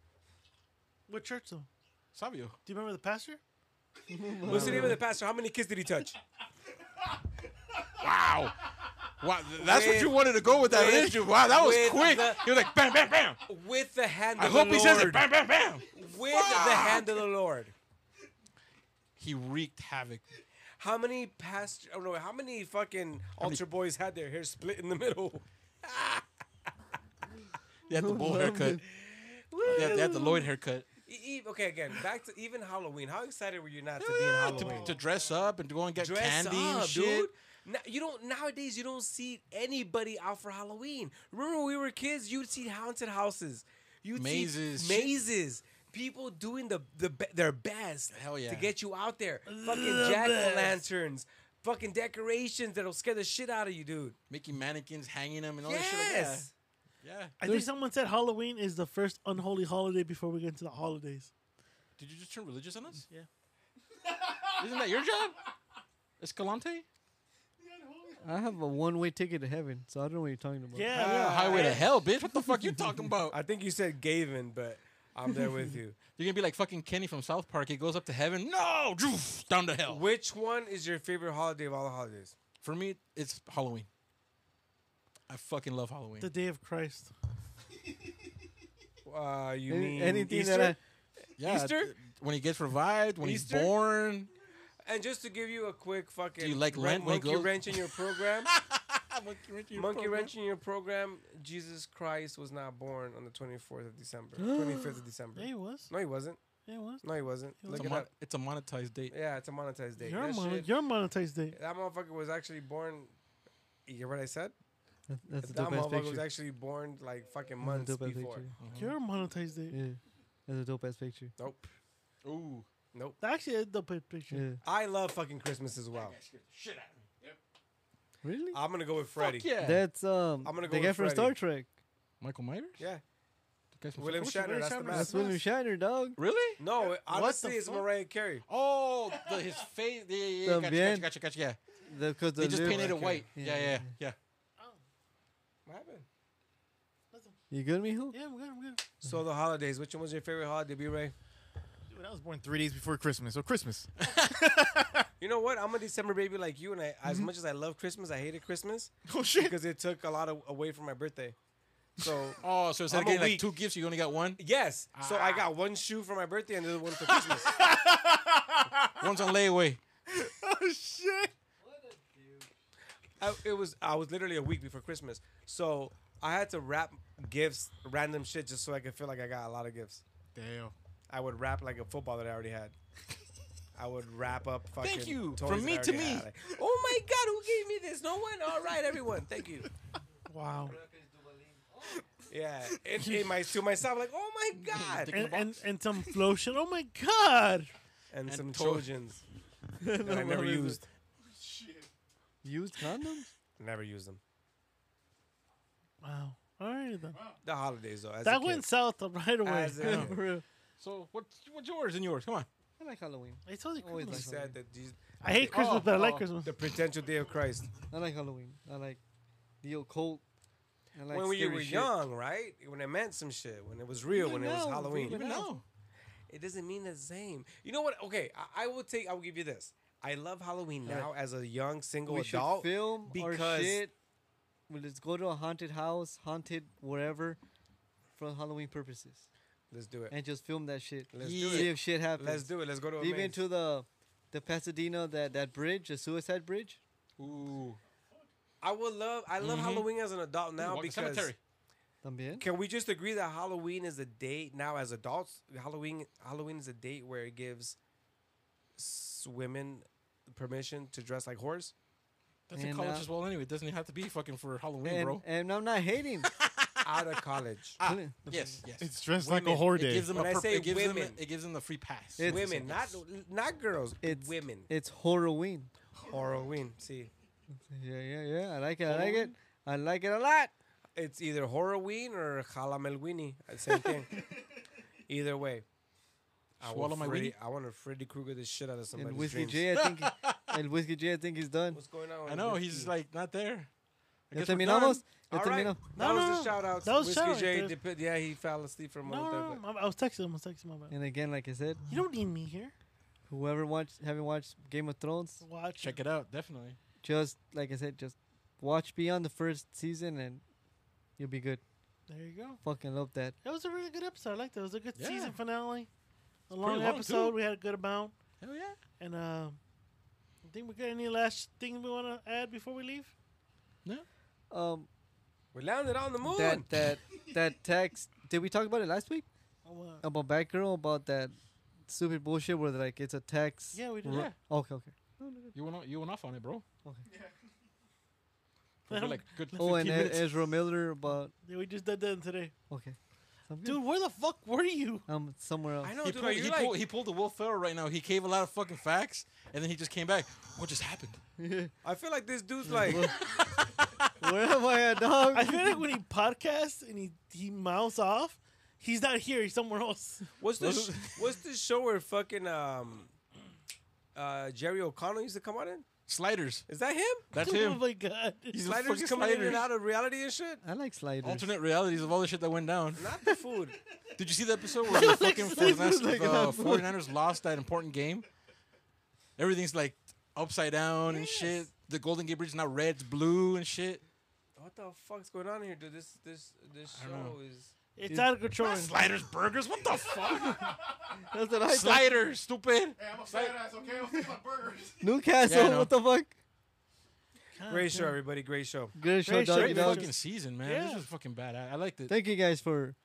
S2: What church though?
S7: Savio.
S2: Do you remember the pastor?
S1: what's the name of the pastor? How many kids did he touch?
S7: Wow. Wow, th- that's what
S1: With-
S7: you wanted to go with that,
S1: with-
S7: didn't you? Wow, that was
S1: with
S7: quick.
S1: the-
S7: He was like, bam, bam, bam.
S1: With the hand.
S7: I
S1: of
S7: hope
S1: the
S7: he
S1: Lord.
S7: says it. Bam, bam, bam.
S1: With the hand of the Lord.
S7: He wreaked havoc.
S1: How many past? Oh no! How many fucking altar boys had their hair split in the middle?
S7: They had the bowl haircut. They had, they had the Lloyd haircut.
S1: E- e- okay, again, back to even Halloween. How excited were you not to be in Halloween?
S7: To dress up and to go and get
S1: Dress
S7: candy
S1: up,
S7: and shit.
S1: dude. Now, you don't nowadays. You don't see anybody out for Halloween. Remember when we were kids? You'd see haunted houses, you'd
S7: Mazes,
S1: see
S7: shit.
S1: mazes. People doing the, the be- their best
S7: Hell yeah.
S1: to get you out there. Fucking jack o' lanterns, fucking decorations that'll scare the shit out of you, dude.
S7: Making mannequins, hanging them, and all that
S1: Yes.
S7: shit. Like, yeah. yeah.
S2: I think someone said Halloween is the first unholy holiday before we get into the holidays.
S7: Did you just turn religious on us?
S2: Yeah.
S7: Isn't that your job? Escalante?
S3: I have a one-way ticket to heaven, so I don't know what you're talking about.
S2: Yeah,
S7: Ah,
S2: yeah.
S7: highway to hell, bitch. What the fuck you talking about?
S1: I think you said Gavin, but I'm there with you.
S7: You're gonna be like fucking Kenny from South Park. He goes up to heaven. No, down to hell.
S1: Which one is your favorite holiday of all the holidays?
S7: For me, it's Halloween. I fucking love Halloween.
S2: the day of Christ.
S1: Uh, you
S3: Any-
S1: mean
S3: anything
S1: Easter?
S3: that
S7: yeah,
S1: Easter?
S7: th- when he gets revived, when
S1: Easter?
S7: he's born.
S1: And just to give you a quick fucking
S7: Do you like
S1: ran-
S7: Lent when it
S1: monkey
S7: goes-
S1: wrench in your program,
S7: monkey wrench.
S1: monkey wrench in your program, Jesus Christ was not born on the 24th of December, 25th of December.
S2: Yeah, it was.
S1: No, he wasn't.
S2: Yeah, it was.
S1: No, he wasn't.
S7: It's
S1: Look
S7: a,
S1: it
S7: mon-
S1: up.
S7: it's a monetized date.
S1: Yeah, it's a monetized date.
S2: You're
S1: that,
S2: a mon-
S1: shit-
S2: you're a monetized day.
S1: that motherfucker was actually born. You hear what I said?
S3: That- That's a
S1: that
S3: dope ass
S1: motherfucker was
S3: picture.
S1: actually born like fucking
S3: That's a
S1: months
S3: dope ass
S1: before.
S3: picture.
S7: Mm-hmm.
S2: You're a monetized day.
S3: Yeah, that's a dope ass picture.
S1: Nope.
S7: Ooh.
S1: Nope.
S2: Actually, it's the pi- picture.
S3: Yeah,
S1: I love fucking Christmas as well.
S3: really?
S1: I'm gonna go with Freddy.
S7: yeah.
S3: That's um
S1: I'm gonna go
S3: the guy
S1: with
S3: from Star
S1: Freddy.
S3: Trek.
S7: Michael Myers?
S1: Yeah.
S7: The guy from
S1: William
S7: Star Trek?
S1: Shatner. That's the mask.
S3: That's William Shatner, dog.
S7: Really?
S1: No, it-
S3: What
S1: honestly,
S3: the
S1: it's
S3: fuck?
S1: Mariah Carey.
S7: Oh, the, his face. Yeah, yeah, yeah. Gotcha,
S3: También.
S7: gotcha, gotcha, gotcha. Yeah.
S3: The, 'cause
S7: They
S3: the
S7: just
S3: lips-
S7: painted it white.
S3: Yeah,
S7: Yeah, yeah, yeah.
S3: yeah.
S1: What happened?
S3: You good, mijo?
S2: Yeah, I'm good. I'm good.
S1: So the holidays. Which one was your favorite holiday, B Ray?
S11: Dude, I was born three days before Christmas, so Christmas.
S1: You know what? I'm a December baby like you, and I, as much as I love Christmas, I hated Christmas
S11: oh shit!
S1: because it took a lot of, away from my birthday. So
S7: Oh, so instead
S1: I'm
S7: of
S1: a
S7: getting like
S1: weak-
S7: two gifts, you only got one?
S1: yes, so I got one shoe for my birthday and the other one for Christmas.
S7: One's on layaway.
S11: Oh shit!
S1: I, it was I was literally a week before Christmas, so I had to wrap gifts, random shit, just so I could feel like I got a lot of gifts.
S11: Damn.
S1: I would wrap like a football that I already had. I would wrap up fucking.
S7: Thank you.
S1: toys
S7: From
S1: that I
S7: me to
S1: already
S7: me.
S1: had. Like, oh my God, who gave me this? No one. All right, everyone. Thank you.
S2: Wow.
S1: Yeah, and, and my, to myself, like, oh my god,
S7: In
S2: And,
S7: the
S2: and
S7: box.
S2: and some lotion. Oh my god.
S1: and, some
S7: to-
S1: Trojans that I never used.
S3: Used condoms?
S1: Never used them.
S2: Wow. All right then.
S1: The holidays though. As a
S2: That
S1: kid.
S2: went south right away.
S1: As a-
S2: For real.
S7: So what's, what's yours and yours? Come on.
S3: I like Halloween.
S2: I told you
S3: Always
S1: He
S2: Christmas.
S3: like-
S1: said that these,
S2: I hate Christmas,
S7: Oh,
S2: but I like
S7: oh.
S2: Christmas.
S1: the potential day of Christ.
S3: I like Halloween. I like the occult. I like
S1: when we
S3: scary
S1: were
S3: shit.
S1: young, right? When it meant some shit. When it was real.
S3: Even
S1: when it was
S3: now,
S1: Halloween.
S3: even
S7: No.
S1: It doesn't mean the same. You know what? Okay, I, I will take. I will give you this. I love Halloween
S3: All right.
S1: now as a young single
S3: we should
S1: adult.
S3: film our
S1: because-
S3: shit. Well, let's go to a haunted house, haunted wherever, for Halloween purposes.
S1: Let's do it.
S3: And just film that shit.
S1: Let's do
S3: See
S1: it.
S3: if shit happens.
S1: Let's do it. Let's go to a
S3: even
S1: maze.
S3: to the the Pasadena that that bridge, the Suicide Bridge.
S1: Ooh. I would love. I love Halloween as an adult now
S3: Mm-hmm. walk the
S1: because.
S3: cemetery. También.
S1: Can we just agree that Halloween is a date now as adults? Halloween Halloween is a date where it gives s- women permission to dress like whores.
S7: That's in college as well, anyway. Doesn't it have to be fucking for Halloween,
S1: And-
S7: bro?
S3: And I'm not hating.
S1: Out of college.
S7: yes, yes.
S1: It's
S11: dressed like a Women. whore
S7: It
S11: day.
S7: gives them
S1: When
S7: a
S1: I
S7: purp-
S1: say
S7: it gives them
S1: women.
S7: a- it gives them the free pass.
S3: It's-
S1: women, not not girls.
S3: It's
S1: women.
S3: It's Halloween.
S1: Halloween. See,
S3: Yeah, yeah, yeah. I like it. I like it. I like it a lot.
S1: it's either Halloween or Halamelwini. Same thing. either way. I want
S3: Swallow my
S1: Freddy-
S3: weenie?
S1: I want to Freddy Krueger the shit out of
S3: And
S1: somebody's
S3: Whiskey
S1: dreams.
S3: J, I think. and Whiskey J, I think he's done.
S1: What's going on?
S7: I know he's like not there. I
S3: Ya
S7: guess we're
S3: terminamos.
S7: done.
S1: All
S3: Ya
S1: right.
S3: terminamos.
S1: That was the shout out.
S2: That was
S1: Whiskey
S2: shout-out.
S1: J.
S2: There's-
S1: Dep- yeah, he fell asleep from
S2: No,
S1: one
S2: no, no, I I was texting him. I was texting him about.
S3: And again, like I said,
S2: You don't need me here.
S3: whoever watched, haven't watched Game of Thrones,
S2: Watch.
S7: Check it out, definitely.
S3: just like I said, just watch beyond the first season and you'll be good.
S2: There you go.
S3: Fucking love that.
S2: That was a really good episode. I liked it. It was a good
S7: Yeah.
S2: season finale. A long,
S7: long,
S2: episode.
S7: too.
S2: We had a good amount.
S7: Hell yeah.
S2: And uh, I think we got any last thing we want to add before we leave?
S3: Um,
S1: we landed on the moon.
S3: That that that text. Did we talk about it last week?
S2: Oh, wow.
S3: About Batgirl, about that stupid bullshit where like it's a text.
S2: Yeah, we did.
S3: Ru-
S7: Yeah.
S3: Okay, okay.
S7: You went on, you went off on it, bro.
S3: Okay.
S7: For like good.
S3: Oh, and
S7: 15
S3: E-
S7: minutes.
S3: Ezra Miller about
S2: Yeah, we just did that today.
S3: okay. I'm good.
S2: Dude, where the fuck were you?
S3: I'm somewhere else.
S7: he, pulled, he, pulled, he pulled the Will Ferrell right now. He gave a lot of fucking facts, and then he just came back. What just happened?
S1: I feel like this dude's like.
S3: Where am I at, dog?
S2: I feel like when he podcasts and he, he mouths off, he's not here. He's somewhere else.
S1: What's the sh- What's the show where fucking um, uh, Jerry O'Connell used to come on in?
S7: Sliders.
S1: Is that him?
S2: Oh
S7: That's him.
S2: my god.
S7: He's a
S1: sliders
S7: fucking
S1: coming in
S7: sliders.
S1: and out of reality and shit.
S3: I like sliders.
S7: Alternate realities of all the shit that went down.
S1: Not the food.
S7: Did you see the episode where the fucking 49ers,
S3: like
S7: the
S3: that.
S7: 49ers lost that important game? Everything's like upside down and shit. The Golden Gate Bridge is now red, it's blue, and shit.
S1: what the fuck's going on here, dude? This this this
S7: I
S1: show
S7: don't know.
S1: is.
S2: It's out of control.
S7: Sliders, burgers, what the fuck?
S3: That's what I thought.
S7: Sliders, stupid.
S11: Hey, I'm a fat ass, okay? I'll take my burgers.
S3: Newcastle.
S7: Yeah, I know.
S3: what the fuck?
S1: Great show, everybody. Great show.
S3: Good show,
S2: show,
S3: doggy
S7: Great
S2: you know,
S3: dog.
S7: fucking season, man. This
S2: Yeah.
S7: was fucking bad. I, I liked it.
S3: Thank you guys for,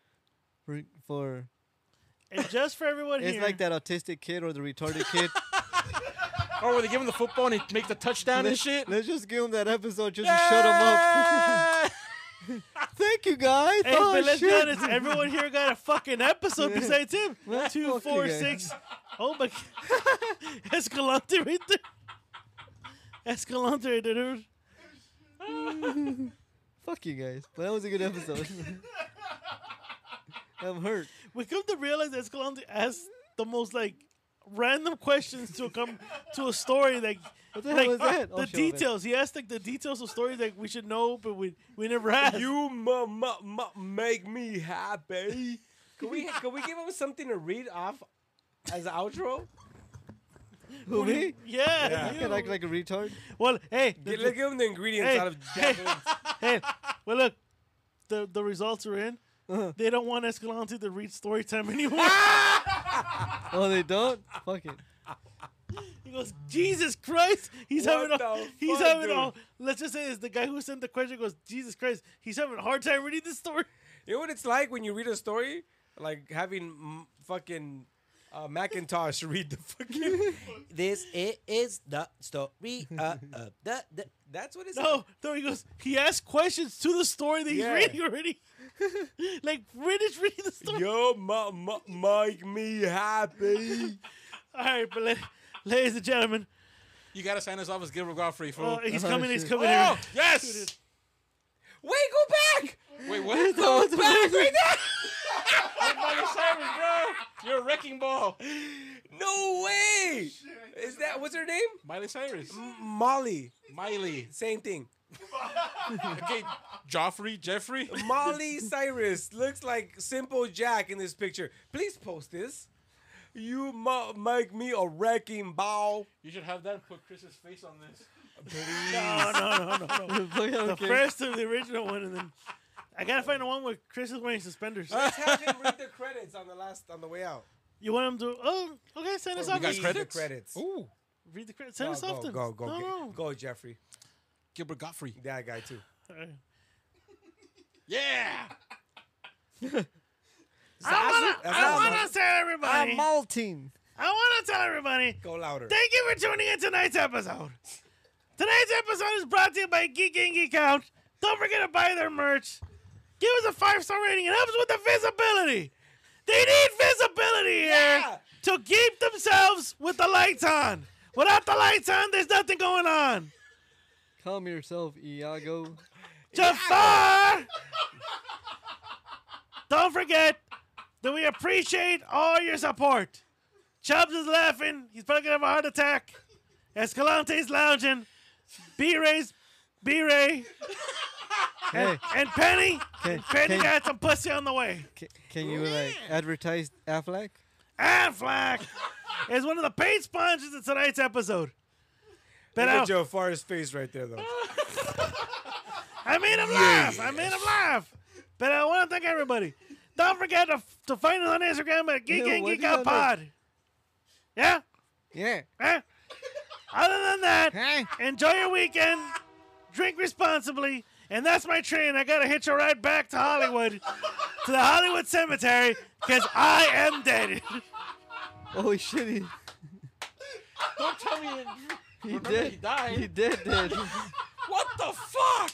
S3: for, for
S2: And just for everyone
S3: it's
S2: here,
S3: like that autistic kid or the retarded kid.
S7: Or Oh, where they give him the football and he makes the touchdown and
S3: let's,
S7: shit.
S3: let's just give him that episode just to shut him up. Thank you guys.
S2: Hey,
S3: oh
S2: but let's be
S3: shit.
S2: honest, everyone here got a fucking episode besides him.
S3: Well,
S2: Two,
S3: fuck you
S2: four,
S3: guys.
S2: six. Oh my god. Escalante right there. Escalante right there, dude.
S3: Fuck you guys. But that was a good episode. I'm hurt.
S2: We come to realize that Escalante asks the most like random questions to come to a story like
S3: What the hell
S2: like uh,
S3: was that?
S2: the
S3: Oh, shit, okay.
S2: details. He asked like the details of stories like we should know, but we we never asked.
S1: You ma- ma- ma- make me happy. Can we can we give him something to read off as an outro?
S3: Who me?
S2: yeah.
S3: I can
S2: you.
S3: act like a retard.
S2: well, hey,
S1: Get, let's give him the ingredients
S2: Hey,
S1: out of
S2: hey.
S1: Jacqueline's.
S2: hey, well, look, the the results are in.
S3: Uh-huh.
S2: They don't want Escalante to read story time anymore.
S3: Oh, they don't. Fuck it.
S2: he goes, Jesus Christ, he's
S1: What
S2: having a,
S1: the
S2: he's
S1: fuck,
S2: having a.
S1: dude?
S2: Let's just say is the guy who sent the question goes, Jesus Christ, he's having a hard time reading this story.
S1: You know what it's like when you read a story, like having m- fucking uh, Macintosh read the fucking. this it is the story uh, of the, the. That's what it's.
S2: No, no, he goes, he asked questions to the story that he's
S1: Yeah.
S2: reading already. like finish reading the story.
S1: like. Yo, ma- ma- make me happy.
S2: All right, but la- ladies and gentlemen,
S7: You gotta sign us off as Gilbert Godfrey,
S1: Oh,
S7: fool.
S2: uh, he's
S1: uh-huh,
S2: coming, he's
S3: shit.
S2: coming
S7: oh,
S2: here.
S7: yes!
S1: Wait, go back.
S7: Wait, what?
S1: Go back right
S7: Miley Cyrus, bro! You're a wrecking ball.
S1: now. No way. Is that what's her name?
S7: Miley Cyrus.
S1: Molly.
S7: Miley.
S1: Same thing.
S7: Okay, Joffrey, Jeffrey.
S1: Molly Cyrus looks like Simple Jack in this picture. Please post this. You mu- make me a wrecking ball.
S7: You should have that and put Chris's face on this.
S2: No, no, no, no, no. The first of the original one, and then I gotta find the one where Chris is wearing suspenders.
S1: Let's have him read the credits on the last on the way out.
S2: You want him to? Oh, okay. Send us
S1: Or
S2: off.
S1: read
S2: then.
S1: The credits. Ooh.
S2: Read the credits. Send us
S1: go,
S2: off.
S1: go,
S2: then.
S1: go, go,
S2: No,
S1: Ge-
S2: no.
S1: go, Jeffrey.
S7: Gilbert Godfrey.
S1: That guy too.
S2: Alright.
S7: Yeah.
S2: I wanna,
S1: That's
S2: I
S1: not
S2: wanna
S1: mal-
S2: tell everybody.
S3: I'm malting.
S2: I wanna tell everybody.
S1: Go louder.
S2: Thank you for tuning in tonight's episode. Tonight's episode is brought to you by Geek and Geek Out. Don't forget to buy their merch. Give us a five star rating. It helps with the visibility. They need visibility here
S1: Yeah.
S2: to keep themselves with the lights on. Without the lights on, there's nothing going on.
S3: Calm yourself, Iago.
S2: Jafar! Don't forget that we appreciate all your support. Chubbs is laughing. He's probably going to have a heart attack. Escalante's lounging. B Ray's B Ray.
S3: Hey,
S2: And Penny.
S3: can,
S2: Penny
S3: can,
S2: got some pussy on the way.
S3: can, can you like advertise Affleck?
S2: Affleck is one of the paid sponsors of tonight's episode. But
S1: Look
S2: I,
S1: at Joe Farr's face right there, though.
S2: I made him laugh. I made him laugh. But I want to thank everybody. Don't forget to, to find us on Instagram at Geek
S3: Ew,
S2: and
S3: what
S2: Geek
S3: is
S2: Out
S3: that like-
S2: Pod. Yeah?
S3: Yeah.
S2: Eh? Other than that,
S3: Hey.
S2: enjoy your weekend, drink responsibly, and that's my train. I gotta hitch a ride back to Hollywood, to the Hollywood Cemetery, because I am dead.
S3: Oh shit. He,
S7: Don't tell me. it-
S3: he
S7: Remember,
S3: did.
S7: he died.
S3: He did. did.
S7: What the fuck?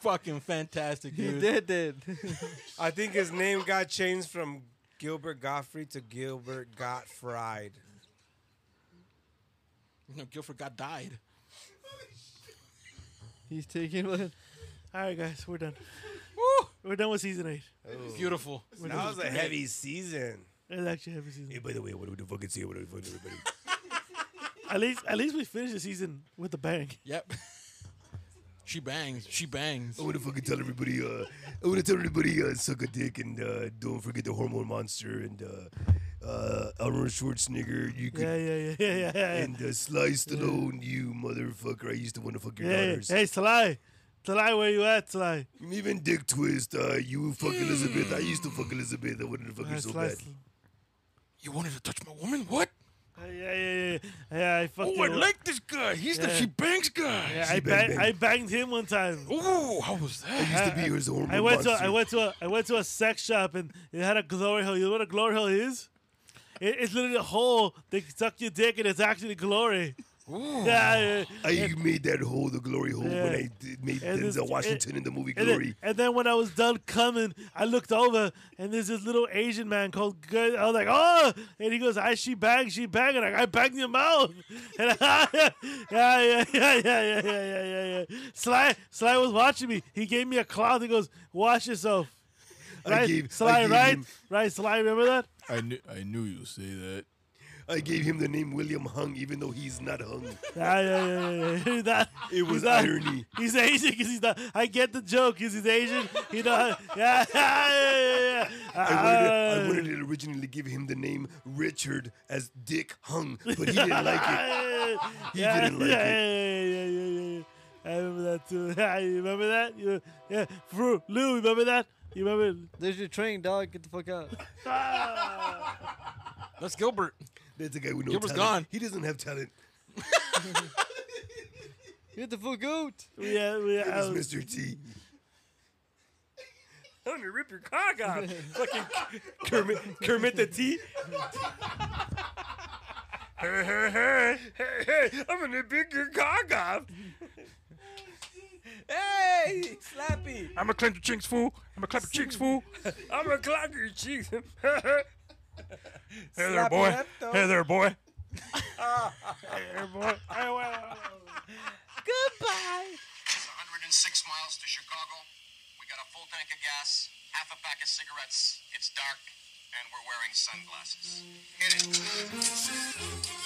S7: Fucking fantastic,
S3: he
S7: dude.
S3: did. Did.
S1: I think his name got changed from Gilbert Godfrey to Gilbert Got Fried.
S7: No, Guilford got died.
S3: He's taking one.
S2: All right, guys, we're done.
S7: Woo!
S2: We're done with season eight.
S7: Beautiful.
S2: We're
S1: That
S2: done.
S1: was a heavy season.
S2: It's actually heavy season.
S10: Hey, by the way, what do we fucking see? What do we fucking everybody?
S2: At least, at least we finished the season with a bang.
S7: Yep. she bangs. She bangs.
S10: I want to fucking tell everybody. Uh, I want to tell everybody uh, suck a dick and uh, don't forget the hormone monster and uh, uh, Arnold Schwarzenegger. You could
S2: Yeah, yeah, yeah, yeah, yeah. yeah.
S10: and uh, Sly Stallone. You motherfucker! I used to want to fuck your
S2: yeah, yeah.
S10: daughters.
S2: Hey, Sly, Sly, where you at, Sly?
S10: And even Dick Twist. Uh, you fuck Elizabeth. I used to fuck Elizabeth. I wanted to fuck
S2: Ah,
S10: her so
S2: Sly,
S10: bad.
S2: Sly.
S7: You wanted to touch my woman? What?
S2: Uh, Yeah, yeah, yeah, yeah. yeah I fucked
S7: Oh, I
S2: you.
S7: like this guy. He's the
S2: Yeah.
S7: she bangs guy.
S2: Yeah, I,
S10: bang,
S2: bang,
S10: bang.
S2: I banged him one time.
S7: Oh, how was
S10: I
S7: that?
S10: used to be her hormone
S2: I went to
S10: monster.
S2: I went to a, I went to a sex shop and it had a glory hole. You know what a glory hole is? It, it's literally a hole they suck your dick and it's actually glory. Yeah, yeah.
S10: I made that hole the glory hole when
S2: Yeah.
S10: I did, made
S2: And this-
S10: Denzel Washington in the movie
S2: And
S10: Glory.
S2: then, and then when I was done coming, I looked over and there's this little Asian man called Good. I was like, oh, and he goes, I she bang, she bang, and I, I banged your mouth. And I, yeah, yeah, yeah, yeah, yeah, yeah, yeah, yeah. Sly, Sly was watching me. He gave me a cloth. He goes, wash yourself.
S10: I
S2: Right,
S10: gave- I
S2: Sly,
S10: gave
S2: right,
S10: him-
S2: right, Sly. Remember that?
S8: I knew I knew you'd say that.
S10: I gave him the name William Hung, even though he's not hung.
S2: Yeah, yeah, yeah, yeah, yeah. He's not-
S10: It was
S2: he's not-
S10: irony.
S2: He's Asian because he's not. I get the joke because he's Asian. You know, yeah, yeah, yeah, yeah.
S10: I wanted,
S2: Uh,
S10: I wanted to originally give him the name Richard as Dick Hung, but he didn't like it. He
S2: yeah,
S10: didn't like
S2: yeah,
S10: it.
S2: Yeah, yeah, yeah, yeah, yeah. I remember that too. Yeah, you remember that? You, yeah, Fru, Lou, remember that? You remember?
S3: There's your train, dog. Get the fuck out.
S2: Ah.
S7: That's Gilbert.
S10: That's a guy with no
S7: Gilbert's
S10: talent.
S7: gone.
S10: He doesn't have talent.
S3: Get the fuck out.
S2: yeah, we, I
S10: It's
S2: was-
S10: Mr. T.
S1: I'm gonna rip your cock out. Fucking Kermit, Kermit the T. hey, hey, hey, hey, hey, I'm gonna pick your cock off. hey, Slappy.
S7: I'm gonna clench your chinks, fool. I'm gonna clap your cheeks, fool.
S1: I'm gonna clock your cheeks. hey there,
S7: boy.
S1: Hey there, boy.
S4: It's 106 miles to Chicago. We got a full tank of gas, half a pack of cigarettes. It's dark, and we're wearing sunglasses. Hit it.
S9: Thank you.